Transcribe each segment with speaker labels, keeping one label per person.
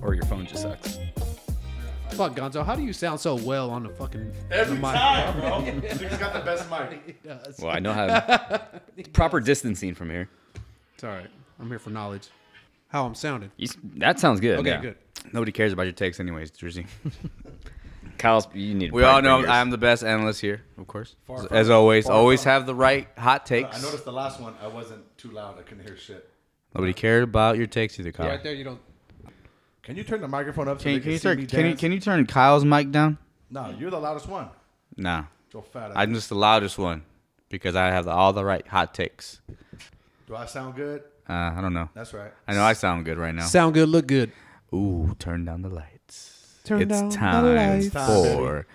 Speaker 1: Or your phone just sucks.
Speaker 2: Fuck, Gonzo, how do you sound so well on the fucking
Speaker 3: Every
Speaker 2: the mic?
Speaker 3: time, bro. Nigga's got the best mic.
Speaker 2: He does.
Speaker 1: Well, I know how proper distancing from here.
Speaker 2: It's all right. I'm here for knowledge. How I'm sounding.
Speaker 1: You, s- that sounds good.
Speaker 2: Okay,
Speaker 1: yeah.
Speaker 2: good.
Speaker 1: Nobody cares about your takes, anyways, Jersey. Kyle's, you need. to
Speaker 4: We all
Speaker 1: practice
Speaker 4: know
Speaker 1: yours.
Speaker 4: I'm the best analyst here, of course.
Speaker 2: Far
Speaker 4: As-
Speaker 2: from
Speaker 4: As
Speaker 2: it.
Speaker 4: always,
Speaker 3: Far
Speaker 4: always
Speaker 3: from it. Uh,
Speaker 4: have the right hot
Speaker 3: I
Speaker 4: takes.
Speaker 3: noticed the last one. I wasn't too loud. I couldn't hear shit.
Speaker 4: Nobody cared about your takes either, Kyle.
Speaker 2: there, you don't.
Speaker 3: Can you turn the microphone up? so
Speaker 4: Can,
Speaker 3: they
Speaker 4: you- can you
Speaker 3: see
Speaker 4: turn
Speaker 3: me
Speaker 4: can you,
Speaker 3: dance?
Speaker 4: can you turn Kyle's mic down?
Speaker 3: No, you're the loudest one.
Speaker 4: Nah,
Speaker 3: Your fat ass.
Speaker 4: I'm just the loudest one because I have the, all the right hot takes.
Speaker 3: Do I sound good?
Speaker 4: Uh, I don't know.
Speaker 3: That's right.
Speaker 4: I know I sound good right now.
Speaker 2: Sound good, look good.
Speaker 4: Ooh, turn down the lights.
Speaker 2: Turn
Speaker 4: it's
Speaker 2: down the
Speaker 4: time
Speaker 2: lights.
Speaker 3: Time,
Speaker 4: for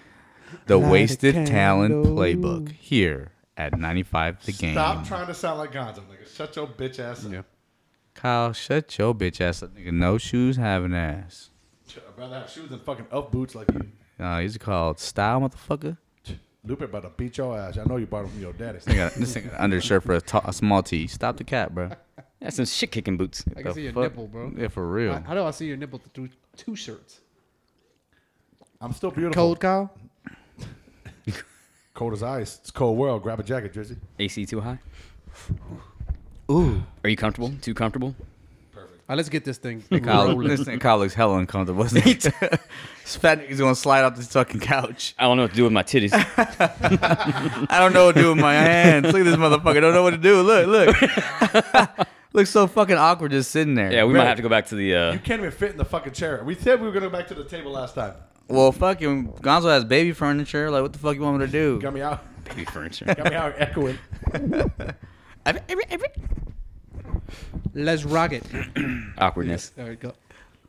Speaker 4: the
Speaker 2: Light a
Speaker 4: Wasted Talent
Speaker 2: candle.
Speaker 4: Playbook here at 95 The Game.
Speaker 3: Stop trying to sound like Gonzo, nigga. Shut your bitch ass up.
Speaker 2: Yeah.
Speaker 4: Kyle, shut your bitch ass up, nigga. No shoes, have an ass.
Speaker 3: I'd rather have shoes and fucking up boots like you.
Speaker 4: Uh, he's called Style Motherfucker.
Speaker 3: Lupe about to beat your ass. I know you bought them from your daddy.
Speaker 4: This nigga, this nigga undershirt for a, t- a small tee. Stop the cat, bro.
Speaker 1: That's some shit kicking boots.
Speaker 2: I can
Speaker 4: The
Speaker 2: see your
Speaker 4: fuck?
Speaker 2: nipple, bro.
Speaker 4: Yeah, for real.
Speaker 2: How, how do I see your nipple through two shirts?
Speaker 3: I'm still beautiful.
Speaker 2: Cold, Kyle?
Speaker 3: Cold as ice. It's cold world. Grab a jacket, Drizzy.
Speaker 1: AC too high?
Speaker 4: Ooh,
Speaker 1: Are you comfortable? Too comfortable?
Speaker 2: All right, let's get this thing
Speaker 4: Kyle,
Speaker 2: rolling.
Speaker 4: this nigga Kyle looks hella uncomfortable. Isn't he? this fat nigga's gonna slide off this fucking couch.
Speaker 1: I don't know what to do with my titties.
Speaker 4: I don't know what to do with my hands. Look at this motherfucker. Don't know what to do. Look, look. Looks so fucking awkward just sitting there.
Speaker 1: yeah, we
Speaker 3: Bro.
Speaker 1: might have to go back to the. Uh,
Speaker 3: You can't even fit in the fucking chair. We said we were going to go back to the table last time.
Speaker 4: Well, fucking Gonzo has baby furniture. Like, what the fuck you want me to do?
Speaker 3: Got me out.
Speaker 1: baby furniture.
Speaker 3: Got me out echoing.
Speaker 4: Every- every- every-
Speaker 2: Let's rock it.
Speaker 1: Awkwardness.
Speaker 2: There we go.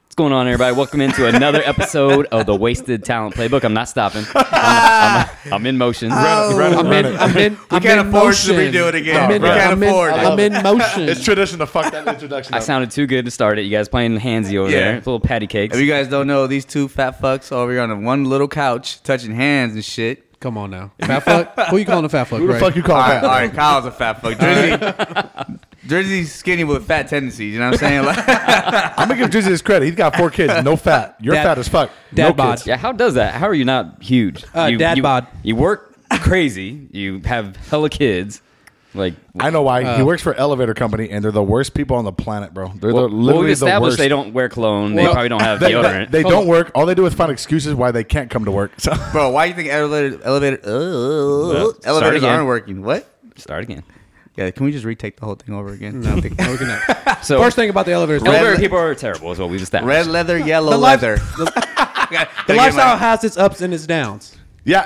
Speaker 1: What's going on, everybody? Welcome into another episode of the Wasted Talent Playbook. I'm not stopping. I'm, I'm- I'm in motion.
Speaker 2: I'm in, I'm in, I'm
Speaker 4: can't
Speaker 2: in
Speaker 4: afford to
Speaker 2: motion.
Speaker 4: redo it again.
Speaker 2: I'm in,
Speaker 4: We can't
Speaker 2: I'm in-
Speaker 4: afford it.
Speaker 2: I'm in motion.
Speaker 3: It's tradition to fuck that introduction
Speaker 1: I
Speaker 3: up.
Speaker 1: sounded too good to start it. You guys playing handsy over
Speaker 4: Yeah.
Speaker 1: there. Little patty cakes.
Speaker 4: If you guys don't know, these two fat fucks over here on the one little couch, touching hands and shit.
Speaker 2: Come on now. Fat fuck? Who you calling a fat fuck,
Speaker 3: Who the
Speaker 2: Ray?
Speaker 3: fuck you call
Speaker 4: All right,
Speaker 3: that?
Speaker 4: all right, Kyle's a fat fuck. Jersey, Jersey's skinny with fat tendencies. You know what I'm saying? Like,
Speaker 3: I'm going to give Drizzy his credit. He's got four kids. No fat. You're
Speaker 2: Dad-
Speaker 3: fat as fuck.
Speaker 2: dad
Speaker 3: no
Speaker 2: bod.
Speaker 3: kids.
Speaker 1: yeah, how does that? How are you not huge?
Speaker 2: Uh,
Speaker 1: you,
Speaker 2: dad
Speaker 1: you,
Speaker 2: bod.
Speaker 1: You work crazy. You have hella kids. Like,
Speaker 3: I know why. he works for Elevator Company, and they're the worst people on the planet, bro. They're
Speaker 1: well,
Speaker 3: the, literally
Speaker 1: we've
Speaker 3: the
Speaker 1: established
Speaker 3: worst.
Speaker 1: they don't wear cologne. they
Speaker 2: Well,
Speaker 1: probably don't have
Speaker 3: They,
Speaker 1: deodorant.
Speaker 3: they don't work. All they do is find excuses why they can't come to work. So
Speaker 4: bro, why you think elevator elevator uh,
Speaker 1: start
Speaker 4: elevators
Speaker 1: again.
Speaker 4: aren't working? What?
Speaker 1: Start again.
Speaker 4: Yeah, can we just retake the whole thing over again?
Speaker 2: No, no, we cannot.
Speaker 1: So,
Speaker 2: First thing about the elevator is
Speaker 4: Red-
Speaker 1: Elevator people are terrible, is what we've established.
Speaker 4: Red leather, yellow
Speaker 2: The life-
Speaker 4: leather.
Speaker 2: the lifestyle has its ups and its downs.
Speaker 3: yeah,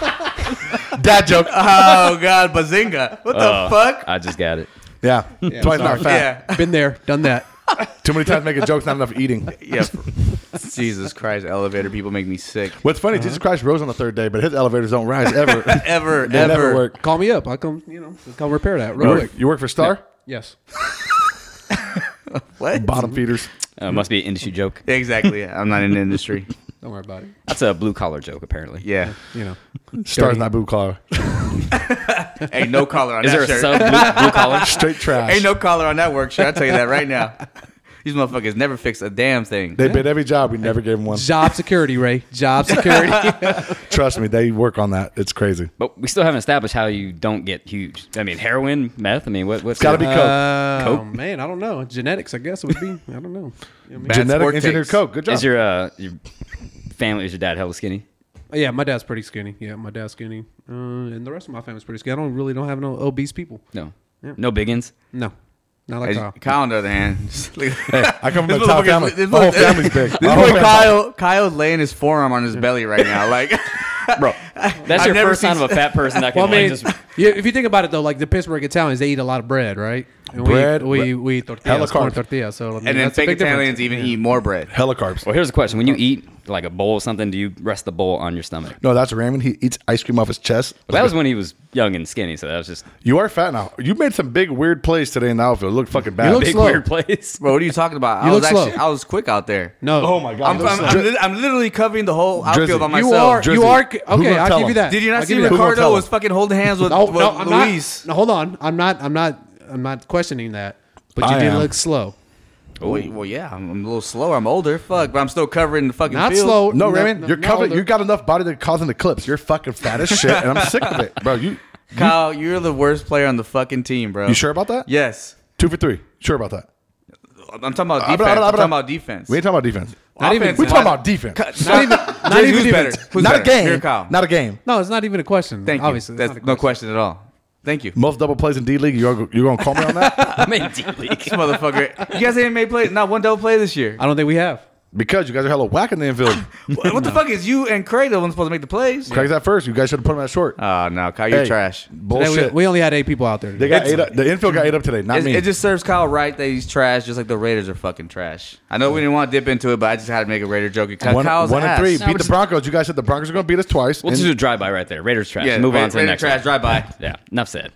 Speaker 3: dad joke.
Speaker 4: Oh God, bazinga! What the
Speaker 1: Uh,
Speaker 4: fuck?
Speaker 1: I just got it.
Speaker 3: Yeah, twice not fat.
Speaker 4: Yeah,
Speaker 2: Been there, done that.
Speaker 3: Too many times making jokes, not enough eating.
Speaker 4: yeah. Jesus Christ, elevator people make me sick.
Speaker 3: What's funny, Jesus Christ rose on the third day, but his elevators don't rise ever.
Speaker 4: Ever,
Speaker 3: They never
Speaker 4: ever.
Speaker 3: work.
Speaker 2: Call me up. I'll come, you know, come repair that
Speaker 3: You
Speaker 2: real quick.
Speaker 3: work, you work for Star
Speaker 2: Yes.
Speaker 4: What?
Speaker 3: Bottom Feeders.
Speaker 1: Uh, must be an industry joke.
Speaker 4: Exactly. I'm not in the industry.
Speaker 2: Don't worry about it.
Speaker 1: That's a blue collar joke, apparently.
Speaker 4: Yeah.
Speaker 2: You know.
Speaker 3: Star's not blue collar.
Speaker 4: Ain't no collar on
Speaker 1: Is
Speaker 4: that
Speaker 1: there a
Speaker 4: shirt.
Speaker 1: sub blue, blue collar?
Speaker 3: Straight trash.
Speaker 4: Ain't no collar on that work shirt. I tell you that right now. These motherfuckers never fix a damn thing.
Speaker 3: they bid every job. We never gave them one.
Speaker 2: Job security, Ray. Job security.
Speaker 3: Trust me, they work on that. It's crazy.
Speaker 1: But we still haven't established how you don't get huge. I mean, heroin, meth. I mean, what, what's
Speaker 3: It's got to be
Speaker 1: your-
Speaker 3: Coke.
Speaker 2: Oh
Speaker 1: Coke?
Speaker 2: man, I don't know. Genetics, I guess it would be. I don't know. You know what I mean?
Speaker 4: Bad
Speaker 3: Genetic
Speaker 4: sport
Speaker 3: engineer
Speaker 4: takes.
Speaker 3: Coke. Oh, Good job.
Speaker 1: Is your uh your family? Is your dad hella skinny?
Speaker 2: Uh, Yeah, my dad's pretty skinny. Yeah, my dad's skinny, uh, and the rest of my family's pretty skinny. I don't really don't have no obese people.
Speaker 1: No, no biggins.
Speaker 2: No, not like uh,
Speaker 4: As-
Speaker 2: Kyle.
Speaker 4: Kyle, on the other hand, just look-
Speaker 3: I come from
Speaker 4: This
Speaker 3: a top
Speaker 4: motherfucker's-
Speaker 3: family.
Speaker 4: this
Speaker 3: My whole
Speaker 4: mother-
Speaker 3: family's big.
Speaker 4: This
Speaker 3: My
Speaker 4: is
Speaker 3: whole family-
Speaker 4: where Kyle Kyle's laying his forearm on his belly right now, like
Speaker 1: Bro, That's
Speaker 4: I've
Speaker 1: your
Speaker 4: never
Speaker 1: first sign
Speaker 4: seen-
Speaker 1: of a fat person that can
Speaker 2: Well, I
Speaker 1: like,
Speaker 2: mean,
Speaker 1: just.
Speaker 2: yeah, if you think about it though, like the Pittsburgh Italians, they eat a lot of bread, right? And we-
Speaker 3: Bread,
Speaker 2: we we,
Speaker 3: bread.
Speaker 2: eat tortillas,
Speaker 3: Hella
Speaker 2: corn
Speaker 3: carbs.
Speaker 2: tortillas. So I mean,
Speaker 4: and then
Speaker 2: that's a
Speaker 4: fake
Speaker 2: big difference.
Speaker 4: Italians even eat more bread.
Speaker 3: Helicarps.
Speaker 1: Well, here's the question: When you eat like a bowl of something, do you rest the bowl on your stomach?
Speaker 3: No, that's ramen. He eats ice cream off his chest.
Speaker 1: Well, that was when he was young and skinny, so that was just
Speaker 3: you are fat now. You made some big weird plays today in the outfield. It looked fucking bad.
Speaker 2: You look
Speaker 1: big
Speaker 2: slow.
Speaker 1: weird place.
Speaker 4: Bro, what are you talking about?
Speaker 2: You
Speaker 4: I was
Speaker 2: look slow.
Speaker 4: actually I was quick out there.
Speaker 2: No.
Speaker 3: oh my god.
Speaker 4: I'm, I'm, I'm, li- I'm literally covering the whole outfield
Speaker 3: Drizzy.
Speaker 4: by
Speaker 3: You
Speaker 4: myself.
Speaker 2: You are
Speaker 3: Drizzy,
Speaker 2: you are
Speaker 3: who
Speaker 2: okay.
Speaker 3: gonna
Speaker 2: I'll
Speaker 3: tell
Speaker 2: give you
Speaker 3: him?
Speaker 2: that.
Speaker 4: Did you not
Speaker 2: I'll
Speaker 4: see
Speaker 2: give you that.
Speaker 3: Who gonna
Speaker 4: Ricardo
Speaker 3: tell
Speaker 4: was
Speaker 3: him?
Speaker 4: fucking holding hands with,
Speaker 2: No,
Speaker 4: with
Speaker 2: no, I'm
Speaker 4: Luis?
Speaker 2: not. No, hold on. I'm not. I'm not. I'm not questioning that. But you
Speaker 3: I
Speaker 2: did
Speaker 3: am.
Speaker 2: look slow.
Speaker 4: Well, well, yeah, I'm, I'm a little slower. I'm older. Fuck, but I'm still covering the fucking
Speaker 2: Not
Speaker 4: field.
Speaker 2: slow.
Speaker 3: no, Raymond,
Speaker 2: no,
Speaker 3: you're
Speaker 2: no,
Speaker 3: covered.
Speaker 2: no.
Speaker 3: You got enough body to cause an eclipse. You're fucking fat as shit, and I'm sick of it, bro. You
Speaker 4: Kyle, you're the worst player on the fucking team, bro.
Speaker 3: you sure about that?
Speaker 4: Yes.
Speaker 3: Two for three. Sure about that?
Speaker 4: I'm talking about
Speaker 3: Ah,
Speaker 4: defense.
Speaker 3: blah,
Speaker 4: I'm
Speaker 3: blah,
Speaker 4: talking
Speaker 3: blah.
Speaker 4: about defense.
Speaker 3: We ain't talking about defense.
Speaker 2: Not even-
Speaker 4: Offense
Speaker 3: We're
Speaker 4: is-
Speaker 3: talking about defense.
Speaker 2: Not even. Not
Speaker 4: Jay,
Speaker 2: even
Speaker 4: who's
Speaker 2: defense.
Speaker 4: better? Who's
Speaker 3: not
Speaker 4: better?
Speaker 3: a game.
Speaker 4: Here, Kyle.
Speaker 3: Not a game.
Speaker 2: No, it's not even a question.
Speaker 4: Thank you.
Speaker 2: Obviously, it's
Speaker 4: That's
Speaker 2: not a
Speaker 4: no question at all. Thank you.
Speaker 3: Most double plays in D League. You're you're gonna call me on that
Speaker 1: I'm in D league.
Speaker 4: This motherfucker. You guys ain't made play not one double play this year.
Speaker 2: I don't think we have.
Speaker 3: because you guys are hella whack in the infield.
Speaker 4: what what the fuck is you and Craig the ones supposed to make the plays?
Speaker 3: Craig's that first. You guys should have put him at short.
Speaker 4: Oh no, Kyle, you're
Speaker 3: Hey,
Speaker 4: trash.
Speaker 2: Today we,
Speaker 3: Bullshit.
Speaker 2: we only had eight people out there.
Speaker 3: they got ate up. The infield got ate up today. Not
Speaker 4: It,
Speaker 3: me.
Speaker 4: it just serves Kyle right that he's trash, just like the Raiders are fucking trash. I know we didn't want to dip into it, but I just had to make a Raider joke. Cut
Speaker 3: one,
Speaker 4: Kyle's
Speaker 3: one and
Speaker 4: ass.
Speaker 3: three.
Speaker 1: No,
Speaker 3: beat
Speaker 1: we're
Speaker 3: the
Speaker 1: just-
Speaker 3: Broncos. You guys said the Broncos are gonna beat us twice.
Speaker 1: We'll
Speaker 3: And
Speaker 1: just do a drive by right there. Raiders trash.
Speaker 4: Yeah,
Speaker 1: Move
Speaker 4: Ra-
Speaker 1: on to the
Speaker 4: Raider
Speaker 1: next
Speaker 4: trash.
Speaker 1: one.
Speaker 4: Drive by.
Speaker 1: Yeah, enough said.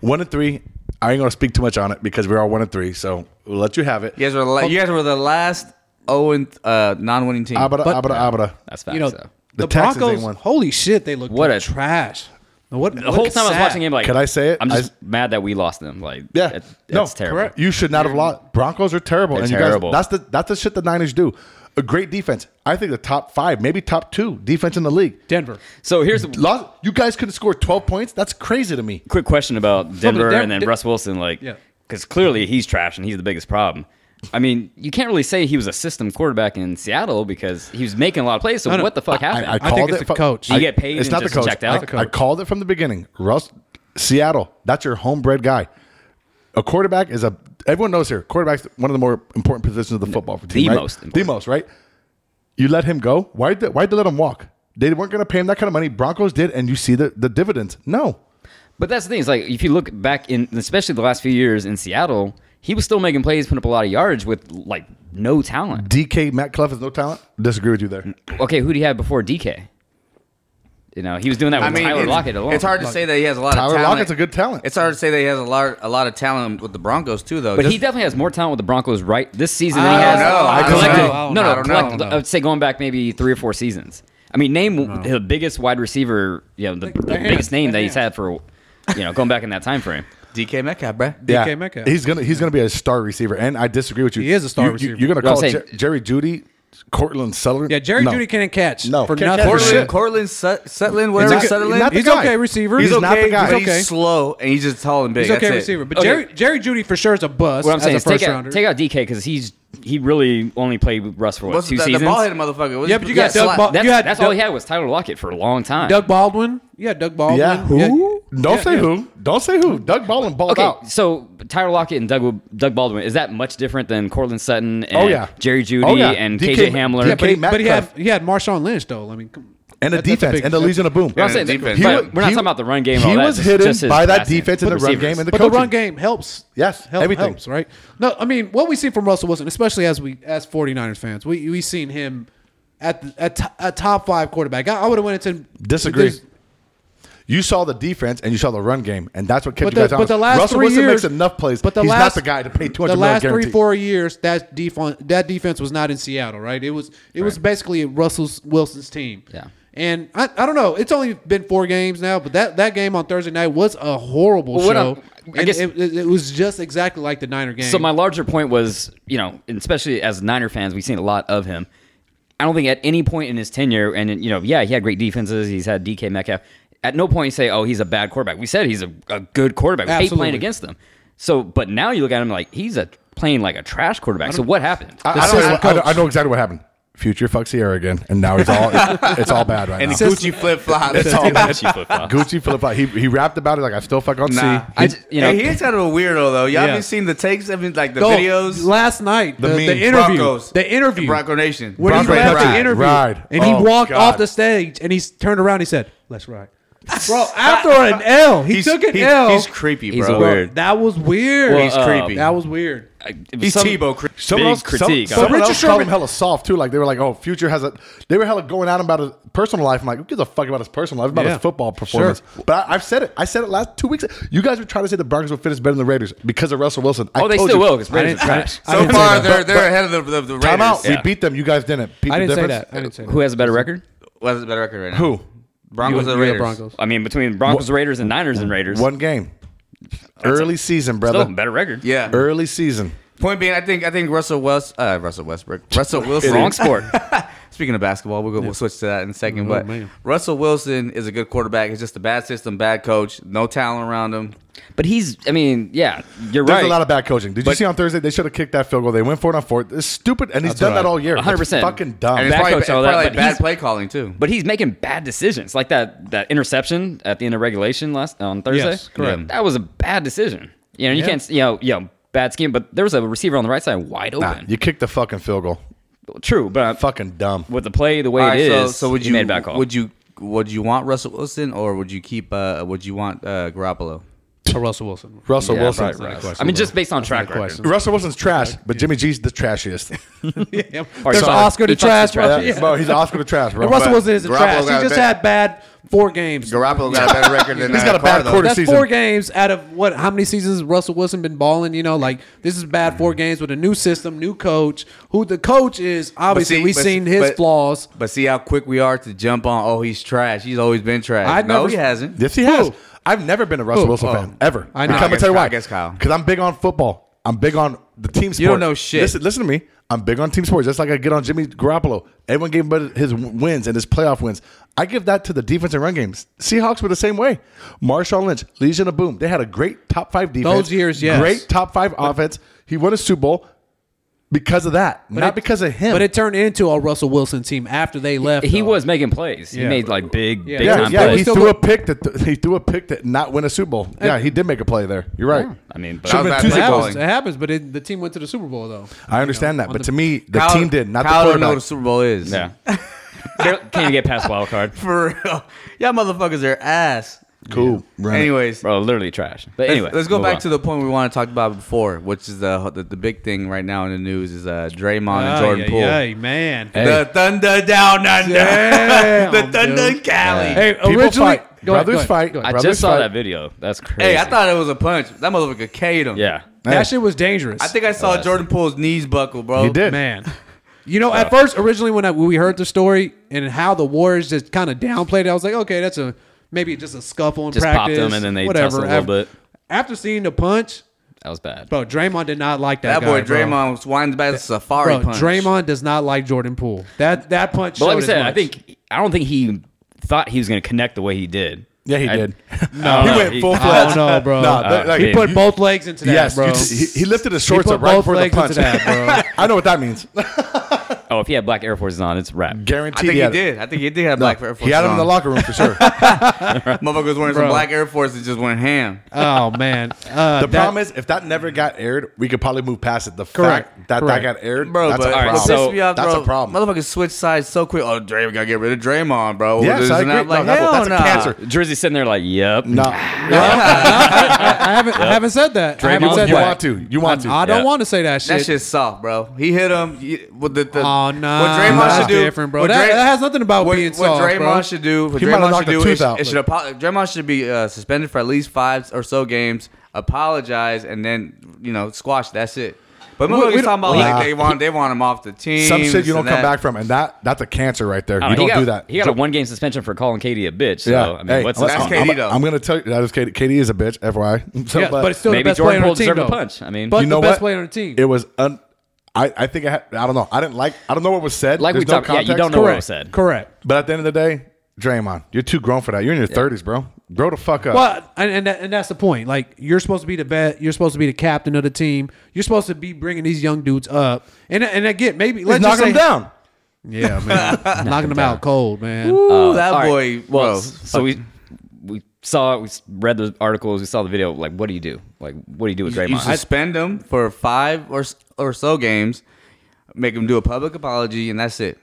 Speaker 3: one and three. I ain't gonna speak too much on it because we're all one and three. So we'll let you have it.
Speaker 4: You guys were la- you guys were the last zero and uh, non-winning team.
Speaker 3: Abra,
Speaker 2: But-
Speaker 3: abra, abra.
Speaker 1: That's fact.
Speaker 2: You know,
Speaker 1: so.
Speaker 2: the,
Speaker 3: The Texans
Speaker 2: Broncos.
Speaker 3: ain't won.
Speaker 2: Holy shit, they look
Speaker 1: What
Speaker 2: what
Speaker 1: a-
Speaker 2: a trash. What
Speaker 1: the whole time I was watching him, like,
Speaker 3: Can I say it?
Speaker 1: I'm just
Speaker 3: I-
Speaker 1: mad that we lost them. Like,
Speaker 3: Yeah,
Speaker 1: that-
Speaker 3: no,
Speaker 1: that's terrible.
Speaker 3: correct. You should not have lost. Broncos are terrible.
Speaker 1: They're
Speaker 3: and you guys-
Speaker 1: terrible.
Speaker 3: that's the that's the shit the Niners do. A great defense. I think the top five, maybe top two defense in the league.
Speaker 2: Denver.
Speaker 1: So here's a
Speaker 3: Lost, you guys couldn't score twelve points. That's crazy to me.
Speaker 1: quick question about Denver
Speaker 2: Den-
Speaker 1: and then
Speaker 2: Den-
Speaker 1: Russ Wilson. Like,
Speaker 2: Yeah.
Speaker 1: because clearly he's trash and he's the biggest problem. I mean, you can't really say he was a system quarterback in Seattle because he was making a lot of plays. So
Speaker 2: no.
Speaker 1: what the fuck happened?
Speaker 3: I, I
Speaker 2: think
Speaker 3: called
Speaker 2: it's
Speaker 3: it.
Speaker 2: the
Speaker 3: fu-
Speaker 2: coach.
Speaker 1: Did you get paid
Speaker 3: It's
Speaker 1: and
Speaker 3: not the
Speaker 1: just
Speaker 3: coach.
Speaker 1: checked out?
Speaker 3: I- I called it from the beginning. Russ, Seattle. That's your homebred guy. A quarterback is a. Everyone knows here. Quarterback's one of the more important positions of the football team.
Speaker 1: the
Speaker 3: right?
Speaker 1: most
Speaker 3: The
Speaker 1: important.
Speaker 3: most. Right. You let him go. Why did Why did they let him walk? They weren't going to pay him that kind of money. Broncos did, and you see the the dividends. No.
Speaker 1: But that's the thing. It's like if you look back in, especially the last few years in Seattle, he was still making plays, putting up a lot of yards with like no talent.
Speaker 3: DK Matt Clough has no talent. Disagree with you there.
Speaker 1: Okay, who do you have before DK? You know, he was doing that with Tyler
Speaker 4: it's,
Speaker 1: Lockett alone.
Speaker 4: it's hard to say that he has a lot
Speaker 3: Tyler
Speaker 4: of talent.
Speaker 3: Lockett's a good talent.
Speaker 4: It's hard to say that he has a lot, a lot of talent with the Broncos too, though.
Speaker 1: But
Speaker 4: Just-
Speaker 1: he definitely has more talent with the Broncos right this season
Speaker 2: I
Speaker 1: than he has.
Speaker 2: don't know. I
Speaker 4: don't
Speaker 1: collectively-
Speaker 4: know.
Speaker 1: No,
Speaker 4: I don't
Speaker 1: no,
Speaker 4: know. I don't know.
Speaker 1: collectively-
Speaker 2: I
Speaker 1: I would say going back maybe three or four seasons. I mean, name the biggest wide receiver, you know, the, the
Speaker 2: their hands,
Speaker 1: biggest name that
Speaker 2: their
Speaker 1: he's
Speaker 2: hands.
Speaker 1: had for, you know, going back in that time frame.
Speaker 4: DK Metcalf, bro.
Speaker 2: DK Metcalf.
Speaker 3: He's gonna he's gonna be a star receiver, and I disagree with you.
Speaker 2: He is a star
Speaker 3: You- you-
Speaker 2: receiver.
Speaker 3: You're gonna
Speaker 1: No, I'm
Speaker 3: call
Speaker 1: saying-
Speaker 3: Jer- Jerry Judy, Cortland Sutherland.
Speaker 2: Yeah, Jerry
Speaker 3: No.
Speaker 2: Judy can't catch
Speaker 3: No,
Speaker 2: for
Speaker 3: can't
Speaker 2: nothing.
Speaker 3: catch for
Speaker 4: Cortland,
Speaker 3: shit.
Speaker 4: Cortland Sut- Sutland, whatever
Speaker 3: not-
Speaker 4: Sutherland.
Speaker 3: he's not the
Speaker 2: He's
Speaker 3: guy.
Speaker 2: okay receiver.
Speaker 3: He's
Speaker 4: He's
Speaker 3: not the guy.
Speaker 4: but
Speaker 2: Okay.
Speaker 4: he's slow and he's just tall and big.
Speaker 2: He's
Speaker 4: That's
Speaker 2: okay
Speaker 4: it.
Speaker 2: receiver, but
Speaker 1: Okay.
Speaker 2: Jerry Jerry Judy for sure is a bust.
Speaker 1: What I'm
Speaker 2: as
Speaker 1: saying
Speaker 2: a
Speaker 1: is take
Speaker 2: first
Speaker 1: out,
Speaker 2: rounder.
Speaker 1: take out DK because he's he really only played with Russ for what,
Speaker 4: What's
Speaker 1: two
Speaker 4: the, the
Speaker 1: seasons.
Speaker 4: ball hitting motherfucker? What's-
Speaker 2: Yeah, but you
Speaker 4: yeah,
Speaker 2: got Doug
Speaker 4: slot-
Speaker 2: Bal-
Speaker 1: That's,
Speaker 2: you had
Speaker 1: that's
Speaker 2: Doug,
Speaker 1: all he had was Tyler Lockett for a long time.
Speaker 2: Doug Baldwin. Yeah, Doug Baldwin.
Speaker 3: Yeah, who? Don't
Speaker 2: Yeah,
Speaker 3: say
Speaker 2: yeah.
Speaker 3: who. Don't say who. Doug Baldwin balled
Speaker 1: Okay,
Speaker 3: out.
Speaker 1: so Tyler Lockett and Doug Doug Baldwin is that much different than Cortland Sutton and
Speaker 3: Oh, yeah.
Speaker 1: Jerry Judy
Speaker 3: Oh, yeah.
Speaker 1: and
Speaker 3: DK
Speaker 1: KJ Hamler?
Speaker 3: Yeah,
Speaker 2: But he,
Speaker 3: Matt
Speaker 2: but he had
Speaker 3: Craft.
Speaker 2: he had Marshawn Lynch though. I mean, come,
Speaker 3: And the
Speaker 2: that- that's a
Speaker 3: defense
Speaker 2: big-
Speaker 3: and the legion of boom.
Speaker 1: But I'm
Speaker 4: And
Speaker 1: saying
Speaker 4: the
Speaker 1: that-
Speaker 4: defense.
Speaker 1: but
Speaker 4: He-
Speaker 1: we're not
Speaker 3: he-
Speaker 1: talking about the run game. and
Speaker 3: He
Speaker 1: all that,
Speaker 3: was
Speaker 1: just-
Speaker 3: hidden
Speaker 1: just his
Speaker 3: by that
Speaker 1: passing.
Speaker 3: defense and
Speaker 1: But
Speaker 3: the run game
Speaker 1: receivers.
Speaker 3: and the
Speaker 2: But
Speaker 3: coaching.
Speaker 2: the run game helps.
Speaker 3: Yes,
Speaker 2: Help-
Speaker 3: everything.
Speaker 2: helps, right? No, I mean what we see from Russell Wilson, especially as we as 49ers fans, we we seen him at the, at to- a top five quarterback. I, I would have went into
Speaker 3: Disagree.
Speaker 2: this-
Speaker 3: You saw the defense and you saw the run game, and that's what kept
Speaker 2: But
Speaker 3: you
Speaker 2: the,
Speaker 3: guys on.
Speaker 2: but the last
Speaker 3: Russell
Speaker 2: three
Speaker 3: Wilson
Speaker 2: years,
Speaker 3: makes enough plays.
Speaker 2: But the
Speaker 3: he's
Speaker 2: last,
Speaker 3: not the guy to pay two hundred
Speaker 2: The
Speaker 3: million
Speaker 2: last
Speaker 3: guarantee.
Speaker 2: three four years, that defense that defense was not in Seattle, right? It was it was basically Russell Wilson's team.
Speaker 1: Yeah.
Speaker 2: And I, I don't know. It's only been four games now, but that, that game on Thursday night was a horrible
Speaker 1: Well, what
Speaker 2: show.
Speaker 1: I'm- I
Speaker 2: And
Speaker 1: guess-
Speaker 2: it, it, it was just exactly like the Niner game.
Speaker 1: So my larger point was, you know, and especially as Niner fans, we've seen a lot of him. I don't think at any point in his tenure, and you know, yeah, he had great defenses. He's had DK Metcalf. At no point you say, oh, he's a bad quarterback. We said he's a, a good quarterback. We hate playing
Speaker 2: Absolutely.
Speaker 1: against him. So, but now you look at him like he's a playing like a trash quarterback. So what happened?
Speaker 3: I, I
Speaker 2: The
Speaker 3: don't-
Speaker 2: system
Speaker 3: I- I don't-
Speaker 2: coach.
Speaker 3: I know exactly what happened. Future fucks Sierra again, and now it's all it's, it's all bad right
Speaker 4: And
Speaker 3: now.
Speaker 4: Gucci flip flops.
Speaker 3: It's all bad.
Speaker 5: Gucci flip-flops.
Speaker 3: Gucci flip flop. He, he rapped about it like I still fuck on
Speaker 4: Nah,
Speaker 3: C.
Speaker 1: I j- you know,
Speaker 4: hey, he's kind of a weirdo though. Y'all
Speaker 2: Yeah.
Speaker 4: been seen the takes of him, like the
Speaker 2: Go-
Speaker 4: videos?
Speaker 2: last night. The, the,
Speaker 3: meme.
Speaker 2: interview.
Speaker 4: Broncos.
Speaker 2: The interview.
Speaker 4: Bronco Nation.
Speaker 2: When he
Speaker 3: Bronco
Speaker 2: left
Speaker 3: Nation.
Speaker 2: the interview,
Speaker 3: Ride.
Speaker 2: and he
Speaker 3: Oh,
Speaker 2: walked
Speaker 3: God.
Speaker 2: off the stage, and he s- turned around, he said, "Let's ride." Bro, after an L, he
Speaker 4: He's,
Speaker 2: took an
Speaker 4: he's,
Speaker 2: L.
Speaker 4: he's creepy, bro.
Speaker 1: He's
Speaker 2: Bro,
Speaker 1: weird.
Speaker 2: That was weird.
Speaker 1: Well,
Speaker 4: He's
Speaker 1: uh,
Speaker 4: creepy.
Speaker 2: that was weird.
Speaker 4: he's
Speaker 1: some-
Speaker 4: Tebow creepy.
Speaker 3: Someone
Speaker 1: Big
Speaker 3: else,
Speaker 1: critique.
Speaker 3: Some, someone
Speaker 2: Richard
Speaker 3: else called
Speaker 2: Sherman-
Speaker 3: him hella soft too. Like they were like, "Oh, Future has a." They were hella going at him about his personal life. I'm like, who gives a fuck about his personal life? It's about
Speaker 2: Yeah.
Speaker 3: his football performance. But I, I've said it. I said it last two weeks. You guys were trying to say the Broncos will finish better than the Raiders because of Russell Wilson. I
Speaker 1: Oh, they
Speaker 3: told
Speaker 1: still
Speaker 3: you.
Speaker 1: will because Raiders are trash.
Speaker 2: I
Speaker 4: So
Speaker 2: didn't say
Speaker 4: far,
Speaker 2: that.
Speaker 4: they're
Speaker 3: But-
Speaker 4: they're ahead of the the, the Raiders.
Speaker 3: Time out.
Speaker 1: Yeah.
Speaker 3: We beat them. You guys didn't. Peep
Speaker 2: I
Speaker 3: the
Speaker 2: didn't say
Speaker 3: difference?
Speaker 2: that. I didn't say that.
Speaker 1: Who has a better record?
Speaker 4: What's the better record right now?
Speaker 3: Who?
Speaker 4: Broncos
Speaker 2: You-
Speaker 4: or
Speaker 2: you
Speaker 4: the
Speaker 2: had
Speaker 4: Raiders?
Speaker 2: Broncos.
Speaker 1: I mean, between Broncos, Raiders, and Niners and Raiders,
Speaker 3: One game. Early season, brother.
Speaker 1: still better record.
Speaker 4: Yeah.
Speaker 3: Early season.
Speaker 4: Point being, I think I think Russell West, uh, Russell Westbrook, Russell Wilson.
Speaker 1: wrong sport.
Speaker 4: Speaking of basketball, we'll go, we'll switch to that in a second.
Speaker 2: Oh,
Speaker 4: but
Speaker 2: man.
Speaker 4: Russell Wilson is a good quarterback. It's just a bad system, bad coach, no talent around him.
Speaker 1: But he's, I mean, yeah, you're
Speaker 3: There's
Speaker 1: right.
Speaker 3: a lot of bad coaching. Did you
Speaker 1: But-
Speaker 3: see on Thursday they should have kicked that field goal? They went for it on fourth. It's stupid, and he's
Speaker 2: That's
Speaker 3: done
Speaker 2: right.
Speaker 3: that all year. It's
Speaker 1: 100%.
Speaker 3: Fucking dumb.
Speaker 4: And it's
Speaker 1: Bad
Speaker 4: probably,
Speaker 1: coach,
Speaker 4: it's
Speaker 1: all
Speaker 4: probably
Speaker 1: that,
Speaker 4: like
Speaker 1: but
Speaker 4: bad
Speaker 1: he's-
Speaker 4: play calling too.
Speaker 1: but he's making bad decisions, like that that interception at the end of regulation last on Thursday.
Speaker 2: Yes, correct.
Speaker 1: Yeah. That was a bad decision. You know, you
Speaker 2: Yeah.
Speaker 1: can't, you know, you know, bad scheme. But there was a receiver on the right side wide
Speaker 3: Nah,
Speaker 1: open.
Speaker 3: you kicked the fucking field goal.
Speaker 1: True, but I'm-
Speaker 3: Fucking dumb.
Speaker 1: with the play the way
Speaker 4: All right,
Speaker 1: it
Speaker 4: so,
Speaker 1: is,
Speaker 4: so would
Speaker 1: he
Speaker 4: you
Speaker 1: made a bad call.
Speaker 4: would you would you want Russell Wilson or would you keep uh, would you want uh, Garoppolo?
Speaker 2: Or Russell Wilson.
Speaker 3: Russell
Speaker 1: Yeah,
Speaker 3: Wilson.
Speaker 1: probably right. I mean, just based on track
Speaker 2: my
Speaker 1: record.
Speaker 2: question.
Speaker 3: Russell Wilson's trash, but Jimmy G's the trashiest.
Speaker 2: Yeah.
Speaker 1: Or
Speaker 2: There's
Speaker 1: sorry,
Speaker 2: Oscar
Speaker 1: he
Speaker 2: to
Speaker 1: fucks the
Speaker 2: trash.
Speaker 1: trash.
Speaker 2: Russell-
Speaker 1: Yeah.
Speaker 3: Bro, he's Oscar the trash, bro.
Speaker 2: And Russell Wilson is a
Speaker 4: Garoppolo
Speaker 2: trash. He
Speaker 4: got a
Speaker 2: just
Speaker 4: bad-
Speaker 2: had bad four games.
Speaker 4: Garoppolo got a better record than
Speaker 3: He's got a
Speaker 4: uh,
Speaker 3: bad
Speaker 4: Carr, though.
Speaker 3: quarter
Speaker 2: That's
Speaker 3: season.
Speaker 2: four games out of what? How many seasons has Russell Wilson been balling? You know, like this is bad. Four games with a new system, new coach. Who the coach is? Obviously,
Speaker 4: see-
Speaker 2: we've
Speaker 4: but-
Speaker 2: seen his
Speaker 4: but-
Speaker 2: flaws.
Speaker 4: But see how quick we are to jump on. Oh, he's trash. He's always been trash.
Speaker 2: I
Speaker 4: no,
Speaker 2: never-
Speaker 4: he hasn't.
Speaker 3: Yes, he has.
Speaker 2: Who?
Speaker 3: I've never been a Russell
Speaker 2: Who?
Speaker 3: Wilson
Speaker 2: Oh.
Speaker 3: fan ever.
Speaker 2: I know.
Speaker 3: Because I'm
Speaker 2: I
Speaker 3: gonna tell you
Speaker 4: guess Kyle-
Speaker 3: why.
Speaker 4: I guess Kyle.
Speaker 3: Because I'm big on football. I'm big on the team sport.
Speaker 4: You don't know shit.
Speaker 3: Listen, listen to me. I'm big on team sports. Just like I get on Jimmy Garoppolo. Everyone gave him his wins and his playoff wins. I give that to the defense and run games. Seahawks were the same way. Marshawn Lynch, Legion of Boom. They had a great top five defense.
Speaker 2: Those years, yes.
Speaker 3: Great top five offense. He won a Super Bowl because of that, not
Speaker 2: it-
Speaker 3: because of him.
Speaker 2: But it turned into a Russell Wilson team after they left.
Speaker 1: He
Speaker 2: though.
Speaker 1: was making plays. He
Speaker 2: Yeah.
Speaker 1: made like big,
Speaker 2: Yeah.
Speaker 1: big
Speaker 3: yeah,
Speaker 1: time
Speaker 3: yeah.
Speaker 1: plays.
Speaker 3: He
Speaker 2: Still
Speaker 3: threw
Speaker 2: go-
Speaker 3: a pick that he threw a pick that not win a Super Bowl. Yeah, he did make a play there. You're right.
Speaker 1: I mean, but
Speaker 3: Should've
Speaker 4: That was bad
Speaker 3: been two
Speaker 2: It
Speaker 3: Super
Speaker 4: play
Speaker 3: Bowls.
Speaker 2: happens,
Speaker 4: calling.
Speaker 2: it happens, but it, the team went to the Super Bowl though.
Speaker 3: I understand that,
Speaker 2: on
Speaker 3: but
Speaker 2: the-
Speaker 3: to me, the
Speaker 4: Kyle-
Speaker 3: team did, not the
Speaker 4: Kyle don't know
Speaker 3: quarterback.
Speaker 4: what a Super Bowl is.
Speaker 1: yeah, They can't even get past wild card,
Speaker 4: For real. Y'all motherfuckers are ass.
Speaker 3: Cool. Right.
Speaker 4: Anyways.
Speaker 1: bro. Literally trash. But anyway,
Speaker 4: let's, let's go
Speaker 1: move
Speaker 4: back
Speaker 1: on.
Speaker 4: to the point we want to talk about before, which is the the, the big thing right now in the news is uh, Draymond and Jordan
Speaker 2: Ay,
Speaker 4: Poole.
Speaker 2: ay, ay, man.
Speaker 4: The Thunder down under.
Speaker 2: Damn,
Speaker 4: the Thunder
Speaker 2: dude.
Speaker 4: Cali.
Speaker 2: Hey,
Speaker 3: People
Speaker 2: originally,
Speaker 3: fight.
Speaker 2: Go ahead,
Speaker 3: Brothers
Speaker 2: go ahead,
Speaker 3: fight.
Speaker 2: go ahead.
Speaker 1: I
Speaker 3: Brothers
Speaker 1: just saw
Speaker 3: fight.
Speaker 1: that video. That's crazy.
Speaker 4: Hey, I thought it was a punch. That motherfucker K'd him.
Speaker 1: Yeah.
Speaker 3: Yeah.
Speaker 2: That shit was dangerous.
Speaker 4: I think I saw
Speaker 1: that's-
Speaker 4: Jordan Poole's knees buckle, bro.
Speaker 3: He did.
Speaker 2: man. You know, at first, originally when, I, when we heard the story and how the Warriors just kind of downplayed it, I was like, okay, that's a maybe just a scuffle in
Speaker 1: Just popped
Speaker 2: practice.
Speaker 1: them and then they
Speaker 2: whatever.
Speaker 1: tussle a little
Speaker 2: after,
Speaker 1: bit.
Speaker 2: After seeing the punch,
Speaker 1: That was bad.
Speaker 2: bro, Draymond did not like that.
Speaker 4: That boy
Speaker 2: guy, bro.
Speaker 4: Draymond was winding back a safari
Speaker 2: Bro,
Speaker 4: punch.
Speaker 2: Draymond does not like Jordan Poole. That that punch.
Speaker 1: But like
Speaker 2: showed
Speaker 1: we
Speaker 2: as
Speaker 1: said, I
Speaker 2: much.
Speaker 1: think I don't think he thought he was going to connect the way he did.
Speaker 3: Yeah, he
Speaker 1: I-
Speaker 3: did.
Speaker 1: No,
Speaker 3: he
Speaker 1: no,
Speaker 3: went
Speaker 1: he-
Speaker 3: full
Speaker 1: I
Speaker 2: I
Speaker 3: fledged.
Speaker 2: don't know, bro.
Speaker 3: Nah, that-
Speaker 1: Uh,
Speaker 3: like,
Speaker 1: he
Speaker 2: he put
Speaker 3: you-
Speaker 2: both legs into that,
Speaker 3: Yes,
Speaker 2: bro.
Speaker 3: you t- he, he lifted his shorts
Speaker 2: put
Speaker 3: up right
Speaker 2: both
Speaker 3: before the
Speaker 2: legs into
Speaker 3: punch.
Speaker 2: that,
Speaker 3: I know what that means.
Speaker 1: Oh, if he had black Air Forces on, it's rap.
Speaker 4: I
Speaker 3: Guaranteed.
Speaker 4: think he
Speaker 3: had it.
Speaker 4: did. I think he did have black Air Force.
Speaker 3: He had him in the locker room for sure. the
Speaker 4: Motherfucker was wearing some
Speaker 2: Bro.
Speaker 4: black Air Force and just went ham.
Speaker 2: oh man, uh, that-
Speaker 3: problem is, if that never got aired, we could probably move past it. The
Speaker 2: Correct.
Speaker 3: fact that
Speaker 2: Correct.
Speaker 3: that got aired,
Speaker 4: Bro,
Speaker 3: that's
Speaker 4: but
Speaker 3: a
Speaker 1: all right,
Speaker 3: problem.
Speaker 1: so-
Speaker 3: that's a problem.
Speaker 4: Motherfuckers switch sides so quick. Oh, Draymond, gotta get rid of Draymond, bro.
Speaker 3: Yes,
Speaker 4: This
Speaker 3: I
Speaker 4: and
Speaker 3: agree.
Speaker 4: that. Like,
Speaker 3: no, that's,
Speaker 4: hell
Speaker 3: that's
Speaker 4: nah.
Speaker 3: a cancer.
Speaker 1: Drizzy's sitting there like, yep.
Speaker 3: No,
Speaker 2: I haven't I haven't said that. I haven't
Speaker 1: Draymond,
Speaker 2: said
Speaker 3: you
Speaker 2: that.
Speaker 3: want to. You want to.
Speaker 2: I, I don't
Speaker 1: Yeah.
Speaker 2: want to say that shit.
Speaker 4: That shit's soft, bro. He hit him. he- With the, the,
Speaker 2: Oh, nah,
Speaker 4: What Draymond
Speaker 2: that's
Speaker 4: should do,
Speaker 2: different, bro.
Speaker 4: what
Speaker 2: That-
Speaker 4: Dray-
Speaker 2: that has nothing about
Speaker 4: what,
Speaker 2: being
Speaker 4: what
Speaker 2: soft,
Speaker 4: Draymond
Speaker 2: bro.
Speaker 4: should do. What
Speaker 3: He might have
Speaker 4: Draymond
Speaker 3: knocked
Speaker 4: should
Speaker 3: a
Speaker 4: do.
Speaker 3: tooth
Speaker 4: It,
Speaker 3: out.
Speaker 4: it should apo- Draymond should be uh, suspended for at least five or so games. Apologize and then you know squash. That's it. But
Speaker 2: we
Speaker 4: motherfuckers talking
Speaker 2: don't-
Speaker 4: about
Speaker 3: Nah.
Speaker 4: like they want they want him off the team.
Speaker 3: Some shit
Speaker 4: this
Speaker 3: you don't
Speaker 4: and
Speaker 3: come
Speaker 4: that.
Speaker 3: back from, and that that's a cancer right there.
Speaker 1: I
Speaker 3: You
Speaker 1: know,
Speaker 3: don't
Speaker 1: Oh, he got,
Speaker 3: do that.
Speaker 1: He got a one game suspension for calling Katie a bitch. So, I mean,
Speaker 3: Hey,
Speaker 1: what's
Speaker 3: I'm-
Speaker 1: that?
Speaker 4: that's
Speaker 1: on?
Speaker 4: KD
Speaker 3: I'm,
Speaker 4: though.
Speaker 3: I'm gonna tell you that is Katie. Katie is a bitch, FYI. So,
Speaker 2: Yeah, but, it's still
Speaker 1: Maybe
Speaker 2: the best
Speaker 1: Jordan
Speaker 2: player on
Speaker 1: Poole
Speaker 2: the team.
Speaker 1: deserved a
Speaker 2: Though.
Speaker 1: punch. I mean-
Speaker 2: but
Speaker 3: you know
Speaker 2: the best
Speaker 3: what?
Speaker 2: player on the team.
Speaker 3: It was un. I, I think I had, I don't know. I didn't like. I don't know what was said.
Speaker 1: Like we
Speaker 3: There's no
Speaker 1: talked- yeah, you
Speaker 3: context.
Speaker 1: don't know what
Speaker 2: correct.
Speaker 1: was said.
Speaker 2: Correct.
Speaker 3: But at the end of the day, Draymond, you're too grown for that. You're in your thirties, bro. Grow the fuck up.
Speaker 2: Well, and and, that, and that's the point. Like you're supposed to be the best. You're supposed to be the captain of the team. You're supposed to be bringing these young dudes up. And and again, maybe
Speaker 3: He's
Speaker 2: let's just
Speaker 3: knocking
Speaker 2: say,
Speaker 3: him down.
Speaker 2: Yeah, man. Knocking them out cold, man.
Speaker 4: Ooh, that
Speaker 1: All right.
Speaker 4: boy.
Speaker 1: Well,
Speaker 4: bro,
Speaker 1: s- so we we saw we s- read the articles, we saw the video. Like, what do you do? Like, what do you do with
Speaker 4: You- You
Speaker 1: Draymond?
Speaker 4: suspend him for five or s- or so games, make him do a public apology, and that's it.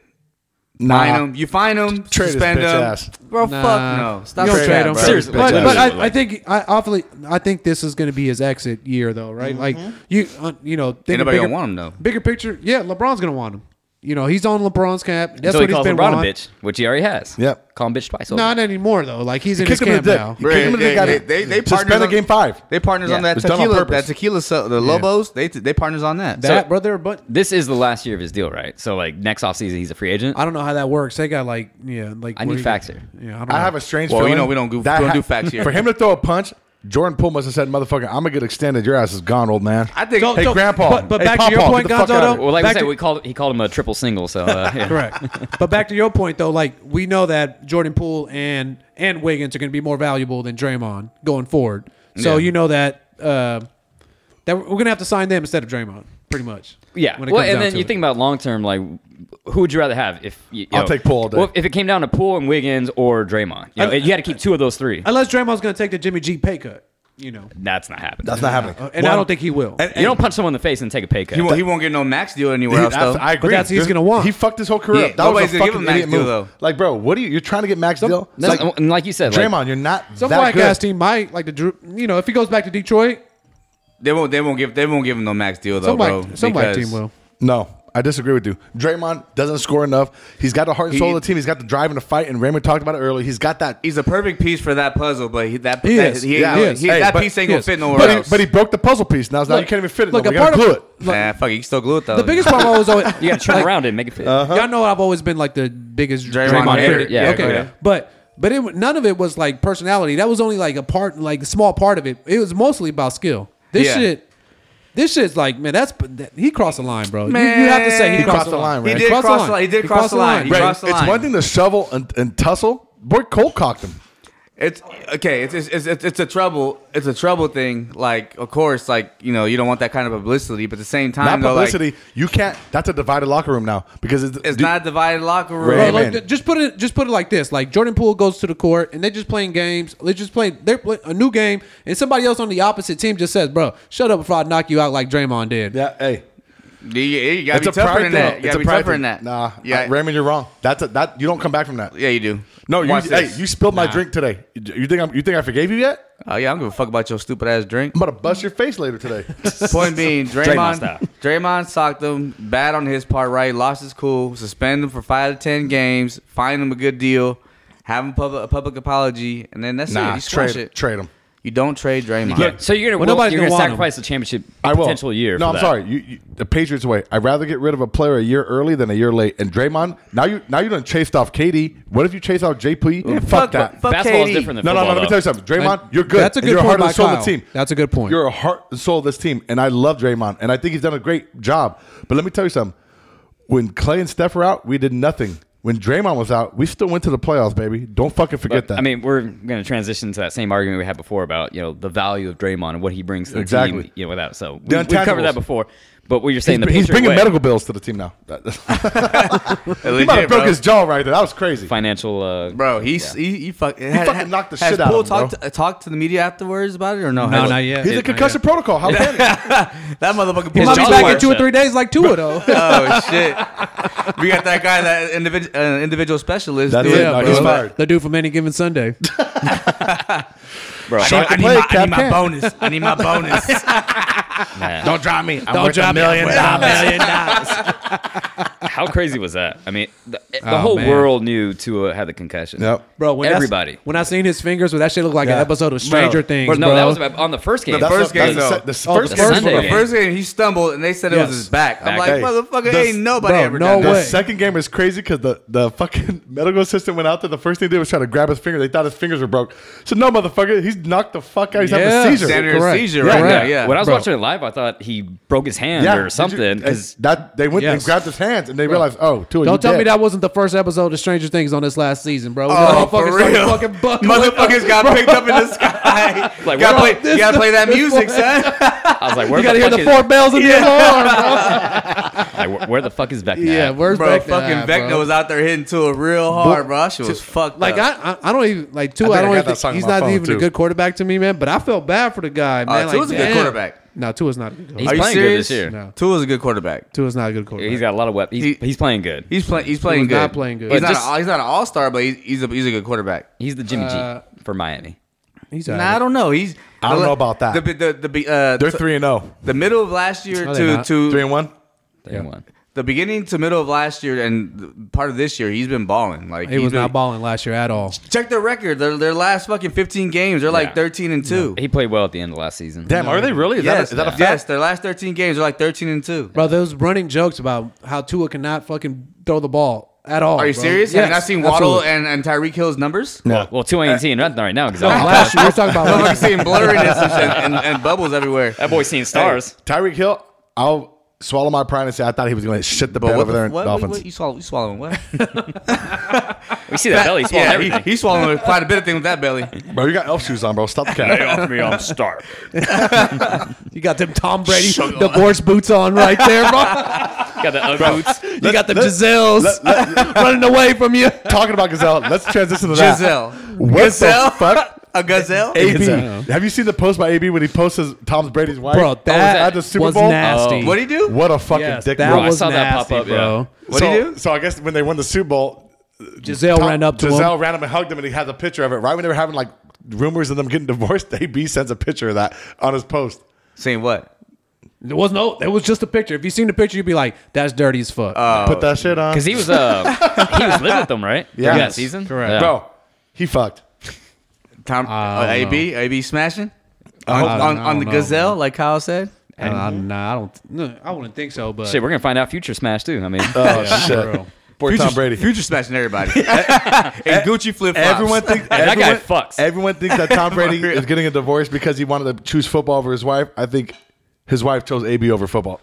Speaker 4: Fine him. You fine him.
Speaker 3: Trade his
Speaker 4: suspend
Speaker 3: bitch
Speaker 4: him.
Speaker 3: ass.
Speaker 4: Bro,
Speaker 2: Nah.
Speaker 4: fuck no.
Speaker 2: Uh, You
Speaker 4: Stop the
Speaker 2: don't trade
Speaker 4: trap,
Speaker 2: him.
Speaker 4: bro.
Speaker 1: Seriously.
Speaker 2: But,
Speaker 1: Bitch
Speaker 2: but
Speaker 1: ass.
Speaker 2: I, I think I awfully I think this is going to be his exit year though,
Speaker 4: Mm-hmm.
Speaker 2: right? Like you uh, you know, think
Speaker 4: Ain't nobody
Speaker 2: bigger,
Speaker 4: gonna want him, though.
Speaker 2: Bigger picture, yeah, LeBron's going to want him. You know, he's on LeBron's cap. That's
Speaker 1: so
Speaker 2: what
Speaker 1: he calls
Speaker 2: has been
Speaker 1: LeBron
Speaker 2: wanting.
Speaker 1: a bitch, which he already has.
Speaker 3: Yep.
Speaker 1: Call him bitch twice. over.
Speaker 2: Not anymore though. Like he's in his
Speaker 3: Kick him in the
Speaker 2: camp
Speaker 3: dick.
Speaker 2: now.
Speaker 3: You kick him in the dick.
Speaker 4: they, they, they, they partners
Speaker 3: Suspend the
Speaker 4: on-
Speaker 3: game five.
Speaker 4: They partners
Speaker 1: Yeah.
Speaker 4: on that
Speaker 3: It's done on
Speaker 4: tequila.
Speaker 3: purpose.
Speaker 4: that tequila. So the Lobos. They they partners on that.
Speaker 2: That
Speaker 1: So-
Speaker 2: brother, but
Speaker 1: This is the last year of his deal, right? So like next offseason, he's a free agent.
Speaker 2: I don't know how that works. They got like yeah, like
Speaker 1: I
Speaker 2: where
Speaker 1: need
Speaker 2: you-
Speaker 1: facts here.
Speaker 2: Yeah, I don't know.
Speaker 3: I have a strange
Speaker 4: Well, you
Speaker 3: feeling.
Speaker 4: know we don't go-
Speaker 3: that
Speaker 4: don't do facts here.
Speaker 3: For him to throw a punch, Jordan Poole must have said, motherfucker, I'm going to get extended. Your ass is gone, old man.
Speaker 4: I think.
Speaker 2: Don't-
Speaker 3: hey,
Speaker 2: don't-
Speaker 3: Grandpa.
Speaker 2: but- but
Speaker 3: Hey,
Speaker 2: back to your
Speaker 3: Pawpaw,
Speaker 2: point,
Speaker 3: get the fuck
Speaker 2: Gonzo,
Speaker 3: out of
Speaker 2: though,
Speaker 3: here.
Speaker 1: Well, like I
Speaker 2: Back
Speaker 1: said,
Speaker 2: to-
Speaker 1: we called he called him a triple single. So uh, yeah.
Speaker 2: Correct. but back to your point though, like we know that Jordan Poole and and Wiggins are going to be more valuable than Draymond going forward. So
Speaker 1: Yeah.
Speaker 2: you know that uh, that we're going to have to sign them instead of Draymond, pretty much.
Speaker 1: Yeah.
Speaker 2: When it
Speaker 1: Well,
Speaker 2: comes
Speaker 1: and
Speaker 2: down
Speaker 1: then
Speaker 2: to
Speaker 1: you
Speaker 2: it.
Speaker 1: think about long term, like who would you rather have? If you, you
Speaker 3: I'll
Speaker 1: know-
Speaker 3: take Poole all day.
Speaker 1: Well, if it came down to Poole and Wiggins or Draymond, you, know,
Speaker 2: I-
Speaker 1: you had to keep two of those three.
Speaker 2: unless Draymond's going to take the Jimmy G pay cut, you know,
Speaker 1: That's not happening.
Speaker 3: That's not happening.
Speaker 2: Uh, and I don't think he will.
Speaker 4: and-
Speaker 1: you don't punch someone in the face and take a pay cut.
Speaker 4: He won't, he won't get no max deal anywhere
Speaker 3: He-
Speaker 4: else
Speaker 3: that's-
Speaker 4: though.
Speaker 3: I agree.
Speaker 2: But that's- he's gonna want.
Speaker 3: He fucked his whole career.
Speaker 4: Yeah,
Speaker 3: up. That was
Speaker 4: nobody's
Speaker 3: a
Speaker 4: gonna give
Speaker 3: fucking
Speaker 4: him max
Speaker 3: idiot move.
Speaker 4: deal, though.
Speaker 3: Like, bro, what are you? You're trying to get max deal. It's
Speaker 1: That's- and like you said, like-
Speaker 3: Draymond, you're not
Speaker 2: Some
Speaker 3: that
Speaker 2: black
Speaker 3: good.
Speaker 2: ass team might like the Drew. You know, if he goes back to Detroit,
Speaker 4: They won't. They won't give. They won't give him no max deal though,
Speaker 2: some
Speaker 4: bro.
Speaker 2: white, some white
Speaker 4: because
Speaker 2: team will.
Speaker 3: No, I disagree with you. Draymond doesn't score enough. He's got the heart and soul of the team. He's got the drive and the fight. And Raymond talked about it earlier. He's got that.
Speaker 4: He's a perfect piece for that puzzle, but he, that
Speaker 2: He
Speaker 4: that,
Speaker 2: is.
Speaker 4: he,
Speaker 2: Yeah,
Speaker 4: he-
Speaker 2: he is.
Speaker 4: he-
Speaker 3: Hey,
Speaker 4: that
Speaker 3: but-
Speaker 4: piece ain't gonna fit nowhere
Speaker 3: But he,
Speaker 4: else.
Speaker 3: but he broke the puzzle piece. Now, now you can't even fit it.
Speaker 2: Look,
Speaker 3: Look,
Speaker 2: a
Speaker 3: we gotta
Speaker 2: part
Speaker 3: glue
Speaker 2: of-
Speaker 3: it.
Speaker 2: look,
Speaker 4: nah, fuck, it, you can still glue it though.
Speaker 2: the biggest problem I was always
Speaker 1: You got to turn around it and make it fit.
Speaker 2: Y'all know I've always been like the biggest
Speaker 4: Uh-huh. Draymond
Speaker 2: Draymond,
Speaker 4: hater.
Speaker 2: hater.
Speaker 1: Yeah,
Speaker 2: okay.
Speaker 1: go ahead.
Speaker 2: But but it, wa- none of it was like personality. That was only like a part, like a small part of it. It was mostly about skill. This
Speaker 4: Yeah.
Speaker 2: shit, this shit's like man, that's that, he crossed the line, bro. You- you, have to say he
Speaker 4: Man.
Speaker 2: crossed the line.
Speaker 3: right?
Speaker 4: He did
Speaker 2: Crossed
Speaker 4: cross the line. He did cross the line. He
Speaker 3: Right.
Speaker 4: crossed the
Speaker 3: It's
Speaker 4: line.
Speaker 3: one thing to shovel and, and tussle. Boy, cold cocked him.
Speaker 4: It's okay. It's it's, it's it's it's a trouble. It's a trouble thing. Like of course, like you know, you don't want that kind of publicity. But at the same
Speaker 3: Not
Speaker 4: time, though, like,
Speaker 3: publicity. you can't. That's a divided locker room now because it's,
Speaker 4: it's
Speaker 3: dude,
Speaker 4: not a divided locker room.
Speaker 2: Bro,
Speaker 3: Hey,
Speaker 2: like,
Speaker 3: man.
Speaker 2: th- just put it just put it like this: like Jordan Poole goes to the court and they're just playing games. They're just playing they're play, a new game, and somebody else on the opposite team just says, "Bro, shut up before I knock you out like Draymond did."
Speaker 3: Yeah, hey,
Speaker 4: You, you gotta be
Speaker 3: pride
Speaker 4: tougher
Speaker 3: thing.
Speaker 4: than that. You gotta be
Speaker 3: pride
Speaker 4: tougher
Speaker 3: thing.
Speaker 4: than that.
Speaker 3: Nah, yeah,
Speaker 4: Yeah.
Speaker 3: I, Raymond, you're wrong. That's a, that. You don't come back from that.
Speaker 4: yeah, you do.
Speaker 3: No, you,
Speaker 4: Watch
Speaker 3: hey,
Speaker 4: this.
Speaker 3: you spilled my drink today. You you think I'm, you think I forgave you yet?
Speaker 4: Oh yeah, I don't give a fuck about your stupid ass drink.
Speaker 3: I'm about to bust your face later today.
Speaker 4: Point being,
Speaker 1: Draymond
Speaker 4: Draymond,
Speaker 1: style.
Speaker 4: Draymond, socked him bad on his part. Right, lost his cool. Suspend him for five to ten games. Find him a good deal. Have him public, a public apology, and then that's it.
Speaker 3: nah,
Speaker 4: You squash
Speaker 3: trade,
Speaker 4: it.
Speaker 3: trade him.
Speaker 4: you don't trade Draymond.
Speaker 1: Look, so you're gonna
Speaker 2: Well, nobody's
Speaker 1: you're
Speaker 2: gonna
Speaker 1: gonna,
Speaker 2: want him.
Speaker 1: sacrifice the championship
Speaker 3: I will.
Speaker 1: potential year. for
Speaker 3: No, I'm
Speaker 1: that.
Speaker 3: sorry. You, you, the Patriots way. I'd rather get rid of a player a year early than a year late. And Draymond, now you now you done chased off KD. What if you chase off JP? fuck, that.
Speaker 4: fuck
Speaker 1: Basketball is
Speaker 4: KD.
Speaker 1: different than
Speaker 3: no, no,
Speaker 1: football.
Speaker 3: no. Let me
Speaker 1: though.
Speaker 3: tell you something, Draymond. You're good.
Speaker 2: That's a
Speaker 3: and
Speaker 2: good
Speaker 3: you're
Speaker 2: point
Speaker 3: heart
Speaker 2: by
Speaker 3: and soul of
Speaker 2: Kyle.
Speaker 3: the team.
Speaker 2: That's a good point.
Speaker 3: You're a heart and soul of this team, and I love Draymond, and I think he's done a great job. But let me tell you something. When Clay and Steph were out, we did nothing. When Draymond was out, we still went to the playoffs, baby. Don't fucking forget that.
Speaker 1: I mean, we're going to transition to that same argument we had before about you know the value of Draymond and what he brings to the
Speaker 3: Exactly.
Speaker 1: team. You know, without so we,
Speaker 3: The
Speaker 1: have covered
Speaker 3: untouchables.
Speaker 1: that before. But what you're saying,
Speaker 3: he's,
Speaker 1: the
Speaker 3: he's
Speaker 1: Patriot
Speaker 3: bringing
Speaker 1: way,
Speaker 3: medical bills to the team now. he
Speaker 4: Legit,
Speaker 3: might have broke
Speaker 4: E bro.
Speaker 3: his jaw right there. That was crazy.
Speaker 1: financial, uh,
Speaker 4: Bro, he's he, he, fuck, he
Speaker 3: fucking knocked the shit out of him,
Speaker 4: talk
Speaker 3: bro.
Speaker 4: To, talk to the media afterwards about it or no?
Speaker 2: No,
Speaker 4: Has-
Speaker 2: not yet.
Speaker 3: He's
Speaker 2: Not
Speaker 3: a
Speaker 2: yet.
Speaker 3: concussion protocol. How can he?
Speaker 4: That motherfucker.
Speaker 2: He
Speaker 4: pulled
Speaker 2: might be
Speaker 1: John
Speaker 4: his
Speaker 2: back
Speaker 1: Wall
Speaker 2: in two or
Speaker 1: said-
Speaker 2: three days, like two of those.
Speaker 4: Oh shit! We got that guy, that individual, uh, individual specialist.
Speaker 3: That's
Speaker 4: doing
Speaker 3: it, no,
Speaker 4: bro.
Speaker 3: he's fired.
Speaker 2: The dude from any given Sunday.
Speaker 1: bro,
Speaker 4: I need,
Speaker 3: Shot the
Speaker 4: I need
Speaker 3: play,
Speaker 4: my, I
Speaker 3: Cap
Speaker 4: need my
Speaker 3: Can.
Speaker 4: bonus. I need my bonus.
Speaker 1: man,
Speaker 3: drop me. I'm
Speaker 2: Don't drop million dollars.
Speaker 1: how crazy was that? I mean, the, eh, the
Speaker 2: Oh,
Speaker 1: whole
Speaker 2: man.
Speaker 1: world knew Tua had the concussion.
Speaker 3: Yep.
Speaker 2: Bro, when I s-
Speaker 1: Everybody.
Speaker 2: when I seen his fingers, well, that shit looked like an
Speaker 3: Yeah.
Speaker 2: episode
Speaker 3: Bro.
Speaker 2: of Stranger Things.
Speaker 1: Or, no,
Speaker 2: bro.
Speaker 1: that was about- on the first game.
Speaker 4: The
Speaker 3: That's
Speaker 4: first
Speaker 3: the- that's
Speaker 4: game,
Speaker 3: the
Speaker 4: though.
Speaker 3: se- The
Speaker 2: Oh,
Speaker 3: first
Speaker 2: the
Speaker 3: game.
Speaker 2: Sunday
Speaker 4: the
Speaker 1: game.
Speaker 4: first game, he stumbled, and they said it
Speaker 2: Yes.
Speaker 4: was his back. I'm
Speaker 1: Back.
Speaker 4: like,
Speaker 1: Hey,
Speaker 4: motherfucker,
Speaker 3: the-
Speaker 4: ain't nobody
Speaker 2: bro,
Speaker 4: ever
Speaker 2: no
Speaker 4: done
Speaker 3: The
Speaker 4: that.
Speaker 2: way.
Speaker 3: second game is crazy because the, the fucking medical assistant went out there. The first thing they did was try to grab his finger. They thought his fingers were broke. So no, motherfucker, he's knocked the fuck out. He's
Speaker 2: Yeah.
Speaker 3: having a seizure.
Speaker 4: Damn near a
Speaker 2: Correct.
Speaker 4: seizure
Speaker 2: Yeah,
Speaker 4: right
Speaker 2: right.
Speaker 4: now. Yeah.
Speaker 1: When I was
Speaker 2: Bro.
Speaker 1: watching it live, I thought he broke his hand
Speaker 3: Yeah, did
Speaker 1: or
Speaker 3: you-
Speaker 1: something because
Speaker 3: and that they went
Speaker 2: Yes.
Speaker 3: and grabbed his hands and they realized, oh, Tua, you
Speaker 2: Don't tell
Speaker 3: dead.
Speaker 2: me that wasn't the first episode of Stranger Things on this last season, bro.
Speaker 4: Oh,
Speaker 2: Motherfuckers
Speaker 4: for
Speaker 2: started
Speaker 4: real.
Speaker 2: Fucking bucking.
Speaker 4: Motherfuckers got picked up in the sky. like,
Speaker 1: Like,
Speaker 4: you gotta
Speaker 1: what
Speaker 4: play,
Speaker 1: about
Speaker 4: you gotta play that music, son.
Speaker 1: I was like, where
Speaker 2: You
Speaker 1: the
Speaker 2: gotta hear
Speaker 1: fuck
Speaker 2: the
Speaker 1: is,
Speaker 2: four bells in your alarm,
Speaker 1: like, where, where the fuck is Vecna?
Speaker 2: bro. yeah,
Speaker 1: at?
Speaker 2: where's
Speaker 4: bro,
Speaker 2: Vecna
Speaker 4: fucking
Speaker 2: at,
Speaker 4: Vecna
Speaker 2: bro?
Speaker 4: was out there hitting to it real hard, bro. That shit was fucked
Speaker 2: Like
Speaker 4: up.
Speaker 2: I, I, I don't even like two.
Speaker 3: think
Speaker 2: I,
Speaker 3: I
Speaker 2: don't
Speaker 3: got
Speaker 2: even.
Speaker 3: that song
Speaker 2: Think,
Speaker 3: on
Speaker 2: he's not
Speaker 3: my phone,
Speaker 2: even a
Speaker 3: too.
Speaker 2: good quarterback to me, man. But I felt bad for the guy, man. like,
Speaker 4: Uh, Tua's a good
Speaker 2: damn.
Speaker 4: quarterback.
Speaker 2: No, Tua's not. A good quarterback.
Speaker 1: He's
Speaker 4: Are you
Speaker 1: playing good
Speaker 4: serious?
Speaker 1: this year.
Speaker 2: No.
Speaker 4: Tua's a good quarterback.
Speaker 2: Tua's not a good quarterback.
Speaker 1: He's got a lot of weapons. He's,
Speaker 4: He-
Speaker 1: he's playing good.
Speaker 4: He's playing. He's playing
Speaker 2: He was
Speaker 4: good.
Speaker 2: not playing good.
Speaker 4: He's
Speaker 1: But
Speaker 4: not.
Speaker 1: just-
Speaker 4: a, he's not an all star, but he's he's a, he's a good quarterback.
Speaker 1: He's the Jimmy
Speaker 2: Uh,
Speaker 1: G for Miami.
Speaker 2: He's
Speaker 4: Nah, I don't know. He's.
Speaker 3: I don't know about that.
Speaker 4: The the the, the, uh,
Speaker 3: They're
Speaker 4: t-
Speaker 3: three and zero,
Speaker 4: the middle of last year
Speaker 2: No, they're
Speaker 4: to
Speaker 2: not.
Speaker 4: to
Speaker 3: three and one.
Speaker 1: They won.
Speaker 4: the beginning to middle of last year and th- part of this year, he's been balling. Like
Speaker 2: He
Speaker 4: he's
Speaker 2: was
Speaker 4: been-
Speaker 2: not balling last year at all.
Speaker 4: Check their record. Their their last fucking fifteen games, they're like
Speaker 1: Yeah.
Speaker 4: thirteen and two.
Speaker 1: He played well at the end of last season.
Speaker 3: Damn, are they really? Is
Speaker 4: Yes,
Speaker 3: that a, is that a fact?
Speaker 4: yes. Their last thirteen games, they're like thirteen and two.
Speaker 2: Bro, those running jokes about how Tua cannot fucking throw the ball at all.
Speaker 4: Are you
Speaker 2: bro.
Speaker 4: serious? Have
Speaker 2: Yes,
Speaker 4: you not seen Waddle
Speaker 2: absolutely.
Speaker 4: and, and Tyreek Hill's numbers?
Speaker 3: No.
Speaker 1: Well, two ain't seeing nothing right now because
Speaker 2: No, last year. We're talking about
Speaker 4: I'm
Speaker 2: last year.
Speaker 4: seeing blurriness and, shit and, and bubbles everywhere.
Speaker 1: that boy's seeing stars.
Speaker 3: Tyreek Hill, I'll swallow my pride and say I thought he was going to shit the bed
Speaker 4: But what,
Speaker 3: over there
Speaker 4: the,
Speaker 3: in
Speaker 4: what, what,
Speaker 3: Dolphins.
Speaker 4: what you swallow? You swallowing what?
Speaker 1: We see that belly swallowing
Speaker 4: yeah, he,
Speaker 1: everything.
Speaker 4: he's swallowing quite a bit of thing with that belly.
Speaker 3: Bro, you got elf shoes on, bro. Stop the cat.
Speaker 1: off me, I'm starved.
Speaker 2: You got them Tom Brady divorce boots on right there, bro.
Speaker 1: Got the Ugg boots.
Speaker 2: You got the Giselles running away from you.
Speaker 3: Talking about Gazelle, let's transition to that.
Speaker 4: Giselle.
Speaker 3: What
Speaker 4: Gazelle?
Speaker 3: the fuck?
Speaker 4: A gazelle?
Speaker 3: AB,
Speaker 2: Gazelle.
Speaker 3: have you seen the post by AB when he posts his Tom Brady's wife? Oh,
Speaker 2: Bro, that,
Speaker 3: at the Super
Speaker 2: was
Speaker 3: Bowl.
Speaker 2: nasty.
Speaker 4: What'd he Uh, do?
Speaker 3: What a fucking
Speaker 2: Yes,
Speaker 3: dick
Speaker 2: that
Speaker 3: move.
Speaker 1: I
Speaker 2: was
Speaker 1: saw that pop
Speaker 2: nasty,
Speaker 1: up, yeah.
Speaker 2: bro.
Speaker 4: What'd he
Speaker 3: so,
Speaker 4: do?
Speaker 3: So I guess when they won the Super Bowl,
Speaker 2: Giselle
Speaker 3: Tom-
Speaker 2: ran up to
Speaker 3: Giselle
Speaker 2: him.
Speaker 3: ran up and hugged him, and he had a picture of it. Right when they were having like rumors of them getting divorced, AB sends a picture of that on his post.
Speaker 4: Saying what?
Speaker 2: There was no. It was just a picture. If you seen the picture, you'd be like, "That's dirty as fuck."
Speaker 3: Put that shit on,
Speaker 1: Because he was uh he was living with them, right?
Speaker 3: Yeah.
Speaker 1: During that season.
Speaker 2: Correct.
Speaker 1: Yeah.
Speaker 3: bro. He fucked.
Speaker 4: Tom,
Speaker 2: I
Speaker 4: uh,
Speaker 2: don't
Speaker 4: AB? AB smashing?
Speaker 3: I
Speaker 4: On,
Speaker 3: hope not.
Speaker 4: on,
Speaker 2: I
Speaker 4: on the
Speaker 2: don't know,
Speaker 4: gazelle, like Kyle said?
Speaker 2: I don't- I don't- nah, I don't. No, I wouldn't think so. But
Speaker 1: Shit, we're gonna find out future smash too. I mean,
Speaker 3: Oh
Speaker 2: bro.
Speaker 3: shit. Poor Tom Brady. Eh,
Speaker 4: Future smashing everybody. and Gucci flip flops.
Speaker 3: Everyone thinks
Speaker 1: That guy
Speaker 3: everyone,
Speaker 1: fucks.
Speaker 3: Everyone thinks that Tom Brady is getting a divorce because he wanted to choose football over his wife. I think his wife chose AB over football.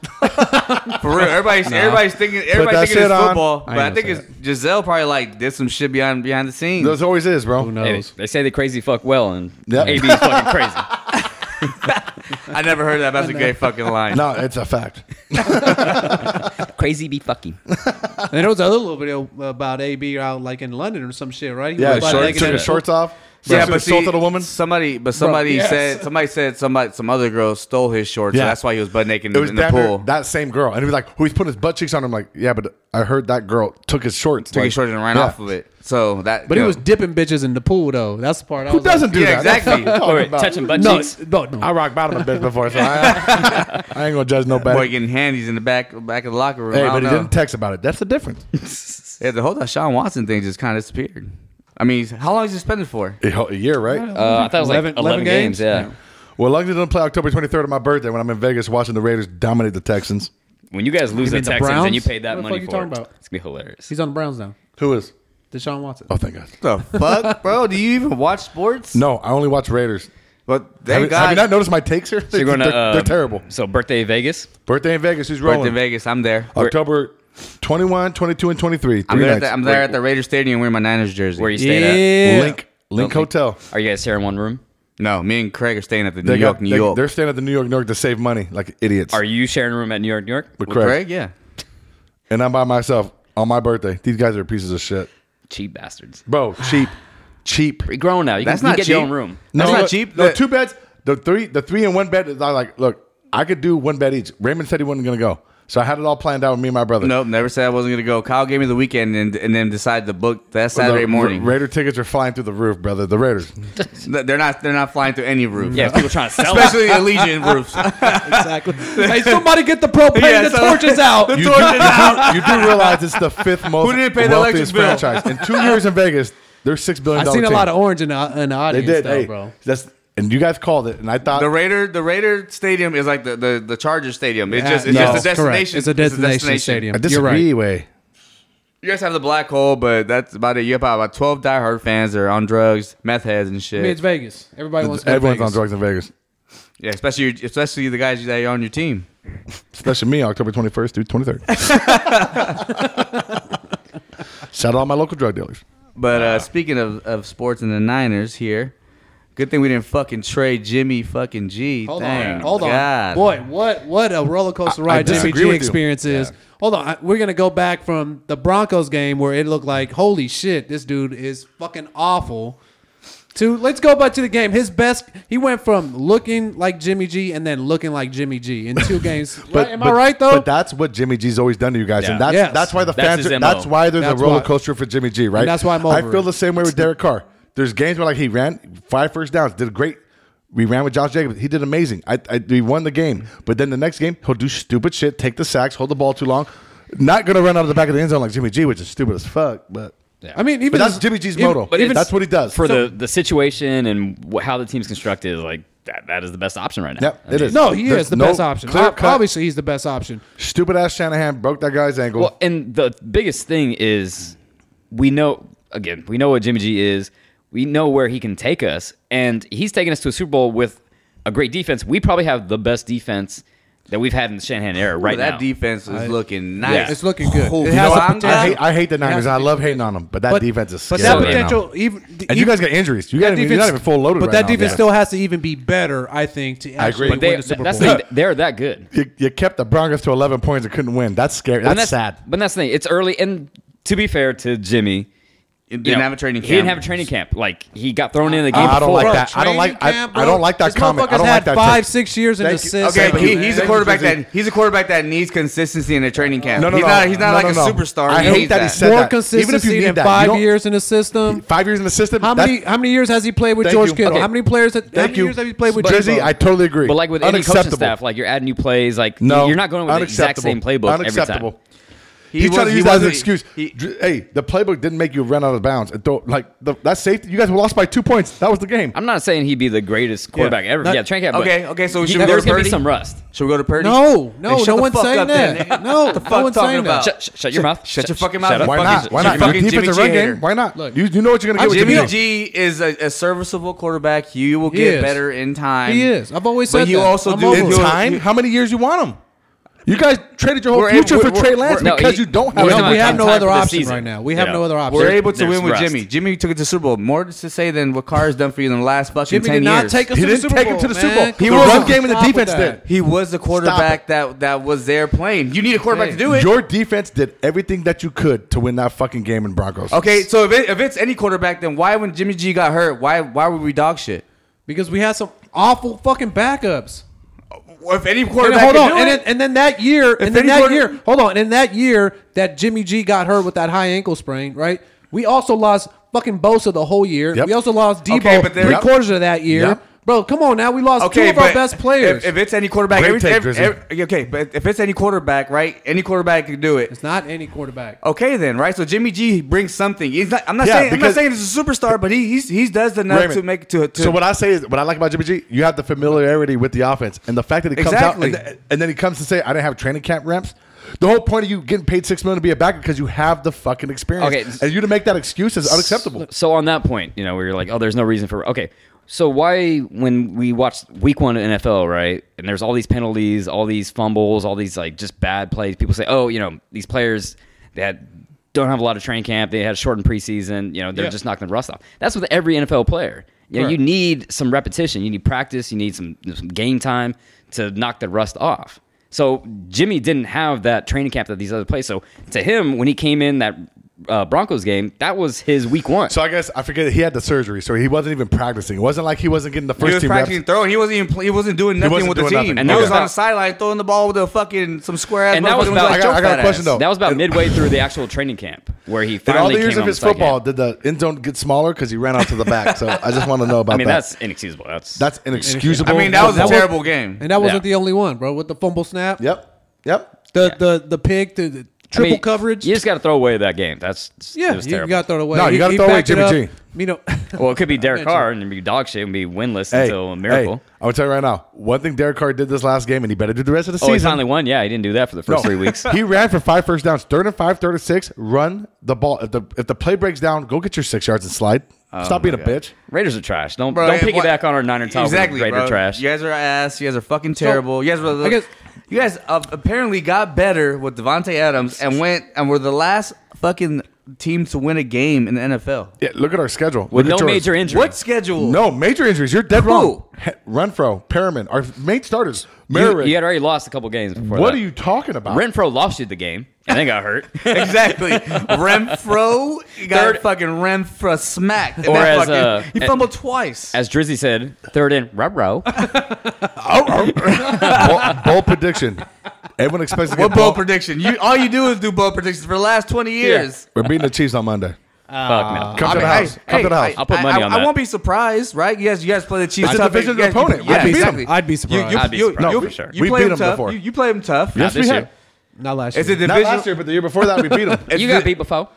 Speaker 4: For real, everybody's everybody's thinking
Speaker 3: that
Speaker 4: everybody's thinking
Speaker 3: shit
Speaker 4: it's
Speaker 3: on.
Speaker 4: football,
Speaker 2: I
Speaker 4: but I
Speaker 2: ain't
Speaker 4: think
Speaker 2: gonna
Speaker 4: it's Giselle probably like did some shit behind behind the scenes.
Speaker 3: Those always is, bro.
Speaker 2: who
Speaker 1: hey,
Speaker 2: knows?
Speaker 1: they say they crazy fuck well, and
Speaker 3: Yep.
Speaker 1: AB is fucking crazy.
Speaker 4: I never heard that. but That's a great fucking line.
Speaker 3: No, it's a fact.
Speaker 1: crazy be fucking.
Speaker 2: And there was a little video about AB out like in London or some shit, right? He
Speaker 3: Yeah,
Speaker 2: was, like,
Speaker 3: short-
Speaker 2: naked
Speaker 3: took
Speaker 2: at
Speaker 3: his
Speaker 2: a-
Speaker 3: shorts off.
Speaker 4: Yeah,
Speaker 3: Yeah,
Speaker 4: but see,
Speaker 3: assaulted a woman.
Speaker 4: Somebody, but somebody
Speaker 2: yes.
Speaker 4: said somebody said somebody some other girl stole his shorts. So
Speaker 3: Yeah.
Speaker 4: that's why he was butt naked
Speaker 3: It was
Speaker 4: in the
Speaker 3: down there,
Speaker 4: pool.
Speaker 3: that same girl, and he was like, "Who he's putting his butt cheeks on?" I'm like, "Yeah, but I heard that girl took his shorts,
Speaker 4: took
Speaker 3: like,
Speaker 4: his shorts and ran
Speaker 3: yeah.
Speaker 4: off of it. So that,
Speaker 2: But
Speaker 4: you
Speaker 2: he
Speaker 4: know.
Speaker 2: was dipping bitches in the pool though. That's the part. I
Speaker 3: Who
Speaker 2: was like,
Speaker 3: doesn't do
Speaker 4: Yeah,
Speaker 3: that? That's
Speaker 4: exactly.
Speaker 3: what I'm talking
Speaker 1: Or
Speaker 3: about.
Speaker 1: touching butt cheeks.
Speaker 2: no, no, no.
Speaker 3: I rock bottom a bit before, so I, I ain't gonna judge no
Speaker 4: boy
Speaker 3: better.
Speaker 4: getting handies in the back back of the locker room.
Speaker 3: Hey,
Speaker 4: I don't
Speaker 3: but he
Speaker 4: know.
Speaker 3: didn't text about it. That's the difference.
Speaker 4: Yeah, the whole that Sean Watson thing just kind of disappeared. I mean, how long is he suspended for?
Speaker 3: a year, right?
Speaker 1: Uh, I thought it was
Speaker 2: 11
Speaker 1: like 11 games.
Speaker 2: games?
Speaker 1: Yeah.
Speaker 3: Well, luckily didn't play October 23rd on my birthday when I'm in Vegas watching the Raiders dominate the Texans.
Speaker 1: When you guys lose the
Speaker 2: You mean the
Speaker 1: Texans and you
Speaker 2: Browns?
Speaker 1: paid that
Speaker 2: What the
Speaker 1: money
Speaker 2: fuck you
Speaker 1: for
Speaker 2: talking
Speaker 1: it,
Speaker 2: about?
Speaker 1: it's gonna be hilarious.
Speaker 2: He's on the Browns now.
Speaker 3: Who is?
Speaker 2: Deshaun Watson.
Speaker 3: Oh, thank God.
Speaker 4: The fuck, bro? Do you even watch sports?
Speaker 3: No, I only watch Raiders.
Speaker 4: But
Speaker 3: Have
Speaker 4: thank
Speaker 3: you,
Speaker 4: God.
Speaker 3: have you not noticed my takes here?
Speaker 1: So
Speaker 3: They're,
Speaker 1: you're going to, uh,
Speaker 3: they're terrible.
Speaker 1: So birthday Vegas.
Speaker 3: Birthday in Vegas. Who's
Speaker 4: Birth
Speaker 3: rolling?
Speaker 4: in Vegas, I'm there.
Speaker 3: October 21, 22, and 23.
Speaker 4: I'm
Speaker 3: Three
Speaker 4: there, at
Speaker 3: nights.
Speaker 4: the, I'm there at the Raiders Stadium wearing my Niners jersey.
Speaker 1: Where you staying at?
Speaker 2: Yeah.
Speaker 3: Link. Link Hotel.
Speaker 1: Are you guys here in one room?
Speaker 4: No, me and Craig are staying at the New York,
Speaker 3: got-
Speaker 4: New
Speaker 3: they-
Speaker 4: York.
Speaker 3: They're staying at the New York, New York to save money like idiots.
Speaker 1: Are you sharing a room at New York, New York?
Speaker 3: With Craig.
Speaker 4: Craig, yeah.
Speaker 3: And I'm by myself on my birthday. These guys are pieces of shit.
Speaker 1: Cheap bastards.
Speaker 3: Bro, cheap. cheap.
Speaker 1: You're grown now. You
Speaker 4: That's
Speaker 1: can you
Speaker 4: not
Speaker 1: get your
Speaker 4: cheap.
Speaker 1: own room.
Speaker 4: That's
Speaker 3: no,
Speaker 4: not
Speaker 3: look,
Speaker 4: cheap.
Speaker 3: No,
Speaker 4: That-
Speaker 3: two beds. The three, the three and one bed is I like. Look, I could do one bed each. Raymond said he wasn't gonna go, so I had it all planned out with me and my brother.
Speaker 4: Nope, never said I wasn't gonna go. Kyle gave me the weekend and and then decided to book that Saturday
Speaker 3: The
Speaker 4: morning.
Speaker 3: Ra- Raider tickets are flying through the roof, brother. The Raiders.
Speaker 4: Th- They're not they're not flying through any roof.
Speaker 1: Yeah, people trying to sell it.
Speaker 4: Especially Allegiant roofs.
Speaker 2: exactly. hey, somebody get the propane
Speaker 4: Yeah,
Speaker 2: and the
Speaker 4: so-
Speaker 2: torches out.
Speaker 3: You do, you, do, you do realize it's the fifth most
Speaker 4: didn't pay the
Speaker 3: wealthiest
Speaker 4: electric bill?
Speaker 3: franchise in two years in Vegas. They're six billion.
Speaker 2: I
Speaker 3: dollar
Speaker 2: seen a
Speaker 3: team.
Speaker 2: lot of orange in the, in the
Speaker 3: They
Speaker 2: audience,
Speaker 3: did,
Speaker 2: though,
Speaker 3: hey,
Speaker 2: bro.
Speaker 3: That's and you guys called it, and I thought
Speaker 4: the Raider the Raider Stadium is like the the, the Charger Stadium. It's
Speaker 2: Yeah,
Speaker 4: just it's
Speaker 3: no.
Speaker 4: just a
Speaker 2: That's Ah, correct.
Speaker 4: destination.
Speaker 2: It's a destination stadium.
Speaker 3: I
Speaker 2: You're right.
Speaker 3: disagree. Way
Speaker 4: You guys have the black hole, but that's about it. You have about twelve diehard fans that are on drugs, meth
Speaker 2: I
Speaker 4: heads, and
Speaker 2: mean, it's
Speaker 4: shit.
Speaker 2: Vegas. Everybody wants to go to
Speaker 3: everyone's on
Speaker 2: Vegas.
Speaker 3: drugs in Vegas,
Speaker 4: Yeah, especially especially the guys that are on your team.
Speaker 3: especially me. October twenty first through twenty third. Shout out all my local drug dealers.
Speaker 4: But uh, speaking of, of sports and the Niners here, Good thing we didn't fucking trade Jimmy fucking G.
Speaker 2: Hold
Speaker 4: Thank
Speaker 2: on, hold
Speaker 4: God.
Speaker 2: on, boy, what what a roller coaster ride
Speaker 3: I
Speaker 2: Jimmy
Speaker 3: disagree
Speaker 2: G
Speaker 3: with you.
Speaker 2: experience is.
Speaker 3: Yeah.
Speaker 2: Hold on, I- we're gonna go back from the Broncos game where it looked like holy shit, this dude is fucking awful. To let's go back to the game. His best, he went from looking like Jimmy G and then looking like Jimmy G in two games. right? Am I right though?
Speaker 3: But that's what Jimmy G's always done to you guys,
Speaker 1: Yeah.
Speaker 3: and that's
Speaker 2: Yes.
Speaker 3: that's why the
Speaker 1: That's
Speaker 3: fans.
Speaker 1: his
Speaker 3: Are,
Speaker 1: MO.
Speaker 3: that's why there's
Speaker 2: That's
Speaker 3: a roller
Speaker 2: why.
Speaker 3: coaster for Jimmy G, right?
Speaker 2: And that's why I'm
Speaker 3: I
Speaker 2: over
Speaker 3: feel
Speaker 2: it.
Speaker 3: the same way with Derek Carr. There's games where like he ran five first downs, did great. We ran with Josh Jacobs. He did amazing. I, I we won the game, but then the next game he'll do stupid shit, take the sacks, hold the ball too long. Not gonna run out of the back of the end zone like Jimmy G, which is stupid as fuck. But
Speaker 2: I mean, even
Speaker 3: but that's
Speaker 2: his-
Speaker 3: Jimmy G's
Speaker 2: even-
Speaker 3: motto.
Speaker 1: But even-
Speaker 3: that's what he does.
Speaker 1: for the, the situation and wh- how the team's constructed, like that, that is the best option right now.
Speaker 3: Yep, it is.
Speaker 2: No, he
Speaker 3: There's
Speaker 2: is the
Speaker 3: no
Speaker 2: best option.
Speaker 3: clear
Speaker 2: Ob-
Speaker 3: cut.
Speaker 2: Obviously, he's the best option.
Speaker 3: stupid ass Shanahan broke that guy's ankle.
Speaker 1: Well, and the biggest thing is we know again, we know what Jimmy G is. We know where he can take us, and he's taking us to a Super Bowl with a great defense. We probably have the best defense that we've had in the Shanahan era right
Speaker 4: that
Speaker 1: now.
Speaker 4: defense is looking nice.
Speaker 2: It's looking good.
Speaker 4: Oh,
Speaker 2: It
Speaker 4: you
Speaker 2: has
Speaker 4: know,
Speaker 2: the
Speaker 4: I'm-
Speaker 2: potential.
Speaker 3: I hate, I hate the Niners.
Speaker 2: to
Speaker 3: and I
Speaker 2: be-
Speaker 3: love hating on them, but that defense is
Speaker 2: But
Speaker 3: scary.
Speaker 2: that
Speaker 1: scary.
Speaker 2: potential, even
Speaker 3: And you guys got injuries. You
Speaker 2: that
Speaker 3: got you're not even full loaded.
Speaker 2: But
Speaker 3: right
Speaker 2: that
Speaker 3: now,
Speaker 2: defense
Speaker 3: yeah.
Speaker 2: still has to even be better, I think, to actually
Speaker 3: agree. But
Speaker 1: They-
Speaker 2: win the Super
Speaker 1: that's
Speaker 2: Bowl.
Speaker 1: the thing, they're that good.
Speaker 3: you, you kept the Broncos to 11 points and couldn't win. That's scary.
Speaker 1: But
Speaker 3: That's, sad.
Speaker 1: But that's the thing. It's early, and to be fair to Jimmy,
Speaker 4: It didn't
Speaker 1: you know,
Speaker 4: have a training camp.
Speaker 1: He didn't have a training camp. Like he got thrown in the game.
Speaker 3: I don't
Speaker 1: before.
Speaker 3: like that. I don't like- I- I don't like that
Speaker 2: this
Speaker 3: comment. I
Speaker 2: motherfucker's
Speaker 3: don't
Speaker 2: had
Speaker 3: like that
Speaker 2: Five,
Speaker 3: take.
Speaker 2: six years in
Speaker 3: Thank
Speaker 2: assists.
Speaker 3: you.
Speaker 4: Okay,
Speaker 3: Thank
Speaker 4: but he,
Speaker 3: you.
Speaker 4: he's a
Speaker 3: Thank
Speaker 4: quarterback
Speaker 3: you, Jose.
Speaker 4: that he's a quarterback that needs consistency in a training camp.
Speaker 3: No, no,
Speaker 4: he's
Speaker 3: no.
Speaker 4: not he's not
Speaker 3: No,
Speaker 4: like
Speaker 3: no,
Speaker 4: a
Speaker 3: no.
Speaker 4: superstar.
Speaker 3: I
Speaker 4: He
Speaker 3: hate
Speaker 4: needs
Speaker 3: that he said-
Speaker 2: more
Speaker 3: that.
Speaker 2: consistency
Speaker 3: Even if you need
Speaker 2: in
Speaker 3: that, you
Speaker 2: five
Speaker 3: don't-
Speaker 2: years in the system.
Speaker 3: Five years in the system.
Speaker 2: How
Speaker 3: that-
Speaker 2: many how many years has he played with
Speaker 3: Thank
Speaker 2: George
Speaker 3: you.
Speaker 2: Kittle?
Speaker 3: Okay.
Speaker 2: How many players? How
Speaker 3: Thank
Speaker 2: many
Speaker 3: you.
Speaker 2: years have you played with
Speaker 3: Drizzy,
Speaker 2: Jimbo?
Speaker 3: I totally agree.
Speaker 1: But like with any coaching
Speaker 3: Unacceptable.
Speaker 1: staff, like you're adding new plays. Like
Speaker 3: no,
Speaker 1: you're not going with the exact
Speaker 3: unacceptable.
Speaker 1: same playbook
Speaker 3: Unacceptable.
Speaker 1: every time.
Speaker 3: He, tried to
Speaker 4: was-
Speaker 3: use that as an
Speaker 4: wasn't-
Speaker 3: excuse.
Speaker 4: he-
Speaker 3: Dr- hey, the playbook didn't make you run out of bounds. And throw, like the, that safety, you guys lost by two points. That was the game.
Speaker 1: I'm not saying he'd be the greatest quarterback ever.
Speaker 3: That-
Speaker 1: yeah, training camp. but
Speaker 4: Okay, okay, so we
Speaker 1: he-
Speaker 4: should we go
Speaker 1: there's
Speaker 4: to
Speaker 1: gonna be
Speaker 4: Purdy?
Speaker 1: some rust.
Speaker 4: Should we go to Purdy?
Speaker 2: No, no,
Speaker 4: Hey, shut
Speaker 2: no
Speaker 4: the
Speaker 2: one's
Speaker 4: fuck
Speaker 2: saying
Speaker 4: up
Speaker 2: that.
Speaker 4: then, nigga.
Speaker 2: No,
Speaker 4: What the
Speaker 2: no
Speaker 4: fuck
Speaker 2: one's
Speaker 4: talking
Speaker 2: saying that.
Speaker 4: about?
Speaker 1: Shut, shut, shut your mouth.
Speaker 4: Oh. shut your fucking mouth.
Speaker 1: up.
Speaker 3: Why
Speaker 4: fucking-
Speaker 3: not? Why not? You're
Speaker 4: fucking
Speaker 3: a defensive
Speaker 4: Jimmy
Speaker 3: run
Speaker 4: G hater.
Speaker 3: game. Why not?
Speaker 2: Look.
Speaker 3: you, you know what you're going to get with
Speaker 2: Jimmy
Speaker 3: Jimmy
Speaker 4: Jimmy
Speaker 3: G.
Speaker 4: G is a, a serviceable quarterback. You will
Speaker 2: He
Speaker 4: get
Speaker 2: is.
Speaker 4: better in time.
Speaker 2: He is. I've always
Speaker 4: But
Speaker 2: said
Speaker 4: you
Speaker 2: that.
Speaker 4: also
Speaker 2: I'm
Speaker 4: do
Speaker 2: over
Speaker 4: you-
Speaker 2: it.
Speaker 3: in time?
Speaker 4: you-
Speaker 3: How many years you want him? You guys traded your whole
Speaker 4: We're
Speaker 3: future
Speaker 4: able-
Speaker 3: for
Speaker 4: we're-
Speaker 3: Trey
Speaker 4: we're-
Speaker 3: Lance
Speaker 1: No,
Speaker 3: because
Speaker 1: he-
Speaker 3: you don't
Speaker 1: we're
Speaker 3: have
Speaker 1: talking
Speaker 3: him.
Speaker 2: we
Speaker 1: about
Speaker 2: have no
Speaker 1: time
Speaker 2: other
Speaker 1: for the
Speaker 2: option
Speaker 1: season.
Speaker 2: right now. We have
Speaker 1: Yeah.
Speaker 2: no other option.
Speaker 4: We're
Speaker 1: There-
Speaker 4: able to
Speaker 1: there's
Speaker 4: win with
Speaker 1: rust.
Speaker 4: Jimmy. Jimmy took it to Super Bowl. More to say than what Carr's done for you in the last fucking
Speaker 2: Jimmy
Speaker 4: ten
Speaker 2: did not
Speaker 4: years.
Speaker 2: take us
Speaker 3: He
Speaker 2: to the
Speaker 3: didn't
Speaker 2: Super
Speaker 3: take
Speaker 2: Bowl,
Speaker 3: him to the
Speaker 2: man.
Speaker 3: Super Bowl.
Speaker 2: Come
Speaker 3: The
Speaker 2: on.
Speaker 3: run game and the
Speaker 2: Stop with
Speaker 3: defense
Speaker 2: that.
Speaker 3: did.
Speaker 4: He was the quarterback that, that was there playing. You need a quarterback
Speaker 2: Hey.
Speaker 4: to do it.
Speaker 3: Your defense did everything that you could to win that fucking game in Broncos.
Speaker 4: okay, so if, it, if it's any quarterback, then why when Jimmy G got hurt, why why were we dog shit?
Speaker 2: Because we had some awful fucking backups.
Speaker 4: If any
Speaker 2: And then,
Speaker 4: quarterback
Speaker 2: hold
Speaker 4: can
Speaker 2: on,
Speaker 4: do
Speaker 2: and
Speaker 4: it,
Speaker 2: then, and then that year, and then
Speaker 4: any
Speaker 2: that
Speaker 4: quarter-
Speaker 2: year, hold on, and in that year that Jimmy G got hurt with that high ankle sprain, right? We also lost fucking Bosa the whole year.
Speaker 3: Yep.
Speaker 2: We also lost Debo
Speaker 4: Okay, but there-
Speaker 2: three
Speaker 4: Yep.
Speaker 2: quarters of that year,
Speaker 3: Yep.
Speaker 2: bro. Come on, now we lost two of our
Speaker 4: but
Speaker 2: best players.
Speaker 4: If, if it's any quarterback,
Speaker 3: Great
Speaker 4: every,
Speaker 3: take,
Speaker 4: every-
Speaker 3: Drizzy.
Speaker 4: every- okay, but if it's any quarterback, right? Any quarterback can do it.
Speaker 2: it's not any quarterback.
Speaker 4: Okay, then, right? So Jimmy G brings something. He's not. I'm not
Speaker 3: Yeah,
Speaker 4: saying. I'm not
Speaker 3: because-
Speaker 4: saying he's a superstar, but he he's, he does enough
Speaker 3: Raymond,
Speaker 4: to make to. to
Speaker 3: so what I say is what I like about Jimmy G, you have the familiarity with the offense and the fact that he comes
Speaker 4: Exactly.
Speaker 3: out and, th- and then he comes to say, I didn't have training camp reps. The whole point of you getting paid six million to be a backer because you have the fucking experience.
Speaker 1: Okay.
Speaker 3: And you to make that excuse is unacceptable.
Speaker 1: So on that point, you know, where you're like, oh, there's no reason for okay. So why, when we watched Week One of NFL, right, and there's all these penalties, all these fumbles, all these like just bad plays. People say, oh, you know, these players that don't have a lot of training camp, they had shortened preseason, you know, they're
Speaker 2: Yeah.
Speaker 1: just knocking the rust off. That's with every NFL player. You know, you
Speaker 2: Right.
Speaker 1: need some repetition, you need practice, you need some, some game time to knock the rust off. So Jimmy didn't have that training camp that these other players. So to him, when he came in that uh, Broncos game, that was his week one.
Speaker 3: So I guess I forget he had the surgery, so he wasn't even practicing. It wasn't like he wasn't getting the first
Speaker 4: he was
Speaker 3: team reps.
Speaker 4: practicing throwing. He wasn't even. Play, he wasn't doing nothing
Speaker 3: wasn't
Speaker 4: with
Speaker 3: doing
Speaker 4: the
Speaker 3: nothing.
Speaker 4: team.
Speaker 3: And
Speaker 4: he
Speaker 3: that
Speaker 4: was
Speaker 3: was
Speaker 4: on
Speaker 1: about-
Speaker 4: the sideline throwing the ball with a fucking some square ass.
Speaker 1: And that was
Speaker 4: motherfucker
Speaker 1: about-
Speaker 4: like,
Speaker 3: I got- I
Speaker 4: "Yo,
Speaker 3: got a
Speaker 4: fat
Speaker 3: question,
Speaker 4: ass."
Speaker 3: though.
Speaker 1: That was about
Speaker 3: And-
Speaker 1: midway through the actual training camp where he
Speaker 3: In all
Speaker 1: finally
Speaker 3: the years
Speaker 1: came
Speaker 3: of
Speaker 1: on
Speaker 3: his
Speaker 1: the second
Speaker 3: football,
Speaker 1: half.
Speaker 3: did the end zone get smaller because he ran out to the back? So I just want to know about
Speaker 1: I mean,
Speaker 3: that.
Speaker 1: that's inexcusable. That's
Speaker 3: That's inexcusable.
Speaker 4: I mean, that was a
Speaker 2: That was-
Speaker 4: terrible game.
Speaker 2: And that wasn't
Speaker 1: Yeah.
Speaker 2: the only one, bro. With the fumble snap,
Speaker 3: Yep. Yep.
Speaker 2: the the the pig, the, the
Speaker 1: I mean,
Speaker 2: triple coverage.
Speaker 1: You just got to throw away that game. That's yeah. It
Speaker 2: yeah,
Speaker 1: was
Speaker 2: you
Speaker 1: terrible.
Speaker 2: got to throw it away.
Speaker 3: No, you
Speaker 2: He-
Speaker 3: gotta
Speaker 2: he
Speaker 3: throw away
Speaker 2: backed it
Speaker 3: Jimmy
Speaker 2: up.
Speaker 3: G.
Speaker 2: You know,
Speaker 1: well, it could be Derek
Speaker 2: I
Speaker 1: Carr and it'd be dog shit and be winless until a miracle.
Speaker 3: Hey, I'm gonna tell you right now. One thing Derek Carr did this last game, and he better do the rest of the
Speaker 1: oh, he
Speaker 3: season.
Speaker 1: finally won. Yeah, he didn't do that for the first three weeks.
Speaker 3: he ran for five first downs, third and five, third and six. Run the ball. If the if the play breaks down, go get your six yards and slide.
Speaker 1: Oh
Speaker 3: Stop being a bitch.
Speaker 1: Raiders are trash. Don't
Speaker 4: Bro,
Speaker 1: don't
Speaker 4: and what-
Speaker 1: piggyback on our Niner talk.
Speaker 4: Exactly,
Speaker 1: Exactly, Raider
Speaker 4: bro.
Speaker 1: trash.
Speaker 4: You guys are ass. You guys are fucking terrible. you guys were.
Speaker 2: I guess-
Speaker 4: you guys uh, apparently got better with Devonte Adams and went and were the last fucking team to win a game in the NFL.
Speaker 3: Yeah, look at our schedule.
Speaker 1: With no
Speaker 3: look at yours.
Speaker 1: major injury.
Speaker 4: What schedule?
Speaker 3: No major injuries. You're dead wrong. He- Renfro, Perriman, our main starters.
Speaker 1: You,
Speaker 3: Merrick.
Speaker 1: you had already lost a couple games before.
Speaker 3: what
Speaker 1: that. Uh,
Speaker 3: are you talking about?
Speaker 1: Renfro lost you the game and then got hurt.
Speaker 4: exactly. Renfro you got
Speaker 1: Third-
Speaker 4: fucking Renfro smacked. in
Speaker 1: Or
Speaker 4: that
Speaker 1: as,
Speaker 4: fucking-
Speaker 1: uh,
Speaker 4: he fumbled twice.
Speaker 1: As Drizzy said, third in row.
Speaker 3: Oh, bold, bold prediction. Everyone expects to get
Speaker 4: what bowl
Speaker 3: bold.
Speaker 4: prediction? You all you do is do bowl predictions for the last twenty years.
Speaker 3: We're beating the Chiefs on Monday.
Speaker 1: Fuck no.
Speaker 3: Come to the house. Come to the house.
Speaker 1: I'll put money
Speaker 4: I,
Speaker 1: on
Speaker 4: I
Speaker 1: that.
Speaker 4: won't be surprised, right? You guys, you guys play the Chiefs.
Speaker 3: It's a
Speaker 4: tough.
Speaker 3: divisional
Speaker 4: You guys-
Speaker 3: opponent.
Speaker 4: Yeah,
Speaker 3: I'd be
Speaker 4: exactly.
Speaker 2: I'd be surprised.
Speaker 4: You,
Speaker 1: I'd be
Speaker 4: you,
Speaker 1: surprised. No,
Speaker 4: you,
Speaker 1: for sure.
Speaker 4: You
Speaker 3: We
Speaker 4: play
Speaker 3: beat
Speaker 4: them
Speaker 3: them
Speaker 4: tough.
Speaker 3: before.
Speaker 4: You, you play them tough.
Speaker 3: yes,
Speaker 1: this
Speaker 3: we
Speaker 1: year.
Speaker 3: have.
Speaker 2: Not last
Speaker 4: It's
Speaker 2: year.
Speaker 4: a
Speaker 3: Not
Speaker 4: division.
Speaker 3: last year, but the year before that, we beat them.
Speaker 1: You
Speaker 4: It's
Speaker 1: got
Speaker 4: the-
Speaker 1: beat before?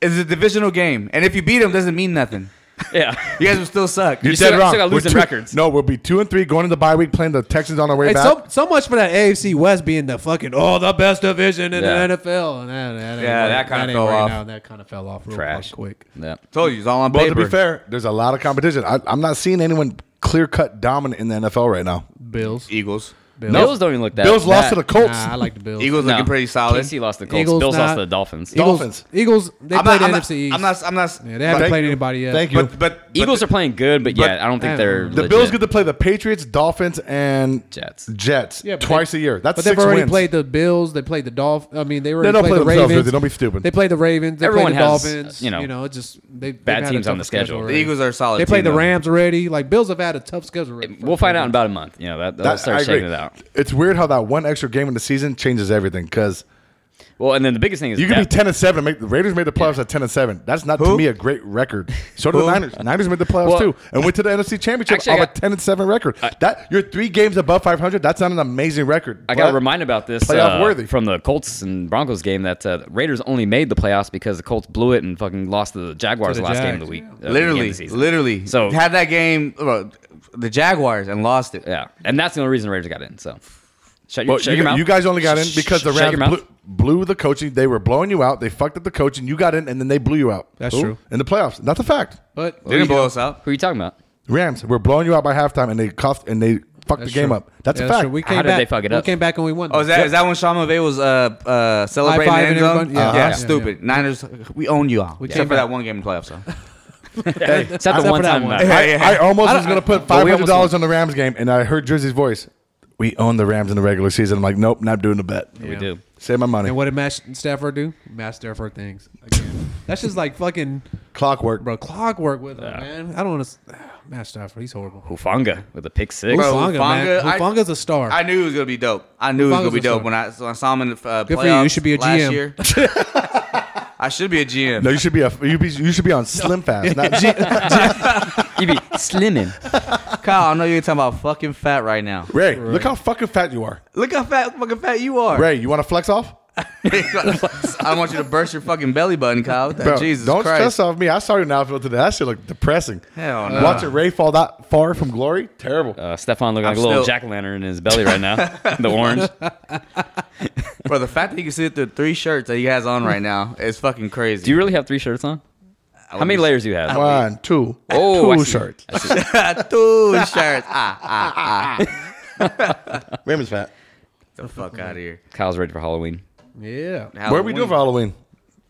Speaker 4: It's a divisional game, and if you beat them, doesn't mean nothing.
Speaker 1: Yeah.
Speaker 4: You guys will still suck.
Speaker 1: still got- still got
Speaker 3: We're
Speaker 1: losing
Speaker 3: two-
Speaker 1: records.
Speaker 3: No, we'll be two and three going into the bye week, playing the Texans on our way
Speaker 2: Hey,
Speaker 3: back.
Speaker 2: so, so much for that AFC West being the fucking oh the best division in
Speaker 1: Yeah.
Speaker 2: the NFL. Nah, nah, that ain't
Speaker 4: Yeah,
Speaker 2: right-
Speaker 4: that kinda
Speaker 2: ain't
Speaker 4: fell
Speaker 2: right
Speaker 4: off.
Speaker 2: Now. That kind of fell off real
Speaker 1: Trash.
Speaker 2: quick.
Speaker 1: yeah.
Speaker 4: Told you, it's all on
Speaker 3: well,
Speaker 4: paper.
Speaker 3: to be fair, there's a lot of competition. I, I'm not seeing anyone clear cut dominant in the NFL right now.
Speaker 2: Bills.
Speaker 4: Eagles.
Speaker 2: Bills.
Speaker 1: Bills don't even look that.
Speaker 3: Bills lost
Speaker 1: that-
Speaker 3: to the Colts.
Speaker 2: Nah, I like the Bills.
Speaker 4: Eagles
Speaker 1: No.
Speaker 4: looking pretty solid.
Speaker 1: KC lost to the Colts.
Speaker 2: Eagles
Speaker 1: Bills lost
Speaker 2: not-
Speaker 1: to the Dolphins.
Speaker 2: Eagles,
Speaker 3: Dolphins.
Speaker 2: Eagles. They
Speaker 4: I'm
Speaker 2: played
Speaker 4: not, I'm
Speaker 2: the
Speaker 4: not-
Speaker 2: NFC East.
Speaker 4: I'm not. I'm not.
Speaker 2: yeah, they haven't
Speaker 3: Thank
Speaker 2: played
Speaker 3: you.
Speaker 2: anybody yet.
Speaker 3: Thank you.
Speaker 4: But but
Speaker 1: Eagles are playing good, but,
Speaker 4: but-
Speaker 1: yeah, I don't think
Speaker 2: I don't
Speaker 1: they're
Speaker 2: know.
Speaker 3: the Bills get to play the Patriots, Dolphins, and
Speaker 1: Jets.
Speaker 3: Jets
Speaker 2: Yeah, but
Speaker 3: twice a year. That's
Speaker 2: But they've
Speaker 3: six
Speaker 2: already
Speaker 3: wins.
Speaker 2: played the Bills. They played the Dolphins. I mean, they were
Speaker 3: They don't
Speaker 2: played
Speaker 3: play
Speaker 2: the
Speaker 3: themselves,
Speaker 2: Ravens.
Speaker 3: Rizzy. Don't be stupid.
Speaker 2: They played the Ravens. They
Speaker 1: Everyone
Speaker 2: played the
Speaker 1: has,
Speaker 2: Dolphins.
Speaker 1: you know,
Speaker 2: you know, it just they they've
Speaker 1: bad
Speaker 2: had a
Speaker 1: teams on
Speaker 2: tough
Speaker 1: the schedule.
Speaker 4: the Eagles are a solid.
Speaker 2: They played
Speaker 4: team,
Speaker 2: the
Speaker 4: though.
Speaker 2: Rams already. Like Bills have had a tough schedule. already.
Speaker 1: We'll find out in about a month. You know, that, that'll
Speaker 3: That- I
Speaker 1: start
Speaker 3: agree.
Speaker 1: shaking it out.
Speaker 3: It's weird how that one extra game in the season changes everything because
Speaker 1: Well, and then the biggest thing is
Speaker 3: you could be
Speaker 1: depth.
Speaker 3: ten and seven. And make the Raiders made the playoffs at ten and seven. That's not to
Speaker 4: Who?
Speaker 3: me a great record. So did
Speaker 4: Who?
Speaker 3: the Niners. Niners made the playoffs
Speaker 1: Well-
Speaker 3: too and went to the NFC Championship
Speaker 1: Actually, I
Speaker 3: on a
Speaker 1: got-
Speaker 3: ten and seven record. that you're three games above five hundred. That's not an amazing record.
Speaker 1: I got
Speaker 3: But-
Speaker 1: reminded about this
Speaker 3: playoff
Speaker 1: uh,
Speaker 3: worthy.
Speaker 1: from the Colts and Broncos game that uh, the Raiders only made the playoffs because the Colts blew it and fucking lost to the Jaguars
Speaker 2: To the
Speaker 1: last game of
Speaker 2: Jags.
Speaker 1: the week. uh, the game
Speaker 4: Literally,
Speaker 1: of the season.
Speaker 4: literally.
Speaker 1: So-
Speaker 4: So had that game, uh, the Jaguars, and lost it.
Speaker 1: Yeah, and that's the only reason the Raiders got in. So shut your,
Speaker 3: Well,
Speaker 1: shut
Speaker 3: you,
Speaker 1: your mouth.
Speaker 3: you guys only got in because the
Speaker 1: Shut
Speaker 3: Rams
Speaker 1: your mouth.
Speaker 3: blew, blew the coaching. They were blowing you out. They fucked up the coaching. You got in, and then they blew you out.
Speaker 2: That's true.
Speaker 3: In the playoffs, that's a fact.
Speaker 2: But
Speaker 4: They didn't blow us out.
Speaker 1: Who are you talking about?
Speaker 3: Rams were blowing you out by halftime, and they coughed and they fucked the game up. That's
Speaker 2: Yeah,
Speaker 3: a fact.
Speaker 2: true. We
Speaker 1: How
Speaker 2: came
Speaker 1: did
Speaker 2: back.
Speaker 1: they fuck it up?
Speaker 2: We came back and we won.
Speaker 4: Oh, is that is that when Sean McVay was uh uh celebrating
Speaker 2: High-fiving
Speaker 4: the end zone?
Speaker 2: everybody? Yeah.
Speaker 4: Yeah,
Speaker 2: Uh-huh. Yeah,
Speaker 4: stupid. Niners, we own you all.
Speaker 2: came
Speaker 4: Except for
Speaker 2: back.
Speaker 4: that one game in the playoffs. So.
Speaker 1: Except the
Speaker 2: for
Speaker 1: one
Speaker 2: that
Speaker 1: time.
Speaker 2: one.
Speaker 1: uh,
Speaker 3: I, I almost
Speaker 2: I
Speaker 3: was
Speaker 2: don't-
Speaker 3: going to put
Speaker 1: Well,
Speaker 3: five
Speaker 1: we
Speaker 3: hundred
Speaker 1: almost
Speaker 3: dollars on the Rams game, and I heard Jersey's voice. We own the Rams in the regular season. I'm like, nope, not doing the bet.
Speaker 1: We do.
Speaker 3: Save my money.
Speaker 2: And what did Matt Stafford do? Matt Stafford things. Again. That's just like fucking
Speaker 3: Clockwork.
Speaker 2: bro clockwork with him, man. I don't want to. Matt Stafford, he's horrible.
Speaker 1: Hufanga with a pick six.
Speaker 4: Bro,
Speaker 2: Hufanga, man.
Speaker 4: Hufanga, I-
Speaker 2: Hufanga's a star.
Speaker 4: I knew it was gonna be dope. I knew it was
Speaker 2: Fongo's
Speaker 4: gonna be
Speaker 2: a star.
Speaker 4: dope when I, so I saw him in the uh,
Speaker 2: Good for you. You
Speaker 4: playoffs
Speaker 2: should be a
Speaker 4: last
Speaker 2: GM.
Speaker 4: year. I should be a GM.
Speaker 3: No, you should be a you, be, you should be on Slim Fast. Not,
Speaker 1: You be slimming.
Speaker 4: Kyle, I know you're talking about fucking fat right now.
Speaker 3: Ray, look how fucking fat you are.
Speaker 4: Look how fat, fucking fat you are.
Speaker 3: Ray, you want to flex off?
Speaker 4: I want you to burst your fucking belly button, Kyle. What the-
Speaker 3: Bro,
Speaker 4: Jesus
Speaker 3: don't
Speaker 4: Christ.
Speaker 3: stress off me. I saw you in the outfield today. That shit looked depressing.
Speaker 4: Hell no.
Speaker 3: Watching Ray fall that far from glory, terrible.
Speaker 1: Uh, Stefan looking like
Speaker 4: I'm
Speaker 1: a little
Speaker 4: still-
Speaker 1: jack o' lantern in his belly right now. the orange.
Speaker 4: Bro, the fact that you can sit through three shirts that he has on right now is fucking crazy.
Speaker 1: Do you really have three shirts on? How many layers do you have?
Speaker 3: One, two,
Speaker 1: Ah, Oh, I
Speaker 3: two
Speaker 1: see.
Speaker 3: shirts.
Speaker 1: I see.
Speaker 4: Two shirts. Ah, ah, ah.
Speaker 3: Raymond's fat.
Speaker 4: The fuck out of here.
Speaker 1: Kyle's ready for Halloween.
Speaker 2: yeah.
Speaker 3: What are we doing for Halloween?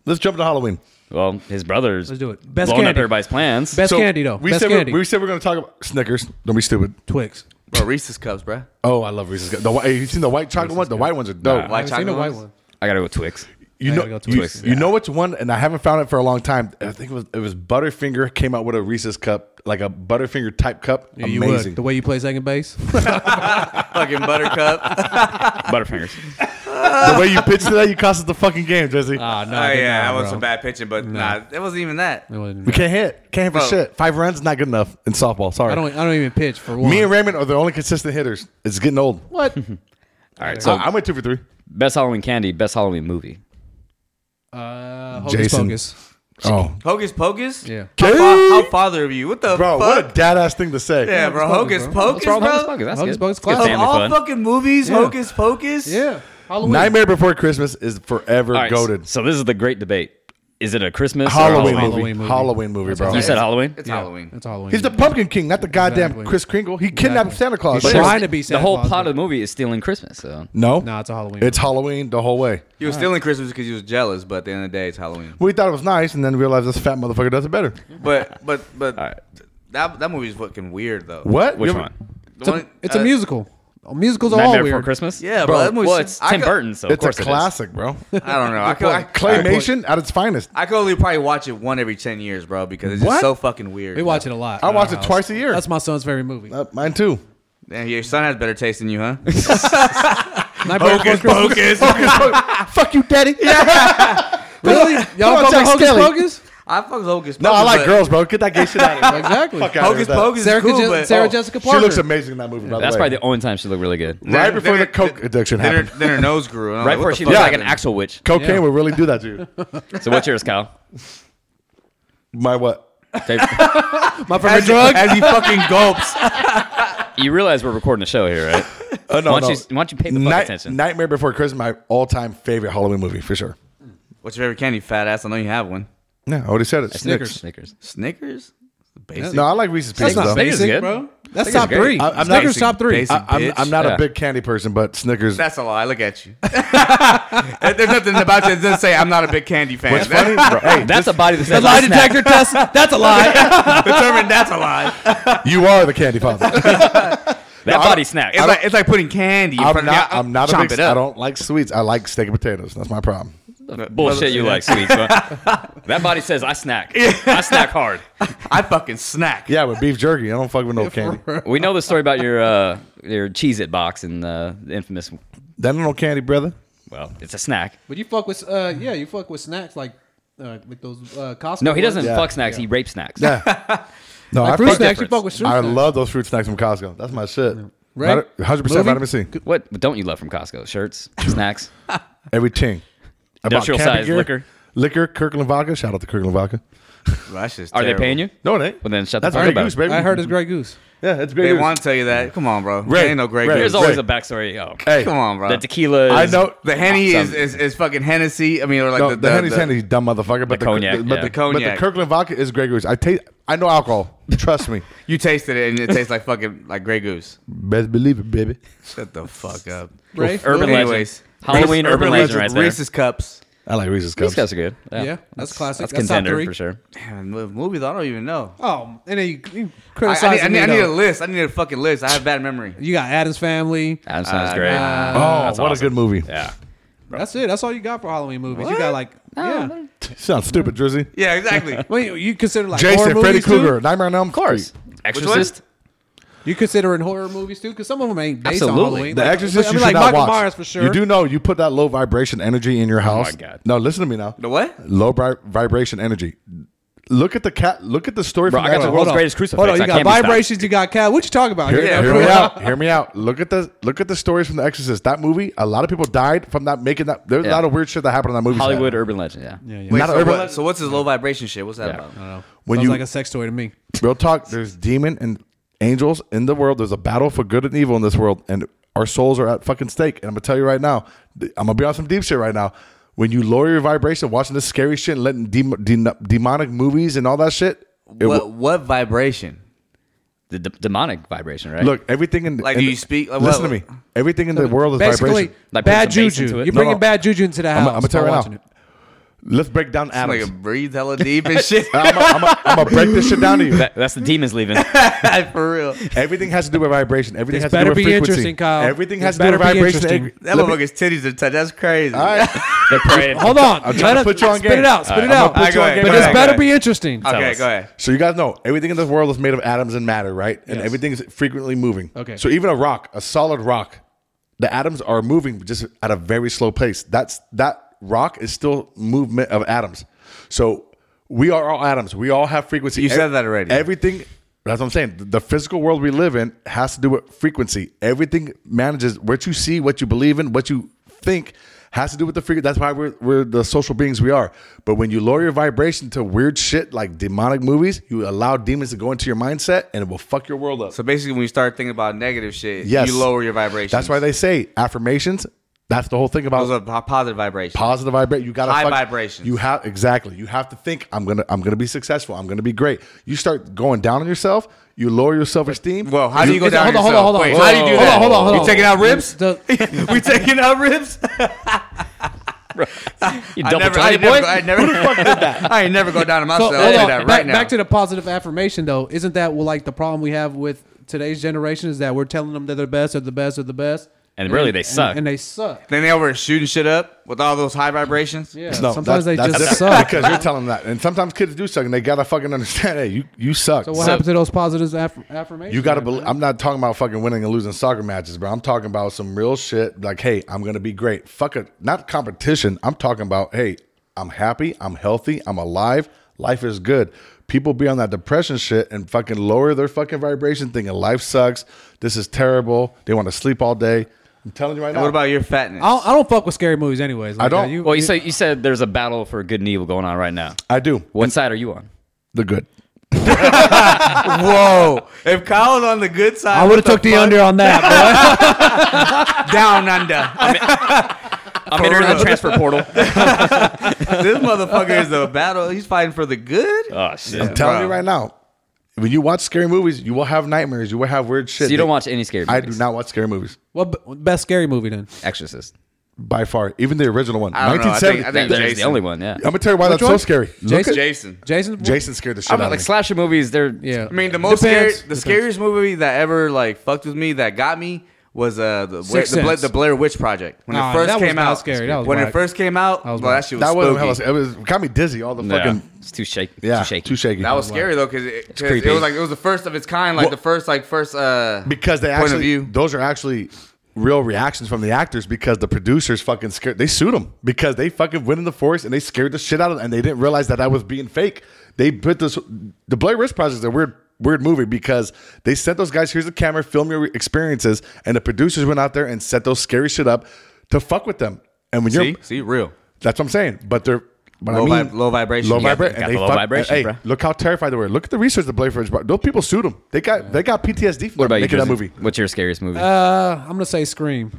Speaker 3: Let's jump to Halloween.
Speaker 1: Well, his brother's
Speaker 2: Let's do it. Best
Speaker 1: blowing up
Speaker 2: candy.
Speaker 1: everybody's plans.
Speaker 2: Best candy though.
Speaker 3: We
Speaker 2: Best
Speaker 3: said
Speaker 2: candy.
Speaker 3: We're, we said we're going to talk about Snickers. Don't be stupid.
Speaker 2: Twix.
Speaker 4: Bro, Reese's cups, bro.
Speaker 3: Oh, I love Reese's. Cups. The whi- hey, you seen the white chocolate ones? The white ones are dope.
Speaker 4: Nah. White
Speaker 2: I've seen a
Speaker 4: chocolate
Speaker 2: white
Speaker 4: ones?
Speaker 2: one.
Speaker 1: I gotta go Twix.
Speaker 3: You
Speaker 2: I
Speaker 3: know,
Speaker 2: gotta go to
Speaker 3: you,
Speaker 2: Twix.
Speaker 3: you know which one? And I haven't found it for a long time. I think it was it was Butterfinger came out with a Reese's cup, like a Butterfinger type cup.
Speaker 2: Yeah, you
Speaker 3: Amazing.
Speaker 2: would. The way you play second base.
Speaker 4: Fucking buttercup.
Speaker 1: Butterfingers.
Speaker 3: the way you pitched that, you cost us the fucking game, Jesse.
Speaker 2: Ah, no.
Speaker 4: oh,
Speaker 2: I did
Speaker 4: yeah,
Speaker 2: not,
Speaker 4: that was
Speaker 2: bro.
Speaker 4: some bad pitching, but nah, it wasn't even that.
Speaker 2: It wasn't-
Speaker 3: We can't hit. Can't hit for
Speaker 4: Bro.
Speaker 3: shit. Five runs not good enough in softball. Sorry.
Speaker 2: I don't. I don't even pitch for one.
Speaker 3: Me and Raymond are the only consistent hitters. It's getting old.
Speaker 2: what?
Speaker 1: All right.
Speaker 3: So
Speaker 1: So
Speaker 3: I went two for three.
Speaker 1: best Halloween candy, best Halloween movie.
Speaker 2: Uh, Hocus
Speaker 3: Jason.
Speaker 2: Pocus.
Speaker 3: Oh,
Speaker 4: Hocus Pocus?
Speaker 2: Yeah.
Speaker 4: How, fa- how father of you? What the
Speaker 3: bro, what
Speaker 4: fuck?
Speaker 3: a dad ass thing to say.
Speaker 4: yeah, bro.
Speaker 2: Hocus Pocus,
Speaker 4: Hocus Pocus,
Speaker 1: What's wrong with Hocus
Speaker 4: bro.
Speaker 1: Pocus? That's
Speaker 2: Hocus
Speaker 1: good.
Speaker 2: Pocus
Speaker 1: It's good
Speaker 2: Club.
Speaker 4: Of
Speaker 1: family
Speaker 4: all
Speaker 1: fun.
Speaker 4: fucking movies, Hocus Pocus?
Speaker 2: Yeah. Halloween.
Speaker 3: Nightmare Before Christmas is forever
Speaker 1: Oh, All right,
Speaker 3: goaded.
Speaker 1: So this is the great debate. Is it a Christmas or
Speaker 3: Halloween,
Speaker 2: Halloween
Speaker 3: movie.
Speaker 2: movie.
Speaker 3: Halloween movie, bro.
Speaker 1: You said Halloween.
Speaker 4: It's
Speaker 2: Yeah,
Speaker 4: Halloween.
Speaker 2: It's Halloween.
Speaker 3: He's the Pumpkin King, not the goddamn
Speaker 2: Exactly.
Speaker 3: Chris Kringle. He kidnapped
Speaker 2: Exactly.
Speaker 3: Santa Claus.
Speaker 2: He's
Speaker 1: But
Speaker 3: Shit.
Speaker 2: trying to be
Speaker 1: the
Speaker 2: Santa
Speaker 1: whole
Speaker 2: Claus,
Speaker 1: plot
Speaker 2: but-
Speaker 1: of the movie is stealing Christmas. So
Speaker 3: No,
Speaker 2: No, it's a Halloween.
Speaker 3: It's Halloween the whole way.
Speaker 4: He was stealing Christmas because he was jealous, but at the end of the day, it's Halloween.
Speaker 3: We thought it was nice, and then realized this fat motherfucker does it better.
Speaker 4: But but but
Speaker 1: All right.
Speaker 4: that that movie's fucking weird though.
Speaker 3: What?
Speaker 1: which
Speaker 3: You ever-
Speaker 1: one?
Speaker 4: The
Speaker 2: It's a,
Speaker 4: one-
Speaker 2: it's a
Speaker 4: uh,
Speaker 2: musical. Musicals are all
Speaker 1: Nightmare
Speaker 2: weird.
Speaker 1: Before Christmas.
Speaker 4: Yeah,
Speaker 3: Bro,
Speaker 4: bro. That movie's,
Speaker 1: Well, it's
Speaker 4: I
Speaker 1: Tim
Speaker 4: could-
Speaker 1: Burton, so of
Speaker 3: It's a
Speaker 1: course it is.
Speaker 3: classic, bro.
Speaker 4: I don't know. I could, I,
Speaker 3: Claymation at its finest.
Speaker 4: I could only probably watch it one every ten years, bro, because it's just
Speaker 3: What?
Speaker 4: so fucking weird.
Speaker 2: We watch it a lot.
Speaker 3: I
Speaker 2: at
Speaker 3: watch
Speaker 2: our
Speaker 3: it
Speaker 2: house.
Speaker 3: twice a year.
Speaker 2: That's my son's favorite movie.
Speaker 3: Uh, mine too.
Speaker 4: Damn, your son has better taste than you, huh?
Speaker 2: Nightmare Before Christmas.
Speaker 4: Focus.
Speaker 3: Hocus Pocus. Fuck you, daddy.
Speaker 2: Really?
Speaker 3: Come
Speaker 2: Y'all
Speaker 3: on,
Speaker 2: go
Speaker 3: Jack
Speaker 2: back Hocus
Speaker 3: Skelly.
Speaker 2: Pocus?
Speaker 4: I fuck with Hocus Pocus.
Speaker 3: No, I like
Speaker 4: but
Speaker 3: girls, bro. Get that gay shit out of here.
Speaker 2: Exactly.
Speaker 3: Fuck outta here
Speaker 4: Hocus
Speaker 3: with that.
Speaker 4: Pocus is
Speaker 2: Sarah,
Speaker 4: cool,
Speaker 2: Je-
Speaker 4: but
Speaker 2: Sarah
Speaker 4: oh,
Speaker 2: Jessica
Speaker 3: She
Speaker 2: Parker.
Speaker 3: looks amazing in that movie, by
Speaker 1: That's
Speaker 3: the way.
Speaker 1: probably the only time she looked really good.
Speaker 3: Right
Speaker 4: Then-
Speaker 3: before
Speaker 4: then
Speaker 3: the
Speaker 4: her-
Speaker 3: coke
Speaker 4: then-
Speaker 3: addiction
Speaker 4: then her-
Speaker 3: happened.
Speaker 4: Then her nose grew.
Speaker 1: Right before she
Speaker 3: the
Speaker 1: looked
Speaker 3: fuck?
Speaker 1: like an actual witch.
Speaker 3: Cocaine
Speaker 2: Yeah.
Speaker 3: will really do that to you.
Speaker 1: So what's yours, Kyle?
Speaker 3: My what?
Speaker 1: Okay,
Speaker 2: My favorite drug?
Speaker 4: as he fucking gulps.
Speaker 1: you realize we're recording a show here, right?
Speaker 3: Uh, no,
Speaker 1: why, don't
Speaker 3: no.
Speaker 1: you, why don't you pay the fuck
Speaker 3: Night-
Speaker 1: attention?
Speaker 3: Nightmare Before Christmas, my all-time favorite Halloween movie for sure.
Speaker 4: What's your favorite candy, fat ass? I know you have one.
Speaker 3: No, I already said it.
Speaker 2: Snickers.
Speaker 1: Snickers.
Speaker 4: Snickers. Basic.
Speaker 3: No, I like Reese's
Speaker 2: That's
Speaker 3: Pieces though.
Speaker 2: not
Speaker 1: Snickers is
Speaker 2: basic,
Speaker 1: good.
Speaker 2: bro. That's
Speaker 1: Snickers
Speaker 2: top
Speaker 1: is great.
Speaker 2: three.
Speaker 3: I- I'm not-
Speaker 2: Snickers top three.
Speaker 4: Basic.
Speaker 3: I, I'm, I'm
Speaker 4: bitch.
Speaker 3: not
Speaker 1: Yeah.
Speaker 3: a big candy person, but Snickers.
Speaker 4: That's a lie. Look at you. There's nothing about you that doesn't say I'm not a big candy fan.
Speaker 3: What's funny? bro, hey,
Speaker 1: That's a body that
Speaker 2: The
Speaker 1: says
Speaker 2: lie
Speaker 1: I snack.
Speaker 2: detector test. That's a lie.
Speaker 4: Determined that's a lie.
Speaker 3: you are the candy father.
Speaker 1: That
Speaker 3: I
Speaker 1: body
Speaker 3: don't-
Speaker 1: snack.
Speaker 4: It's like it's like putting candy. In
Speaker 3: I'm
Speaker 4: front
Speaker 3: not.
Speaker 4: Of,
Speaker 3: I'm not a
Speaker 4: chomp
Speaker 3: big.
Speaker 4: it
Speaker 3: I
Speaker 4: up.
Speaker 3: don't like sweets. I like steak and potatoes. That's my problem.
Speaker 1: Bullshit, you like sweets. But that body says I snack. I snack hard.
Speaker 4: I fucking snack.
Speaker 3: Yeah, with beef jerky, I don't fuck with no candy.
Speaker 1: We know the story about your uh, your Cheez It box and uh, the infamous.
Speaker 3: That ain't no candy, brother.
Speaker 1: Well, it's a snack.
Speaker 2: But you fuck with, uh, yeah, you fuck with snacks like uh, with those uh, Costco.
Speaker 1: No, he doesn't
Speaker 3: Yeah.
Speaker 1: fuck snacks. He rape snacks.
Speaker 3: Yeah. No, I
Speaker 2: Like fruit
Speaker 3: fuck-
Speaker 2: snacks. You
Speaker 1: difference.
Speaker 2: fuck with fruit
Speaker 3: I
Speaker 2: snacks.
Speaker 3: love those fruit snacks from Costco. That's my shit.
Speaker 2: Right?
Speaker 3: Hundred
Speaker 2: Movie?
Speaker 3: percent vitamin C.
Speaker 1: What don't you love from Costco? Shirts, snacks.
Speaker 3: Everything. I bought
Speaker 1: Industrial
Speaker 3: camping
Speaker 1: size liquor.
Speaker 3: Liquor, Kirkland vodka. Shout out to Kirkland vodka.
Speaker 4: That's just
Speaker 1: Are they
Speaker 4: terrible.
Speaker 1: paying you?
Speaker 3: No, it ain't.
Speaker 1: Well, then shut the
Speaker 3: That's
Speaker 1: fuck
Speaker 3: Grey
Speaker 1: about
Speaker 3: Goose,
Speaker 1: it.
Speaker 3: baby.
Speaker 2: I heard it's Grey Goose.
Speaker 3: Yeah, it's Grey
Speaker 4: They
Speaker 3: Goose.
Speaker 4: want to tell you that. Come on, bro.
Speaker 3: Ray,
Speaker 4: There ain't no great.
Speaker 3: Ray.
Speaker 1: There's
Speaker 4: There's
Speaker 1: always
Speaker 3: Ray.
Speaker 1: a backstory. Oh,
Speaker 3: Hey,
Speaker 4: Come on, bro.
Speaker 1: the tequila. Is,
Speaker 3: I know
Speaker 4: the henny is,
Speaker 3: Some-
Speaker 4: is is fucking Hennessy. I mean, or like
Speaker 3: No,
Speaker 4: the,
Speaker 3: the, Henny's Henny's dumb motherfucker, but
Speaker 1: The
Speaker 3: the,
Speaker 1: cognac,
Speaker 3: but,
Speaker 1: yeah.
Speaker 3: the,
Speaker 1: The
Speaker 4: cognac.
Speaker 3: but the Kirkland vodka is Grey Goose. I taste. I know alcohol. Trust me.
Speaker 4: You tasted it and it tastes like fucking like Grey Goose.
Speaker 3: Best believe it, baby.
Speaker 4: Shut the fuck up.
Speaker 2: Ray?
Speaker 1: Urban
Speaker 2: Louis?
Speaker 1: legend. Halloween urban legend right there.
Speaker 4: Reese's cups.
Speaker 3: I like Reese's
Speaker 1: These
Speaker 3: cups.
Speaker 1: guys are good. Yeah,
Speaker 2: Yeah, that's classic.
Speaker 1: That's,
Speaker 2: That's top
Speaker 1: contender
Speaker 2: three.
Speaker 1: for sure.
Speaker 4: Damn, mo- movies. I don't even know.
Speaker 2: Oh, and then you, you
Speaker 4: I, I, need,
Speaker 2: criticize
Speaker 4: I, need, I need a
Speaker 2: me.
Speaker 4: list. I need a fucking list. I have bad memory.
Speaker 2: You got Adam's Family.
Speaker 1: Adam sounds
Speaker 4: Uh,
Speaker 1: great.
Speaker 3: Oh,
Speaker 1: That's
Speaker 3: what
Speaker 1: awesome.
Speaker 3: a good movie.
Speaker 1: Yeah.
Speaker 2: That's it. That's all you got for Halloween movies. You got like, yeah.
Speaker 3: Sounds stupid, Drizzy.
Speaker 4: Yeah, exactly.
Speaker 2: Well, you, you consider like horror
Speaker 3: Jason, Freddy
Speaker 2: movies
Speaker 3: Krueger,
Speaker 2: too?
Speaker 3: Nightmare on Elm Street.
Speaker 1: Exorcist.
Speaker 2: You considering horror movies too? Because some of them ain't based
Speaker 1: Absolutely.
Speaker 2: on Halloween.
Speaker 3: The
Speaker 2: Like-
Speaker 3: Exorcist,
Speaker 2: I
Speaker 3: you
Speaker 2: mean,
Speaker 3: should
Speaker 2: like
Speaker 3: not
Speaker 2: Michael
Speaker 3: watch.
Speaker 2: Myers for sure.
Speaker 3: You do know you put that low vibration energy in your house.
Speaker 1: Oh God.
Speaker 3: No, listen to me now.
Speaker 4: The what?
Speaker 3: Low bri- vibration energy. Look at the cat. Look at the story
Speaker 1: Bro,
Speaker 3: from
Speaker 1: I got
Speaker 3: that
Speaker 1: the
Speaker 3: one.
Speaker 1: world's
Speaker 3: Hold on.
Speaker 1: greatest crucifix.
Speaker 2: Hold on,
Speaker 1: I
Speaker 2: you got
Speaker 1: can't be stopped.
Speaker 2: vibrations. You got cat. What you talking about?
Speaker 3: Hear,
Speaker 2: here?
Speaker 4: Yeah,
Speaker 3: hear
Speaker 4: bro.
Speaker 3: me out. Hear me out. Look at the look at the stories from The Exorcist. That movie. A lot of people died from that making that. There's
Speaker 1: Yeah.
Speaker 3: a lot of weird shit that happened in that movie.
Speaker 1: Hollywood urban legend. Yeah.
Speaker 2: yeah.
Speaker 4: Wait,
Speaker 3: Not
Speaker 4: so,
Speaker 3: urban
Speaker 4: what-
Speaker 3: legend.
Speaker 4: so what's his low vibration shit? What's that
Speaker 1: Yeah.
Speaker 4: about?
Speaker 3: When
Speaker 2: Sounds
Speaker 3: you
Speaker 2: like a sex toy to me.
Speaker 3: real talk, there's demon and angels in the world. There's a battle for good and evil in this world, and our souls are at fucking stake. And I'm gonna tell you right now, th- I'm gonna be on some deep shit right now. When you lower your vibration, watching this scary shit, and letting dem- de- demonic movies and all that shit, it
Speaker 4: What
Speaker 3: will-
Speaker 4: what vibration?
Speaker 1: The d- demonic vibration, right?
Speaker 3: look everything in
Speaker 4: Like,
Speaker 3: in-
Speaker 4: do you speak- like,
Speaker 3: listen
Speaker 4: what-
Speaker 3: to me. Everything in the world is
Speaker 2: Basically,
Speaker 3: vibration.
Speaker 1: Like put
Speaker 2: bad
Speaker 1: some bass into
Speaker 2: juju.
Speaker 1: it?
Speaker 2: You're
Speaker 1: No,
Speaker 2: bringing
Speaker 3: no.
Speaker 2: bad juju into the house.
Speaker 3: I'm gonna tell you
Speaker 2: by
Speaker 3: right
Speaker 2: watching
Speaker 3: now.
Speaker 2: it.
Speaker 3: Let's break down
Speaker 4: I'm
Speaker 3: atoms.
Speaker 4: like a breathe hella deep and shit.
Speaker 3: I'm gonna I'm gonna break this shit down to you.
Speaker 1: That- that's the demons leaving.
Speaker 3: Uh,
Speaker 4: For real.
Speaker 3: Everything has to do with vibration. Everything
Speaker 2: This
Speaker 3: has to
Speaker 2: better
Speaker 3: do with
Speaker 2: be
Speaker 3: frequency.
Speaker 2: interesting, Kyle.
Speaker 3: Everything
Speaker 2: This
Speaker 3: has to do with
Speaker 2: better be
Speaker 3: vibration.
Speaker 2: interesting.
Speaker 4: That motherfucker's titties are touched. That's crazy.
Speaker 3: All right.
Speaker 1: They're praying.
Speaker 2: Hold on.
Speaker 3: I'm
Speaker 2: Let
Speaker 3: trying to
Speaker 2: us-
Speaker 3: put you on
Speaker 2: Spit
Speaker 3: game.
Speaker 2: it out. Spit
Speaker 3: All
Speaker 2: it
Speaker 3: right,
Speaker 2: out.
Speaker 3: I'm gonna put you on
Speaker 4: Alright,
Speaker 3: game
Speaker 4: go
Speaker 2: But
Speaker 3: right
Speaker 4: ahead.
Speaker 2: this
Speaker 3: now.
Speaker 2: better be interesting.
Speaker 1: Tell
Speaker 4: Okay,
Speaker 1: us.
Speaker 4: go ahead.
Speaker 3: So you guys know everything in this world is made of atoms and matter, right? And everything is frequently moving.
Speaker 2: Okay.
Speaker 3: So even a rock, a solid rock, the atoms are moving just at a very slow pace. That's that rock is still movement of atoms. So we are all atoms. We all have frequency. E-
Speaker 4: You said
Speaker 3: Ev-
Speaker 4: that already.
Speaker 3: Everything. That's what I'm saying. The physical world we live in has to do with frequency. Everything manages what you see, what you believe in, what you think has to do with the frequency. That's why we're, we're the social beings we are. But when you lower your vibration to weird shit like demonic movies, you allow demons to go into your mindset and it will fuck your world up.
Speaker 4: So basically, when you start thinking about negative shit,
Speaker 3: Yes.
Speaker 4: you lower your vibration.
Speaker 3: That's why they say affirmations. That's the whole thing about
Speaker 4: Those are po- positive vibrations.
Speaker 3: positive vibration. You got to
Speaker 4: High vibrations.
Speaker 3: You have exactly. You have to think I'm gonna I'm gonna be successful. I'm gonna be great. You start going down on yourself. You lower your self esteem.
Speaker 4: Well, how do you go
Speaker 2: Is it-
Speaker 4: down?
Speaker 2: hold on, hold on,
Speaker 4: yourself?
Speaker 2: hold on.
Speaker 4: Wait, how do you do
Speaker 2: Hold on,
Speaker 4: that?
Speaker 2: hold on, hold
Speaker 4: You
Speaker 2: on.
Speaker 4: taking out ribs?
Speaker 2: The-
Speaker 4: we taking out ribs?
Speaker 1: You
Speaker 4: I
Speaker 1: double
Speaker 4: never,
Speaker 1: try,
Speaker 4: I never,
Speaker 1: boy.
Speaker 4: I never, I ain't never go down to
Speaker 2: so,
Speaker 4: myself.
Speaker 2: hold
Speaker 4: I do
Speaker 2: on.
Speaker 4: that right
Speaker 2: back,
Speaker 4: now.
Speaker 2: back to the positive affirmation though. Isn't that well, like the problem we have with today's generation is that we're telling them they're the best, they're the best, they're the best,
Speaker 1: And really, they suck.
Speaker 2: and, and they suck.
Speaker 4: then they over shooting shit up with all those high vibrations.
Speaker 2: Yeah,
Speaker 3: No,
Speaker 2: sometimes
Speaker 3: that's-
Speaker 2: they
Speaker 3: that's
Speaker 2: just
Speaker 3: different
Speaker 2: suck.
Speaker 3: because you're telling them that, and sometimes kids do suck, and they gotta fucking understand. Hey, you you suck.
Speaker 2: So what
Speaker 3: So
Speaker 2: happens to those positive aff- affirmations?
Speaker 3: you gotta
Speaker 2: man?
Speaker 3: believe. I'm not talking about fucking winning and losing soccer matches, bro. I'm talking about some real shit. Like, hey, I'm gonna be great. Fuck it, not competition. I'm talking about hey, I'm happy, I'm healthy, I'm alive. Life is good. People be on that depression shit and fucking lower their fucking vibration, thinking life sucks. This is terrible. They want to sleep all day. I'm telling you right now.
Speaker 4: What about your fatness?
Speaker 2: I don't, I don't fuck with scary movies, anyways. Like,
Speaker 3: I don't.
Speaker 2: uh,
Speaker 1: Well, you said you said there's a battle for good and evil going on right now.
Speaker 3: I do
Speaker 1: What side are you on?
Speaker 3: the good.
Speaker 4: Whoa! If Kyle was on the good side,
Speaker 2: I would have took the under on that.
Speaker 4: down under.
Speaker 1: I'm entering the transfer portal.
Speaker 4: this motherfucker is a battle. He's fighting for the good.
Speaker 2: Uh,
Speaker 1: Oh shit.
Speaker 3: I'm telling
Speaker 4: Bro.
Speaker 3: you right now, when you watch scary movies, you will have nightmares. You will have weird shit.
Speaker 1: So you don't watch any scary
Speaker 3: I
Speaker 1: movies?
Speaker 3: do not watch scary movies
Speaker 2: but what b- best scary movie then?
Speaker 1: Exorcist.
Speaker 3: by far, even the original one,
Speaker 4: I don't know. I think-
Speaker 3: 1970.
Speaker 4: I
Speaker 3: I
Speaker 4: think-
Speaker 1: That, that is the
Speaker 4: Jason.
Speaker 1: only one, yeah.
Speaker 3: am gonna tell you why that's
Speaker 2: one?
Speaker 3: so scary. Look
Speaker 2: Jason?
Speaker 3: at
Speaker 4: Jason.
Speaker 2: Jason.
Speaker 3: Jason scared the shit
Speaker 1: I'm
Speaker 3: out
Speaker 1: not
Speaker 3: of me.
Speaker 1: like slasher movies, they're
Speaker 2: Yeah.
Speaker 4: I mean, the most scary,
Speaker 2: Depends.
Speaker 4: the
Speaker 2: Depends.
Speaker 4: scariest movie that ever like fucked with me that got me was uh the, Blair,
Speaker 2: Sixth
Speaker 4: the, Bla-
Speaker 2: Sense.
Speaker 4: the Blair Witch Project when
Speaker 2: Nah,
Speaker 4: it first
Speaker 2: that was
Speaker 4: came
Speaker 2: not
Speaker 4: out.
Speaker 2: scary. That was
Speaker 4: when
Speaker 2: whack.
Speaker 4: it first came out,
Speaker 2: was
Speaker 4: well,
Speaker 2: whack.
Speaker 4: that shit was
Speaker 3: that
Speaker 4: spooky.
Speaker 3: was, hell it was it got me dizzy. All the
Speaker 1: Yeah.
Speaker 3: fucking
Speaker 1: it's too shaky.
Speaker 3: yeah,
Speaker 1: too shaky.
Speaker 3: too shaky.
Speaker 4: That was scary though, because it, 'cause it
Speaker 1: creepy.
Speaker 4: was like it was the first of its kind, like
Speaker 3: Well,
Speaker 4: the first like first uh
Speaker 3: because they
Speaker 4: point
Speaker 3: actually
Speaker 4: of view.
Speaker 3: those are actually real reactions from the actors because the producers fucking scared they sued them because they fucking went in the forest and they scared the shit out of them and they didn't realize that that was being fake they put this the blair witch project is a weird weird movie because they sent those guys here's the camera film your experiences and the producers went out there and set those scary shit up to fuck with them and when
Speaker 4: See,
Speaker 3: you're
Speaker 4: see, real.
Speaker 3: that's what i'm saying but they're but
Speaker 4: Low
Speaker 3: I mean,
Speaker 4: vib- low vibration.
Speaker 3: Low
Speaker 4: Yeah, they
Speaker 3: vibration.
Speaker 1: got the low vibration,
Speaker 3: Hey,
Speaker 1: bruh.
Speaker 3: look how terrified they were. Look at the research the Blair Witch. Project- Those people sued them. They got they got PTSD from
Speaker 1: What about you?
Speaker 3: making that
Speaker 1: Drizzy?
Speaker 3: movie.
Speaker 1: What's your scariest movie?
Speaker 2: Uh, I'm gonna say Scream.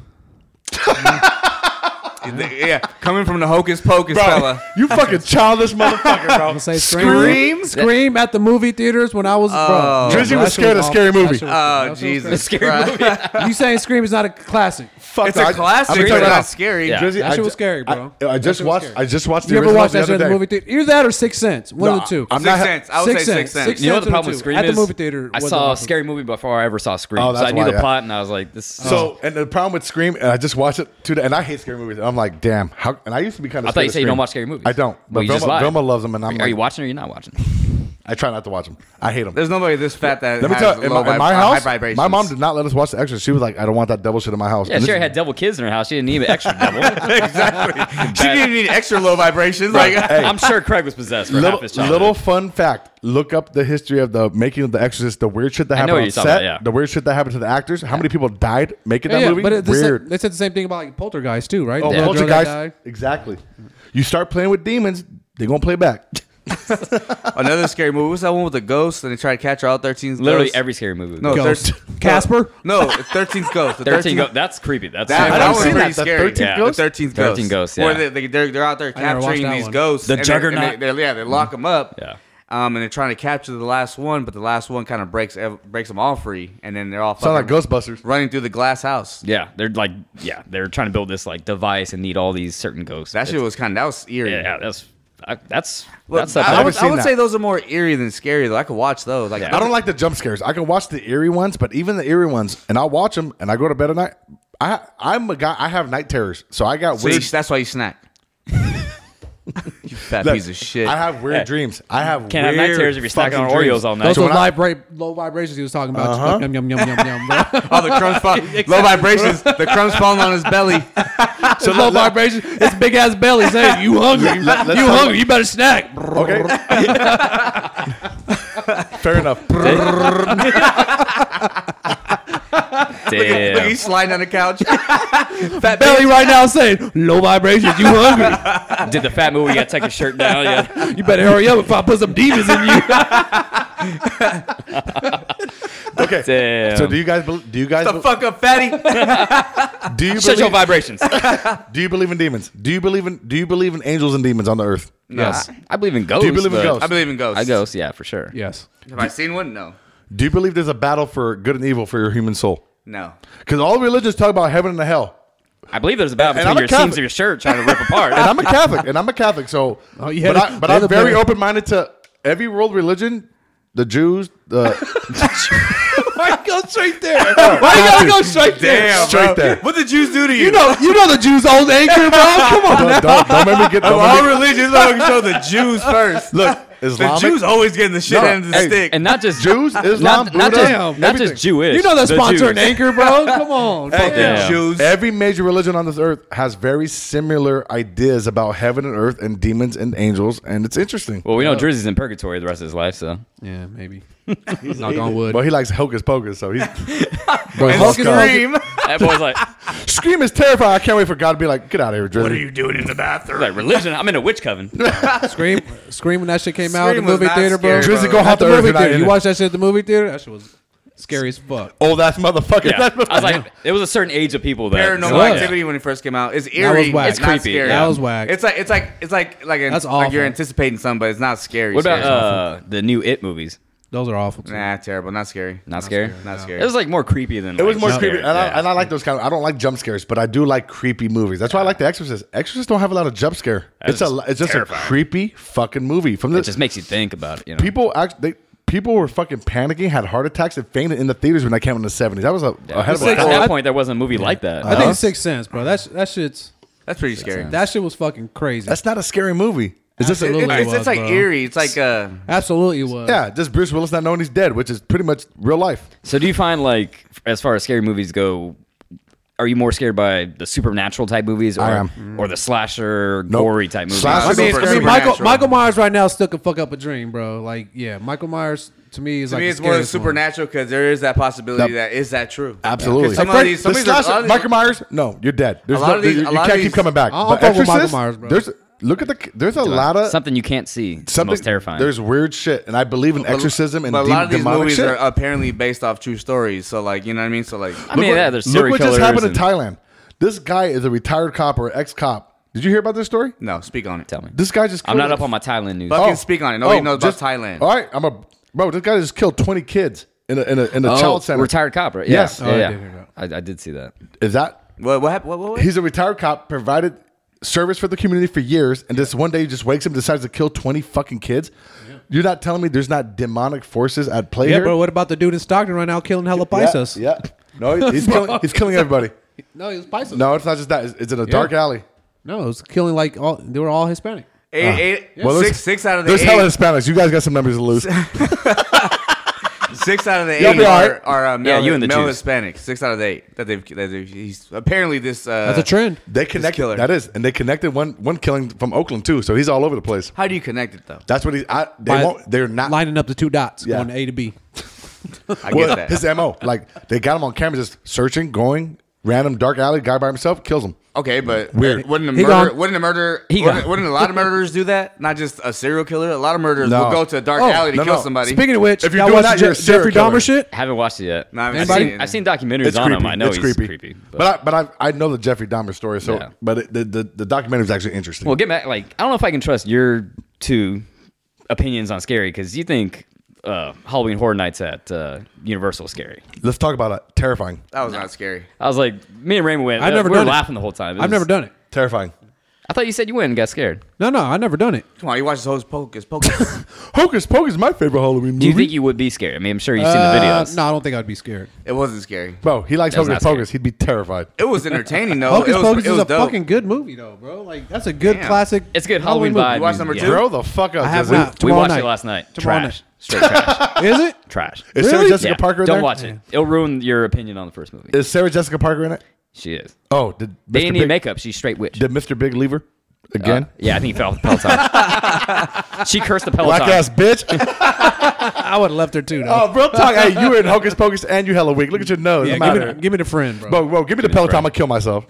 Speaker 4: yeah, coming from the hocus pocus
Speaker 3: Uh-huh. Bro,
Speaker 4: fella.
Speaker 3: You fucking childish motherfucker,
Speaker 2: I'm gonna
Speaker 3: bro.
Speaker 2: say Scream.
Speaker 4: Scream?
Speaker 2: Scream at the movie theaters when I was.
Speaker 4: Oh.
Speaker 2: bro,
Speaker 3: Drizzy
Speaker 2: that
Speaker 3: was
Speaker 2: shit
Speaker 3: scared of
Speaker 2: awful.
Speaker 3: Scary
Speaker 2: That shit
Speaker 3: Movie.
Speaker 2: was- that shit
Speaker 4: Oh
Speaker 2: was
Speaker 4: Jesus,
Speaker 1: scary
Speaker 4: Christ.
Speaker 1: movie.
Speaker 2: crazy. You saying Scream is not a classic?
Speaker 3: Fuck,
Speaker 4: It's
Speaker 3: no, I-
Speaker 4: a
Speaker 3: I'm
Speaker 4: classic,
Speaker 3: gonna
Speaker 4: but
Speaker 3: tell you right now.
Speaker 4: not scary.
Speaker 1: Yeah.
Speaker 3: Drizzy,
Speaker 2: That
Speaker 3: I
Speaker 2: shit was
Speaker 3: ju-
Speaker 2: scary,
Speaker 3: I-
Speaker 2: bro.
Speaker 3: I,
Speaker 2: That
Speaker 3: just
Speaker 2: shit was
Speaker 3: watched.
Speaker 2: scary.
Speaker 3: I just watched the
Speaker 2: You ever
Speaker 3: original
Speaker 2: watch
Speaker 3: the
Speaker 2: that shit
Speaker 3: other
Speaker 2: at the
Speaker 3: day.
Speaker 2: movie theater? Either that or Sixth Sense, one
Speaker 3: No,
Speaker 2: of the two.
Speaker 3: I'm
Speaker 4: Sixth
Speaker 3: not-
Speaker 4: Sense. I would
Speaker 2: Sixth
Speaker 4: say
Speaker 2: Sense.
Speaker 4: Sixth Sense.
Speaker 2: Sixth
Speaker 1: you know what
Speaker 2: Sense
Speaker 1: the problem
Speaker 2: or
Speaker 1: with
Speaker 2: two?
Speaker 1: Scream
Speaker 2: At the
Speaker 1: is?
Speaker 2: movie theater
Speaker 1: I
Speaker 2: was
Speaker 1: saw
Speaker 2: awesome.
Speaker 1: Scary Movie before I ever saw Scream.
Speaker 3: Oh,
Speaker 1: so I
Speaker 3: that's
Speaker 1: knew
Speaker 3: why,
Speaker 1: the
Speaker 3: yeah.
Speaker 1: plot, and I was like, "This."
Speaker 3: So, and the problem with Scream, and I just watched it too, and I hate scary movies. And I'm like, damn. How? And I used to be kind of.
Speaker 1: I thought you said you don't watch scary movies.
Speaker 3: I don't.
Speaker 1: Well,
Speaker 3: But
Speaker 1: you just
Speaker 3: Vilma,
Speaker 1: lied.
Speaker 3: Vilma loves them, and I'm
Speaker 1: are
Speaker 3: like,
Speaker 1: you watching or are you not watching?
Speaker 3: I try not to watch them. I hate them.
Speaker 4: There's nobody this fat that
Speaker 3: Let me
Speaker 4: has
Speaker 3: tell you, in
Speaker 4: low
Speaker 3: my, in
Speaker 4: vib-
Speaker 3: my
Speaker 4: uh, high
Speaker 3: house,
Speaker 4: vibrations.
Speaker 3: my mom did not let us watch The Exorcist. She was like, I don't want that devil shit in my house.
Speaker 1: Yeah,
Speaker 3: And this
Speaker 1: Sherry
Speaker 3: is-
Speaker 1: had devil kids in her house. She didn't need extra devil.
Speaker 4: She didn't need extra low vibrations. Like
Speaker 3: Hey.
Speaker 1: I'm sure Craig was possessed for half his
Speaker 3: little,
Speaker 1: childhood.
Speaker 3: little fun fact. Look up the history of the making of The Exorcist, the weird shit that
Speaker 1: know
Speaker 3: happened
Speaker 1: what
Speaker 3: on
Speaker 1: you're
Speaker 3: set,
Speaker 1: talking about, yeah.
Speaker 3: the weird shit that happened to the actors, how many people died making that
Speaker 2: yeah,
Speaker 3: movie.
Speaker 2: But it, they,
Speaker 3: weird.
Speaker 2: said, they said the same thing about like Poltergeist too, right?
Speaker 3: oh,
Speaker 2: The girl that
Speaker 3: Poltergeist.
Speaker 2: died.
Speaker 3: Exactly. You start playing with demons, they're going to play back.
Speaker 4: another scary movie. What's that one with the ghost? And they try to catch all 13
Speaker 1: Literally
Speaker 4: ghosts?
Speaker 1: every scary movie.
Speaker 4: no
Speaker 2: Ghost.
Speaker 4: thir-
Speaker 2: Casper?
Speaker 4: No, thirteenth ghost. The
Speaker 1: 13
Speaker 4: 13th
Speaker 1: go- That's creepy. That's
Speaker 4: That,
Speaker 3: I
Speaker 4: that
Speaker 3: don't
Speaker 4: one's
Speaker 3: see
Speaker 4: pretty
Speaker 3: that. The
Speaker 4: scary.
Speaker 3: 13th
Speaker 4: yeah.
Speaker 3: Ghost?
Speaker 4: The 13th ghost.
Speaker 1: 13th ghost, yeah.
Speaker 4: Where they, they, they're, they're out there
Speaker 2: never watched
Speaker 4: capturing
Speaker 2: that
Speaker 4: these
Speaker 2: one.
Speaker 4: ghosts.
Speaker 1: The
Speaker 4: and they're- and
Speaker 1: Juggernaut. Mm-hmm.
Speaker 4: they- they're- yeah, they lock them up.
Speaker 1: Yeah.
Speaker 4: Um, and they're trying to capture the last one, but the last one kind of breaks ev- breaks them all free, and then they're all
Speaker 3: Sound like
Speaker 4: fucking
Speaker 3: Ghostbusters.
Speaker 4: running through the glass house.
Speaker 1: Yeah, they're like, yeah, they're trying to build this like device and need all these certain ghosts.
Speaker 4: That shit was kind of that was eerie.
Speaker 1: yeah, yeah, that's I, that's
Speaker 4: Well,
Speaker 1: that's
Speaker 4: I,
Speaker 1: up
Speaker 4: I
Speaker 1: there.
Speaker 3: never
Speaker 4: would, I
Speaker 3: seen
Speaker 4: would
Speaker 3: that.
Speaker 4: say those are more eerie than scary though. I could watch those. Like
Speaker 1: Yeah.
Speaker 3: I don't like the jump scares. I can watch the eerie ones, but even the eerie ones, and I'll watch them and I go to bed at night. I, I'm a guy, I have night terrors. So I got
Speaker 4: See,
Speaker 3: weird.
Speaker 4: that's why you snack. you fat
Speaker 3: Look,
Speaker 4: piece of shit.
Speaker 3: I have weird dreams. I have
Speaker 1: Eh, Can't have
Speaker 3: weird
Speaker 1: night terrors if you're snacking
Speaker 3: fucking
Speaker 1: on
Speaker 3: dreams.
Speaker 1: Oreos all night.
Speaker 2: Those
Speaker 3: So
Speaker 2: were
Speaker 3: when I-
Speaker 2: vibra- low vibrations he was talking about. Yum, yum, yum, yum, yum, yum. bro.
Speaker 4: oh, the crumbs fall. Low vibrations. The crumbs falling on his belly.
Speaker 2: so low vibrations. It's big ass belly saying, "You hungry?
Speaker 3: Let- let's
Speaker 2: you
Speaker 3: talk-
Speaker 2: hungry? You better snack."
Speaker 3: Okay. Fair enough.
Speaker 4: Look,
Speaker 1: Damn.
Speaker 4: he's sliding on the couch.
Speaker 2: Fat belly right now saying, "Low vibrations. You hungry?
Speaker 1: Did the fat movie? You gotta take your shirt down. Yeah.
Speaker 2: You better hurry up if I put some demons in you."
Speaker 3: Okay, Okay.
Speaker 1: Damn.
Speaker 3: So do you guys bel do you guys
Speaker 4: the
Speaker 3: bel-
Speaker 4: fuck up, fatty.
Speaker 3: do you
Speaker 1: Shut your
Speaker 3: believe,
Speaker 1: vibrations.
Speaker 3: do you believe in demons? Do you believe in do you believe in angels and demons on the earth?
Speaker 1: yes. I, I believe in ghosts.
Speaker 3: Do you believe in
Speaker 1: but-
Speaker 3: ghosts?
Speaker 4: I believe in ghosts.
Speaker 1: I ghosts, yeah, for sure.
Speaker 2: Yes.
Speaker 4: Have I seen one? No.
Speaker 3: Do you believe there's a battle for good and evil for your human soul?
Speaker 4: No.
Speaker 3: Because all religions talk about heaven and the hell.
Speaker 1: I believe there's a battle
Speaker 3: And I'm
Speaker 1: between your
Speaker 3: a Catholic.
Speaker 1: seams of your shirt trying to rip apart.
Speaker 3: And I'm a Catholic, and I'm a Catholic, so
Speaker 2: Oh, yeah,
Speaker 3: but, I, but
Speaker 2: they're
Speaker 3: I'm
Speaker 2: the
Speaker 3: very
Speaker 2: better-
Speaker 3: open minded to every world religion. The Jews, the
Speaker 2: Why you go straight there? Why you gotta go straight there?
Speaker 4: Damn,
Speaker 3: straight there.
Speaker 4: What did Jews do to you?
Speaker 2: You know, you know the Jews old anchor, bro. Come on.
Speaker 3: Don't, don't, don't make me get.
Speaker 4: of
Speaker 3: Don't
Speaker 4: all
Speaker 3: make me,
Speaker 4: religions, I'm gonna show the Jews first. Look,
Speaker 3: Islamic-
Speaker 4: the Jews always getting the shit
Speaker 3: No,
Speaker 4: end of the
Speaker 3: hey,
Speaker 4: stick.
Speaker 1: and not just
Speaker 3: Jews, Islam,
Speaker 1: not, not
Speaker 3: Buddha,
Speaker 1: just,
Speaker 2: Damn,
Speaker 1: not just Jewish.
Speaker 2: You know the sponsor
Speaker 1: Jews.
Speaker 2: and anchor, bro. Come on.
Speaker 4: Fuck
Speaker 2: Fuck
Speaker 4: the
Speaker 1: yeah.
Speaker 4: Jews.
Speaker 3: Every major religion on this earth has very similar ideas about heaven and earth and demons and angels, and it's interesting.
Speaker 1: Well, we know Drizzy's in purgatory the rest of his life, so
Speaker 2: Yeah, maybe. Knock on wood.
Speaker 3: Well, he likes hocus pocus, so he's. Bro,
Speaker 4: And
Speaker 3: Hulk is-
Speaker 4: scream.
Speaker 1: that boy's like,
Speaker 3: Scream is terrifying. I can't wait for God to be like, get out of here, Drizzy.
Speaker 4: What are you doing in the bathroom?
Speaker 1: like religion. I'm in a witch coven.
Speaker 2: Scream, scream when that shit came out at the
Speaker 4: Scream was
Speaker 2: movie
Speaker 4: not
Speaker 2: theater, bro.
Speaker 4: scary,
Speaker 3: Drizzy,
Speaker 4: bro.
Speaker 3: go
Speaker 2: At
Speaker 3: hop
Speaker 2: the
Speaker 3: the earth.
Speaker 2: movie
Speaker 3: you're not
Speaker 2: theater.
Speaker 3: in
Speaker 2: You
Speaker 3: it.
Speaker 2: watched that shit at the movie theater? That shit was scary as fuck.
Speaker 3: old ass motherfucker.
Speaker 1: Yeah. I was like, it was a certain age of people that
Speaker 4: Paranormal
Speaker 1: so, yeah.
Speaker 4: Activity when it first came out is eerie.
Speaker 2: whack.
Speaker 4: It's not
Speaker 1: It's creepy.
Speaker 4: Scary.
Speaker 1: That
Speaker 2: was whack.
Speaker 4: It's like it's like it's like like, an,
Speaker 2: That's
Speaker 4: like
Speaker 2: awful.
Speaker 4: you're anticipating something, but it's not scary.
Speaker 1: What about
Speaker 4: scary.
Speaker 1: uh, the new It movies?
Speaker 2: Those are awful. Too.
Speaker 4: Nah, terrible. Not scary.
Speaker 1: Not scary.
Speaker 4: Not
Speaker 1: It
Speaker 4: scary.
Speaker 1: was like more creepy than.
Speaker 3: It was more
Speaker 1: like,
Speaker 3: creepy,
Speaker 1: scary.
Speaker 3: and, I,
Speaker 1: Yeah.
Speaker 3: and I like those kind. Of, I don't like jump scares, but I do like creepy movies. That's why I like The Exorcist. Exorcist don't have a lot of jump scare.
Speaker 1: That's
Speaker 3: It's a, it's just
Speaker 1: terrifying.
Speaker 3: a creepy fucking movie. From the
Speaker 1: it just makes you think about it. You know,
Speaker 3: people act they people were fucking panicking, had heart attacks, and fainted in the theaters when that came out in the seventies. That was a
Speaker 1: At
Speaker 3: ahead of a
Speaker 1: that
Speaker 3: time.
Speaker 1: point, there wasn't a movie like that.
Speaker 2: I think it's Sixth Sense, bro. That's that shit's
Speaker 4: That's pretty scary.
Speaker 2: that shit was fucking crazy.
Speaker 3: That's not a scary movie. It's just a,
Speaker 4: It-
Speaker 2: Absolutely.
Speaker 4: it's,
Speaker 2: was,
Speaker 4: it's like
Speaker 2: bro.
Speaker 4: eerie. It's like uh,
Speaker 2: Absolutely it was.
Speaker 3: yeah, just Bruce Willis not knowing he's dead, which is pretty much real life.
Speaker 1: So, do you find like, as far as scary movies go, are you more scared by the supernatural type movies, or
Speaker 3: I
Speaker 4: Mm.
Speaker 1: or the slasher,
Speaker 3: Nope.
Speaker 1: gory type movies?
Speaker 3: Slasher-
Speaker 2: I mean,
Speaker 4: Super-
Speaker 2: I mean
Speaker 4: supernatural.
Speaker 2: Michael Michael Myers right now still can fuck up a dream, bro. Like, yeah, Michael Myers to me is
Speaker 4: to
Speaker 2: like
Speaker 4: me,
Speaker 2: the
Speaker 4: it's more
Speaker 2: scariest one.
Speaker 4: supernatural because there is that possibility
Speaker 3: That-
Speaker 4: that is that true.
Speaker 3: Absolutely.
Speaker 4: 'Cause Some
Speaker 3: Like,
Speaker 4: of these, some
Speaker 3: the
Speaker 4: of these, are-
Speaker 3: slasher-
Speaker 4: all these-
Speaker 3: Michael Myers, no, you're dead. There's
Speaker 4: A lot
Speaker 3: no,
Speaker 4: of these-
Speaker 3: you
Speaker 4: a
Speaker 3: you
Speaker 4: lot
Speaker 3: can't
Speaker 4: of
Speaker 3: keep
Speaker 4: these-
Speaker 3: coming back.
Speaker 2: I'll
Speaker 3: But
Speaker 2: fuck with
Speaker 3: Exorcist,
Speaker 2: Michael Myers, bro.
Speaker 3: There's look at the there's a lot of
Speaker 1: something you can't see. It's the
Speaker 3: something
Speaker 1: most terrifying.
Speaker 3: There's weird shit, and I believe in exorcism and
Speaker 4: but a
Speaker 3: deep
Speaker 4: lot of these
Speaker 3: demonic
Speaker 4: movies
Speaker 3: shit.
Speaker 4: are uh, apparently based off true stories. So like, you know what I mean? So like,
Speaker 1: I mean, yeah, there's
Speaker 3: look
Speaker 1: serial
Speaker 3: what just
Speaker 1: killers
Speaker 3: happened in
Speaker 1: and-
Speaker 3: Thailand. This guy is a retired cop or ex cop. Did you hear about this story?
Speaker 4: no, speak on it.
Speaker 1: Tell me.
Speaker 3: This guy just.
Speaker 1: I'm
Speaker 3: killed-
Speaker 1: not up on my Thailand news.
Speaker 4: Fucking speak on it. Nobody knows about
Speaker 3: Oh. just-
Speaker 4: Thailand.
Speaker 3: All right, I'm a bro. This guy just killed 20 kids in a in a,
Speaker 4: Oh,
Speaker 3: in a child center.
Speaker 1: Oh, retired cop, right?
Speaker 3: Yes.
Speaker 1: Yeah,
Speaker 3: Oh, I
Speaker 1: yeah,
Speaker 2: did
Speaker 1: yeah.
Speaker 2: hear that.
Speaker 1: I, I did see that.
Speaker 3: Is that
Speaker 4: What what happened? What, what, what?
Speaker 3: he's a retired cop provided service for the community for years, and this one day he just wakes up and decides to kill 20 fucking kids. You're not telling me there's not demonic forces at play
Speaker 2: Yeah,
Speaker 3: here?
Speaker 2: bro. What about the dude in Stockton right now killing hella
Speaker 3: yeah,
Speaker 2: Pisces?
Speaker 3: yeah. No, he's killing, he's killing everybody.
Speaker 2: No, he was Pisces.
Speaker 3: No, it's not just that. It's, it's in a dark alley.
Speaker 2: No, it was killing like all. They were all Hispanic.
Speaker 4: Eight-
Speaker 1: uh,
Speaker 4: eight-
Speaker 3: Well, there's-
Speaker 4: six, six out of the
Speaker 3: There's
Speaker 4: eight.
Speaker 3: hella Hispanics. You guys got some numbers to lose.
Speaker 4: Six out of the
Speaker 3: Y'all
Speaker 4: eight
Speaker 3: be all right.
Speaker 4: are, are uh, male,
Speaker 1: Yeah, you and the
Speaker 4: male
Speaker 1: Jews.
Speaker 4: Hispanic. Six out of the eight that they've, that they've he's apparently this. Uh,
Speaker 2: That's a trend.
Speaker 3: They connected.
Speaker 4: killer.
Speaker 3: That is, and they connected one one killing from Oakland too. So he's all over the place.
Speaker 4: How do you connect it though?
Speaker 3: That's what he's. I, they
Speaker 2: By
Speaker 3: won't. They're not.
Speaker 2: lining up the two dots
Speaker 3: Yeah.
Speaker 2: going A to B.
Speaker 4: I
Speaker 3: well,
Speaker 4: get that.
Speaker 3: his mo. Like they got him on camera, just searching, going random dark alley. Guy by himself kills him.
Speaker 4: Okay, but
Speaker 3: Mm.
Speaker 4: uh,
Speaker 3: Weird.
Speaker 4: wouldn't a
Speaker 2: He
Speaker 4: murder?
Speaker 2: gone.
Speaker 4: Wouldn't a murder?
Speaker 1: He
Speaker 4: Wouldn't,
Speaker 1: gone.
Speaker 4: wouldn't a lot of murderers do that? Not just a serial killer. A lot of murderers
Speaker 3: No.
Speaker 4: will go to a dark
Speaker 3: Oh,
Speaker 4: alley to
Speaker 3: no,
Speaker 4: kill
Speaker 3: no.
Speaker 4: somebody.
Speaker 2: Speaking of which,
Speaker 3: If you're
Speaker 2: y'all
Speaker 3: doing
Speaker 2: watch
Speaker 3: that,
Speaker 2: that,
Speaker 3: you're a serial
Speaker 2: Jeffrey
Speaker 3: killer.
Speaker 2: Dahmer shit.
Speaker 1: I haven't watched it yet.
Speaker 4: No, I haven't
Speaker 1: I've,
Speaker 4: seen
Speaker 1: seen,
Speaker 4: it.
Speaker 1: I've seen documentaries
Speaker 3: It's
Speaker 1: on
Speaker 3: creepy.
Speaker 1: him. I know
Speaker 3: it's
Speaker 1: he's
Speaker 3: creepy.
Speaker 1: creepy.
Speaker 3: but I, but I, I know the Jeffrey Dahmer story. So,
Speaker 1: Yeah.
Speaker 3: but it, the, the the documentary was actually interesting.
Speaker 1: Well, get back. Like, I don't know if I can trust your two opinions on scary because you think uh, Halloween Horror Nights at uh, Universal is scary.
Speaker 3: Let's talk about it. Terrifying.
Speaker 4: that was not scary.
Speaker 1: I was like, me and Raymond went.
Speaker 2: I've
Speaker 1: uh,
Speaker 2: never
Speaker 1: we were
Speaker 2: done it.
Speaker 1: laughing the whole time. It was-
Speaker 2: I've never done it.
Speaker 3: Terrifying.
Speaker 1: I thought you said you went and got scared.
Speaker 2: No, no, I never done it.
Speaker 4: Come on, you watch this whole Pocus Pocus.
Speaker 3: Hocus Pocus is my favorite Halloween movie.
Speaker 1: Do you think you would be scared? I mean, I'm sure you've seen the
Speaker 2: Uh,
Speaker 1: videos.
Speaker 2: no, I don't think I'd be scared.
Speaker 4: it wasn't scary.
Speaker 3: Bro, he likes
Speaker 1: That's
Speaker 3: Hocus
Speaker 1: not
Speaker 3: Pocus. He'd be terrified.
Speaker 4: It was entertaining though.
Speaker 2: Hocus
Speaker 4: Oh, it was,
Speaker 2: Pocus
Speaker 4: it
Speaker 2: is
Speaker 4: was
Speaker 2: a
Speaker 4: dope.
Speaker 2: fucking good movie though, bro. Like that's a good
Speaker 4: Damn.
Speaker 2: classic.
Speaker 1: It's a good Halloween, vibe.
Speaker 4: You watched number
Speaker 1: Yeah.
Speaker 4: two?
Speaker 3: Bro, the fuck up.
Speaker 2: I have
Speaker 3: Jesse.
Speaker 2: not.
Speaker 1: We
Speaker 2: Tomorrow
Speaker 1: watched
Speaker 2: night.
Speaker 1: it last night.
Speaker 2: Tomorrow
Speaker 1: trash. Straight trash.
Speaker 2: movie. Is it?
Speaker 1: trash.
Speaker 3: Is Sarah
Speaker 2: Really?
Speaker 3: Jessica
Speaker 1: Yeah,
Speaker 3: Parker in
Speaker 1: Don't
Speaker 3: there?
Speaker 1: watch it. It'll ruin your opinion on the first movie.
Speaker 3: Is Sarah Jessica Parker in it?
Speaker 1: She is.
Speaker 3: Oh, did
Speaker 1: They
Speaker 3: Mr.
Speaker 1: didn't
Speaker 3: Big,
Speaker 1: need makeup. She's straight witch.
Speaker 3: did Mr. Big leave her
Speaker 1: Uh,
Speaker 3: again?
Speaker 1: yeah, I think he fell off the Peloton. she cursed the Peloton.
Speaker 3: Black ass bitch.
Speaker 2: I would have left her too though.
Speaker 3: Oh, real talk. Hey, you were in Hocus Pocus and you hella weak. Look at your nose.
Speaker 2: yeah,
Speaker 3: I'm outta
Speaker 2: give me,
Speaker 3: here.
Speaker 2: give me the friend, bro.
Speaker 3: Bro, bro, give me the Peloton. I'm gonna kill myself.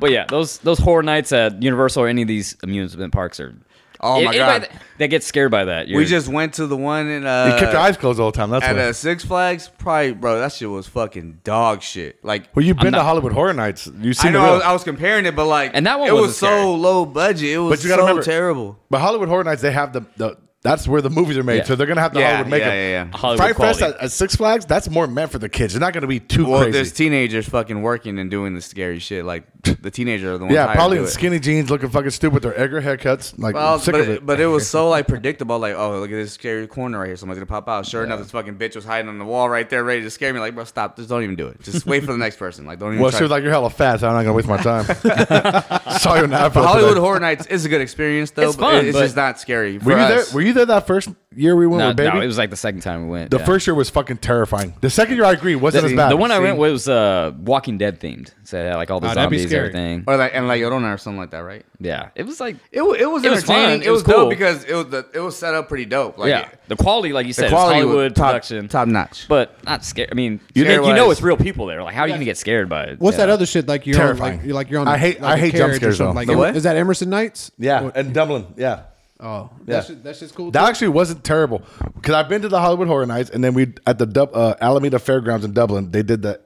Speaker 1: But yeah, those those horror nights at Universal or any of these amusement parks are
Speaker 4: Oh my
Speaker 1: Anybody
Speaker 4: god.
Speaker 1: that- that gets scared by that.
Speaker 4: we
Speaker 1: you're-
Speaker 4: just went to the one in
Speaker 3: You
Speaker 4: uh
Speaker 3: kept your eyes closed all the time. That's
Speaker 4: at
Speaker 3: why.
Speaker 4: uh, Six Flags. Probably, bro, that shit was fucking dog shit. Like
Speaker 3: well, you've been
Speaker 1: not-
Speaker 3: to Hollywood Horror Nights. You've
Speaker 4: I
Speaker 3: seen the
Speaker 4: know
Speaker 3: real.
Speaker 4: I was, I was comparing it, but like,
Speaker 1: And that one
Speaker 4: it
Speaker 1: wasn't
Speaker 4: was
Speaker 1: scary.
Speaker 4: so low budget. It was
Speaker 3: but you got to
Speaker 4: so
Speaker 3: remember,
Speaker 4: terrible.
Speaker 3: But Hollywood Horror Nights, they have the, the that's where the movies are made,
Speaker 1: Yeah.
Speaker 3: so they're gonna have the
Speaker 4: Yeah,
Speaker 3: Hollywood makeup.
Speaker 4: yeah, yeah, yeah.
Speaker 1: Hollywood
Speaker 3: Fright Fest at,
Speaker 1: quality.
Speaker 3: at Six Flags, that's more meant for the kids. They're not gonna be too
Speaker 4: Well, there's
Speaker 3: crazy.
Speaker 4: teenagers fucking working and doing the scary shit. Like the teenagers are the ones.
Speaker 3: yeah,
Speaker 4: hired
Speaker 3: probably
Speaker 4: to
Speaker 3: in
Speaker 4: do it.
Speaker 3: skinny jeans, looking fucking stupid, with their Edgar haircuts. Like
Speaker 4: Well,
Speaker 3: I'm sick
Speaker 4: but,
Speaker 3: of it.
Speaker 4: but it was so like predictable. Like, oh, look at this scary corner right here. Somebody's gonna pop out. Sure enough, this fucking bitch was hiding on the wall right there, ready to scare me. Like, bro, stop. Just don't even do it. Just wait for the next person. Like, don't even.
Speaker 3: well,
Speaker 4: try.
Speaker 3: she was like, "You're hella fat. So I'm not gonna waste my time." Saw you in the
Speaker 4: But
Speaker 3: iPhone.
Speaker 4: Hollywood
Speaker 3: today.
Speaker 4: Horror Nights is a good experience though.
Speaker 1: It's
Speaker 4: but
Speaker 1: fun,
Speaker 4: It's
Speaker 1: but-
Speaker 4: just not scary.
Speaker 3: Were
Speaker 4: for
Speaker 3: you there?
Speaker 4: us.
Speaker 3: Were you there that first year we went
Speaker 1: no,
Speaker 3: with baby?
Speaker 1: no, it was like the second time we went.
Speaker 3: the
Speaker 1: yeah.
Speaker 3: first year was fucking terrifying. The second year, I agree, wasn't as bad.
Speaker 1: The one I
Speaker 3: See?
Speaker 1: went was uh, Walking Dead themed. So it had, like all the
Speaker 2: Oh, that'd be
Speaker 1: zombies and
Speaker 2: scary.
Speaker 1: everything.
Speaker 4: Or like and like Yorona or something like that, right?
Speaker 1: Yeah, it was like
Speaker 4: It, wa- it was
Speaker 1: It was fun.
Speaker 4: entertaining.
Speaker 1: It
Speaker 4: It
Speaker 1: was
Speaker 4: was,
Speaker 1: cool.
Speaker 4: dope because it was the, it was set up pretty dope. Like,
Speaker 1: yeah, the quality, like you said, is
Speaker 4: quality was
Speaker 1: Hollywood
Speaker 4: top-
Speaker 1: production,
Speaker 4: top notch.
Speaker 1: but not scared. I mean, you,
Speaker 4: You
Speaker 1: think, you
Speaker 4: scare-wise.
Speaker 1: know it's real people there. Like, how are you gonna get scared by it?
Speaker 2: What's
Speaker 1: Yeah.
Speaker 2: that other shit? Like you're on, like
Speaker 3: Terrifying.
Speaker 2: you're like you're on.
Speaker 3: I hate-
Speaker 2: like
Speaker 3: I
Speaker 2: a
Speaker 3: hate jump
Speaker 2: carriage or
Speaker 3: scares,
Speaker 2: something.
Speaker 3: though.
Speaker 2: Like
Speaker 4: The
Speaker 2: Em-
Speaker 4: what?
Speaker 2: Is that Emerson Knights?
Speaker 3: Yeah,
Speaker 2: Or-
Speaker 3: and Dublin. Yeah.
Speaker 2: Oh,
Speaker 3: Yeah.
Speaker 2: that shit, that shit's cool.
Speaker 3: That
Speaker 2: too.
Speaker 3: actually wasn't terrible because I've been to the Hollywood Horror Nights, and then we at the Dub- uh, Alameda Fairgrounds in Dublin. They did the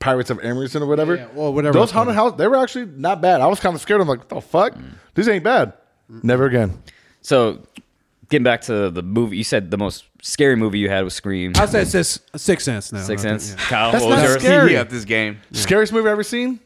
Speaker 3: Pirates of Emerson or whatever.
Speaker 2: Yeah, yeah, or whatever
Speaker 3: Those
Speaker 2: it's called.
Speaker 3: haunted houses, they were actually not bad. I was kind of scared. I'm like, what the fuck? This ain't bad. Never again.
Speaker 1: So, getting back to the movie, you said the most scary movie you had was Scream.
Speaker 2: I said six six cents now.
Speaker 1: Six
Speaker 2: Okay,
Speaker 1: Sense.
Speaker 2: Oh, yeah.
Speaker 1: Kyle,
Speaker 3: That's
Speaker 1: what was
Speaker 3: not
Speaker 1: yours?
Speaker 3: scary.
Speaker 4: Scary up this game.
Speaker 3: Scariest movie I've ever seen?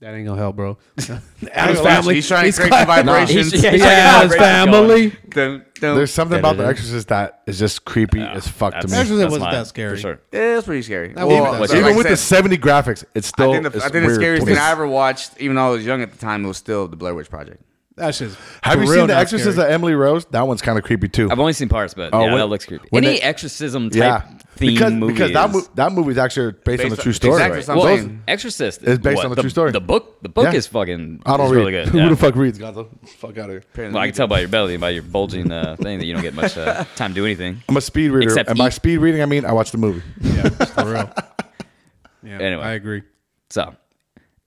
Speaker 2: That ain't gonna help, bro.
Speaker 3: He's
Speaker 2: Adam's family.
Speaker 4: He's trying to create
Speaker 2: got-
Speaker 4: the vibrations.
Speaker 1: He's- yeah, he's
Speaker 2: Yeah,
Speaker 1: like,
Speaker 2: Adam's
Speaker 1: "Oh, Rachel's going."
Speaker 2: family.
Speaker 4: Dun, dun.
Speaker 3: There's something about The
Speaker 1: Yeah.
Speaker 3: Exorcist that is just creepy as fuck to
Speaker 1: That's-
Speaker 3: me.
Speaker 2: Actually, it
Speaker 1: that's
Speaker 2: wasn't
Speaker 1: mine,
Speaker 2: that
Speaker 1: for
Speaker 2: scary.
Speaker 1: sure.
Speaker 4: Yeah, it's pretty scary.
Speaker 2: That wasn't
Speaker 4: Well,
Speaker 2: that
Speaker 4: but
Speaker 1: scary.
Speaker 3: Even
Speaker 4: like I
Speaker 3: with the
Speaker 4: said,
Speaker 3: 70 graphics, it's still.
Speaker 4: I think, the,
Speaker 3: it's
Speaker 4: I think the
Speaker 3: weird
Speaker 4: scariest
Speaker 3: to me.
Speaker 4: thing I ever watched, even though I was young at the time, it was still the Blair Witch Project.
Speaker 2: That shit's.
Speaker 3: Have
Speaker 2: for
Speaker 3: you
Speaker 2: real
Speaker 3: seen The
Speaker 2: not
Speaker 3: Exorcist
Speaker 2: scary.
Speaker 3: of Emily Rose? That one's kind of creepy too.
Speaker 1: I've only seen parts, but
Speaker 3: Oh,
Speaker 1: yeah,
Speaker 3: when-
Speaker 1: that looks creepy.
Speaker 3: when
Speaker 1: Any
Speaker 3: they-
Speaker 1: exorcism type
Speaker 3: yeah,
Speaker 1: theme
Speaker 3: because
Speaker 1: movie
Speaker 3: because that
Speaker 1: is-
Speaker 3: mo- that movie's actually based, on
Speaker 4: Based
Speaker 3: a
Speaker 4: on-
Speaker 3: true story.
Speaker 4: exactly, so I'm
Speaker 1: well,
Speaker 4: saying.
Speaker 1: Exorcist
Speaker 3: It's based
Speaker 1: what,
Speaker 3: on a
Speaker 1: the,
Speaker 3: true story.
Speaker 1: The book, the book
Speaker 3: Yeah.
Speaker 1: is fucking.
Speaker 3: I don't
Speaker 1: is
Speaker 3: read.
Speaker 1: really good.
Speaker 3: Who
Speaker 1: yeah.
Speaker 3: the fuck reads? Gonzo, fuck out of here.
Speaker 1: Well, I can tell by your belly and by your bulging uh, thing that you don't get much uh, time to do anything.
Speaker 3: I'm a speed reader,
Speaker 1: Except
Speaker 3: and by
Speaker 1: eat.
Speaker 3: speed reading, I mean I watch the movie.
Speaker 2: For real. Yeah,
Speaker 1: Anyway.
Speaker 2: I agree.
Speaker 1: So,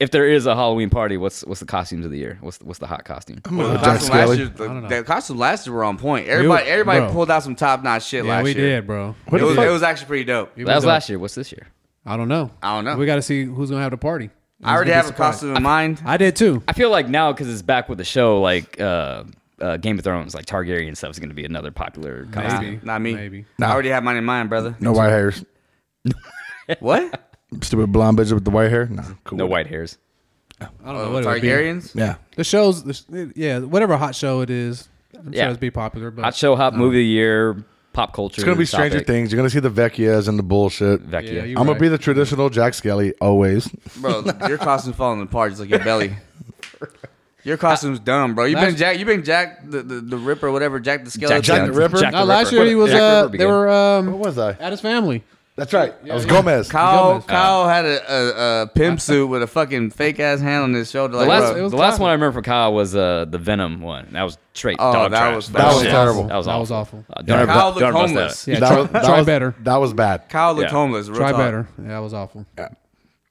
Speaker 1: if there is a Halloween party, what's what's the costumes of the year? What's the, what's the hot costume?
Speaker 4: The
Speaker 3: Jack
Speaker 4: costume last
Speaker 3: Skelly.
Speaker 4: year, the, the costume last year were on point. Everybody,
Speaker 2: were-
Speaker 4: everybody
Speaker 2: bro.
Speaker 4: pulled out some top notch shit
Speaker 2: Yeah,
Speaker 4: last
Speaker 2: we
Speaker 4: year.
Speaker 2: did, bro.
Speaker 3: What
Speaker 4: It
Speaker 3: the
Speaker 4: was,
Speaker 3: fuck?
Speaker 4: it was actually pretty dope.
Speaker 1: That was
Speaker 2: dope.
Speaker 1: last year. What's this year?
Speaker 2: I don't know.
Speaker 4: I don't know.
Speaker 2: We got to see who's gonna have the party.
Speaker 4: I already
Speaker 2: Who's gonna
Speaker 4: have a
Speaker 2: be surprised.
Speaker 4: costume in mind.
Speaker 2: I did too.
Speaker 1: I feel like now because it's back with the show, like uh, uh, Game of Thrones, like Targaryen stuff is going to be another popular costume.
Speaker 2: Maybe.
Speaker 4: Not me.
Speaker 2: Maybe.
Speaker 4: I already have mine in mind, brother.
Speaker 3: No white hairs.
Speaker 4: What?
Speaker 3: Stupid blonde bitch with the white hair. Nah, cool.
Speaker 1: No white hairs.
Speaker 2: I don't know
Speaker 4: Oh,
Speaker 2: what it would be.
Speaker 4: Targaryens?
Speaker 3: Yeah.
Speaker 2: The shows, the, sh- yeah, whatever hot show it is, I'm
Speaker 1: Yeah.
Speaker 2: sure it's be popular. But
Speaker 1: Hot show, hot movie of the year, pop culture.
Speaker 3: It's gonna be Stranger Things. You're gonna see the Vecchias and the bullshit.
Speaker 1: Vecchia.
Speaker 2: Yeah, you-
Speaker 3: I'm gonna
Speaker 2: right.
Speaker 3: be the traditional Jack Skelly always.
Speaker 4: Bro, your costume's falling apart just like your belly. Your costume's dumb, bro. You've been
Speaker 2: Last-
Speaker 4: Jack. You've been Jack the, the, the Ripper, whatever. Jack the Skeleton.
Speaker 3: Jack the Ripper?
Speaker 1: Jack
Speaker 2: no,
Speaker 1: the
Speaker 2: last
Speaker 1: Ripper.
Speaker 2: year he was.
Speaker 1: Jack the
Speaker 2: Uh,
Speaker 1: Ripper would be
Speaker 2: they
Speaker 1: good.
Speaker 2: were
Speaker 3: What
Speaker 2: um,
Speaker 3: was I?
Speaker 2: at his family.
Speaker 3: That's right. I was
Speaker 2: yeah.
Speaker 3: Gomez.
Speaker 4: Kyle,
Speaker 2: Gomez.
Speaker 4: Kyle had a, a, a pimp suit with a fucking fake ass hand on his shoulder.
Speaker 1: The
Speaker 4: Like,
Speaker 1: last,
Speaker 4: bro,
Speaker 2: it was
Speaker 1: the last
Speaker 2: classic.
Speaker 1: one I remember for Kyle was uh, the Venom one. That was straight
Speaker 4: Oh,
Speaker 1: dog
Speaker 4: that
Speaker 1: trash.
Speaker 4: was- that
Speaker 3: was
Speaker 1: shit.
Speaker 3: terrible.
Speaker 1: That was
Speaker 2: That
Speaker 1: awful.
Speaker 2: was awful.
Speaker 1: Uh, don't
Speaker 3: Yeah.
Speaker 1: ever,
Speaker 4: Kyle
Speaker 1: don't
Speaker 4: looked
Speaker 1: ever bust
Speaker 4: homeless.
Speaker 1: that.
Speaker 2: Yeah, try,
Speaker 3: was- that
Speaker 2: try
Speaker 3: was-
Speaker 2: better.
Speaker 3: That was bad.
Speaker 4: Kyle looked
Speaker 1: Yeah.
Speaker 4: homeless. Real
Speaker 2: Try
Speaker 4: talk.
Speaker 2: better. Yeah, that was awful.
Speaker 3: Uh,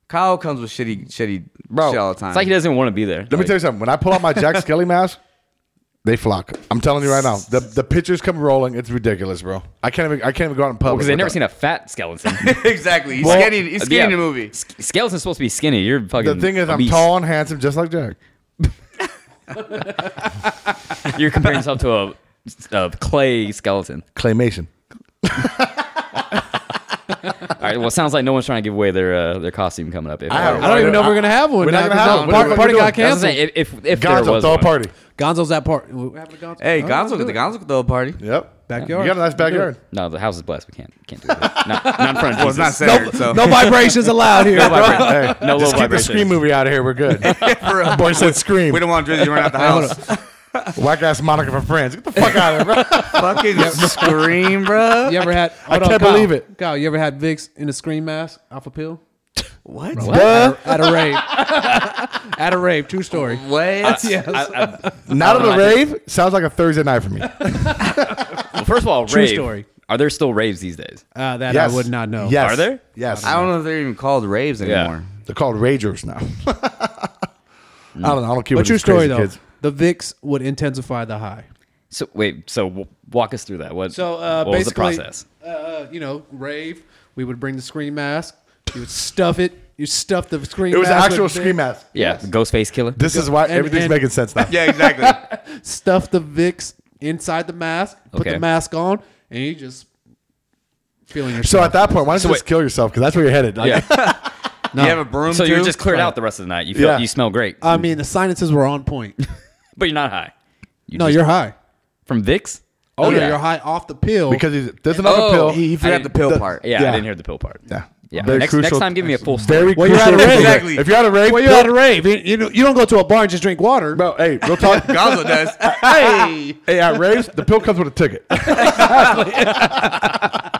Speaker 4: Kyle comes with shitty, shitty
Speaker 1: Bro,
Speaker 4: shit all the time.
Speaker 1: it's like he doesn't want to be there.
Speaker 3: Let me tell you something. When I pull out my Jack Skelly mask, they flock. I'm telling you right now. The the pictures come rolling. It's ridiculous, bro. I can't even I can't even go out in public.
Speaker 1: because they've never
Speaker 3: without-
Speaker 1: seen a fat skeleton. uh,
Speaker 4: exactly. He's
Speaker 3: Well,
Speaker 4: skinny. He's skinny
Speaker 1: yeah.
Speaker 4: in the movie.
Speaker 1: S- skeleton's supposed to be skinny. You're fucking.
Speaker 3: The thing is, I'm
Speaker 1: obese.
Speaker 3: tall and handsome, just like Jack.
Speaker 1: You're comparing yourself to a, a clay skeleton.
Speaker 3: Claymation.
Speaker 1: All right. Well, it sounds like no one's trying to give away their uh, their costume coming up. If
Speaker 3: I
Speaker 2: I don't even know if we're gonna have one.
Speaker 3: We're
Speaker 2: now,
Speaker 3: not gonna
Speaker 2: 'cause
Speaker 3: have
Speaker 2: the
Speaker 3: one. What
Speaker 2: Party,
Speaker 3: the fuck
Speaker 2: party
Speaker 3: are you
Speaker 2: got
Speaker 3: doing?
Speaker 1: That's what I'm
Speaker 2: canceled.
Speaker 1: saying, if if, if there
Speaker 3: Gonzo,
Speaker 1: was
Speaker 3: throw a
Speaker 1: one.
Speaker 3: party.
Speaker 2: Gonzo's at party. What happened to Gonzo?
Speaker 4: Hey,
Speaker 2: Oh,
Speaker 4: Gonzo
Speaker 2: let's
Speaker 4: got
Speaker 2: do
Speaker 4: the
Speaker 2: it.
Speaker 4: Gonzo got the whole party.
Speaker 3: Yep.
Speaker 2: Backyard.
Speaker 3: You got a nice
Speaker 2: Let's do it.
Speaker 3: backyard.
Speaker 1: No, the house is blessed. We can't can't do that. not, not in front of Jesus.
Speaker 4: It's not centered, so
Speaker 2: No vibrations allowed here.
Speaker 1: No vibration.
Speaker 3: Hey,
Speaker 1: No
Speaker 3: just
Speaker 1: low
Speaker 3: keep the
Speaker 1: vibration.
Speaker 3: Scream movie out of here. We're good.
Speaker 4: For real.
Speaker 3: Boy said Scream.
Speaker 4: we don't want Drizzy running out the
Speaker 2: hold
Speaker 4: house.
Speaker 3: Whack ass Monica from Friends. Get the fuck out of here, bro.
Speaker 4: Fucking scream, bro.
Speaker 2: You ever had? hold
Speaker 3: can't
Speaker 2: Kyle.
Speaker 3: believe it.
Speaker 2: Kyle, you ever had Vicks in a screen mask, alpha pill?
Speaker 4: What?
Speaker 2: At a, at a rave. at a rave. True story.
Speaker 4: What?
Speaker 2: Yes.
Speaker 3: Not at
Speaker 1: I
Speaker 3: a
Speaker 1: don't know, I
Speaker 3: rave. Sounds like a Thursday night for me.
Speaker 1: Well, first of all,
Speaker 2: True
Speaker 1: rave.
Speaker 2: story.
Speaker 1: Are there still raves these days?
Speaker 2: Uh, that
Speaker 3: Yes.
Speaker 2: I would not know.
Speaker 3: Yes.
Speaker 1: Are there?
Speaker 3: Yes.
Speaker 4: I don't know if they're even called raves
Speaker 1: Yeah.
Speaker 4: anymore.
Speaker 3: They're called Ragers now. I don't know. I don't keep
Speaker 2: But
Speaker 3: with
Speaker 2: true
Speaker 3: these crazy
Speaker 2: story though.
Speaker 3: Kids.
Speaker 2: the VIX would intensify the high.
Speaker 1: So wait, so w- walk us through that. What?
Speaker 2: So uh,
Speaker 1: what was the
Speaker 2: basically,
Speaker 1: process?
Speaker 2: Uh, uh, you know, rave. We would bring the screen mask. You would stuff it. You stuff the screen.
Speaker 3: It was an
Speaker 2: mask
Speaker 3: actual
Speaker 2: with
Speaker 3: screen
Speaker 2: Vicks,
Speaker 3: mask.
Speaker 1: Yeah, Ghostface Killer.
Speaker 3: This is why
Speaker 2: And-
Speaker 3: everything's
Speaker 2: and-
Speaker 3: making sense now.
Speaker 4: Yeah, exactly.
Speaker 2: Stuff the Vicks inside the mask. Put
Speaker 1: Okay.
Speaker 2: the mask on, and you just feeling
Speaker 3: So
Speaker 2: yourself.
Speaker 3: at that point, why don't you
Speaker 1: So
Speaker 3: just kill yourself? Because that's where you're headed. Like,
Speaker 1: Yeah.
Speaker 2: No.
Speaker 4: You have a broom.
Speaker 1: so you're
Speaker 4: too?
Speaker 1: just cleared out the rest of the night. You feel,
Speaker 3: Yeah. Uh,
Speaker 1: you smell great,
Speaker 2: I mean, the sinuses were on point.
Speaker 1: but you're not high. You
Speaker 2: no,
Speaker 1: just-
Speaker 2: you're high.
Speaker 1: from Vicks.
Speaker 2: Oh
Speaker 1: yeah.
Speaker 2: yeah, you're high off the pill
Speaker 3: Because he's, there's another
Speaker 1: Oh.
Speaker 3: pill.
Speaker 4: He, he
Speaker 1: I
Speaker 4: forgot
Speaker 1: didn't-
Speaker 4: the pill
Speaker 3: the-
Speaker 4: part.
Speaker 1: Yeah, I
Speaker 3: Yeah.
Speaker 1: didn't hear the pill part.
Speaker 3: yeah.
Speaker 1: Yeah.
Speaker 3: Very
Speaker 1: Next, next
Speaker 3: crucial-
Speaker 1: time, give me a full story.
Speaker 3: Very
Speaker 2: Well, you're at
Speaker 3: crucial.
Speaker 2: a rave.
Speaker 3: reason.
Speaker 4: Exactly.
Speaker 3: If you're at a rave,
Speaker 2: Well, you're
Speaker 3: pull-
Speaker 2: at a rave. You, you, don't- you don't go to a bar and just drink water.
Speaker 3: bro. Hey, real talk.
Speaker 4: Gonzo does.
Speaker 2: Hey,
Speaker 3: hey, at raves, the pill comes with a ticket.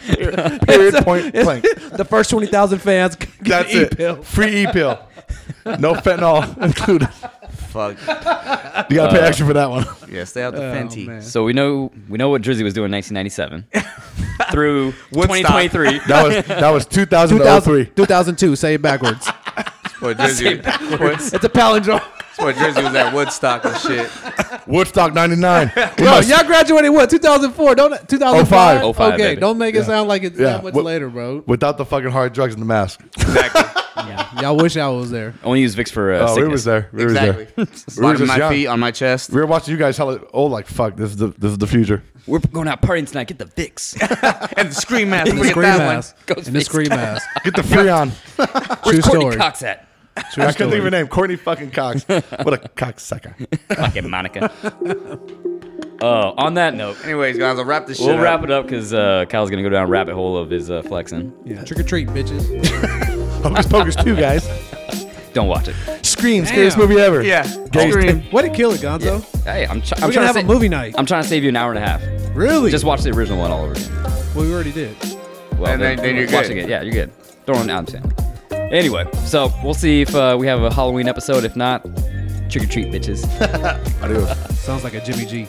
Speaker 3: Period. Point blank.
Speaker 2: the first twenty thousand fans. get
Speaker 3: That's
Speaker 2: an
Speaker 3: it.
Speaker 2: e-pill.
Speaker 3: Free e pill. No fentanyl included.
Speaker 4: Fuck.
Speaker 3: You gotta pay extra for that one.
Speaker 4: Yeah, stay out the Fenty.
Speaker 2: Oh, man.
Speaker 1: So we know we know what Drizzy was doing in 1997 through
Speaker 4: Woodstock.
Speaker 1: 2023.
Speaker 3: That was that was 2000 to 03.
Speaker 2: 2000, 2002. Say it backwards.
Speaker 4: Boy, Drizzy, Boy,
Speaker 2: it's a palindrome.
Speaker 4: boy, Drizzy was at Woodstock and shit.
Speaker 3: Woodstock 99. We
Speaker 2: Bro,
Speaker 3: must- Oh,
Speaker 2: y'all graduated what? 2004. Don't 2005.
Speaker 3: 05,
Speaker 2: okay,
Speaker 1: baby.
Speaker 2: don't make it sound like it's
Speaker 3: Yeah.
Speaker 2: that much
Speaker 3: What-
Speaker 2: later, bro.
Speaker 3: Without the fucking hard drugs and the mask.
Speaker 2: Y'all wish I was there.
Speaker 1: Only use Vicks for uh,
Speaker 3: Oh, we
Speaker 1: sickness.
Speaker 3: was there. We
Speaker 4: Exactly.
Speaker 3: was there. We were
Speaker 4: Bottom of
Speaker 3: just
Speaker 4: my
Speaker 3: young.
Speaker 4: feet on my chest.
Speaker 3: We were watching you guys hella old, like, fuck, this is the, this is the future.
Speaker 1: We're going out partying tonight. Get the Vicks.
Speaker 4: And the scream mask.
Speaker 2: And the
Speaker 4: Look at
Speaker 2: scream
Speaker 4: that
Speaker 2: mask.
Speaker 1: Ghostface.
Speaker 2: And the scream mask.
Speaker 3: Get the Freon.
Speaker 2: True
Speaker 1: Courtney
Speaker 2: story.
Speaker 1: Cox at.
Speaker 2: True
Speaker 3: I couldn't
Speaker 2: story.
Speaker 3: leave her name. Courtney fucking Cox. What a cocksucker.
Speaker 1: Fucking Monica. Uh, on that note,
Speaker 4: one. Anyways, guys, I'll wrap this shit
Speaker 1: we'll
Speaker 4: up.
Speaker 1: wrap it up because uh, Kyle's gonna go down a rabbit hole of his uh, flexing.
Speaker 2: Yeah. Trick or treat, bitches.
Speaker 3: Hocus Pocus 2, guys.
Speaker 1: Don't watch it.
Speaker 3: Scream, scariest
Speaker 2: Damn.
Speaker 3: movie ever.
Speaker 4: Yeah.
Speaker 3: Gay
Speaker 4: Scream.
Speaker 2: What did kill it, Gonzo?
Speaker 1: Hey, I'm, try- I'm trying
Speaker 2: We're gonna
Speaker 1: to
Speaker 2: have
Speaker 1: sa-
Speaker 2: a movie night.
Speaker 1: I'm trying to save you an hour and a half.
Speaker 2: really?
Speaker 1: Just watch the original one all over again.
Speaker 2: well, we already did.
Speaker 1: Well,
Speaker 4: And then- then you're
Speaker 1: watch
Speaker 4: good.
Speaker 1: it again. Yeah, you're good. Throw on Adam Sandler. Anyway, so we'll see if uh, we have a Halloween episode. If not, trick or treat, bitches.
Speaker 3: Adios.
Speaker 2: Sounds like a Jimmy G.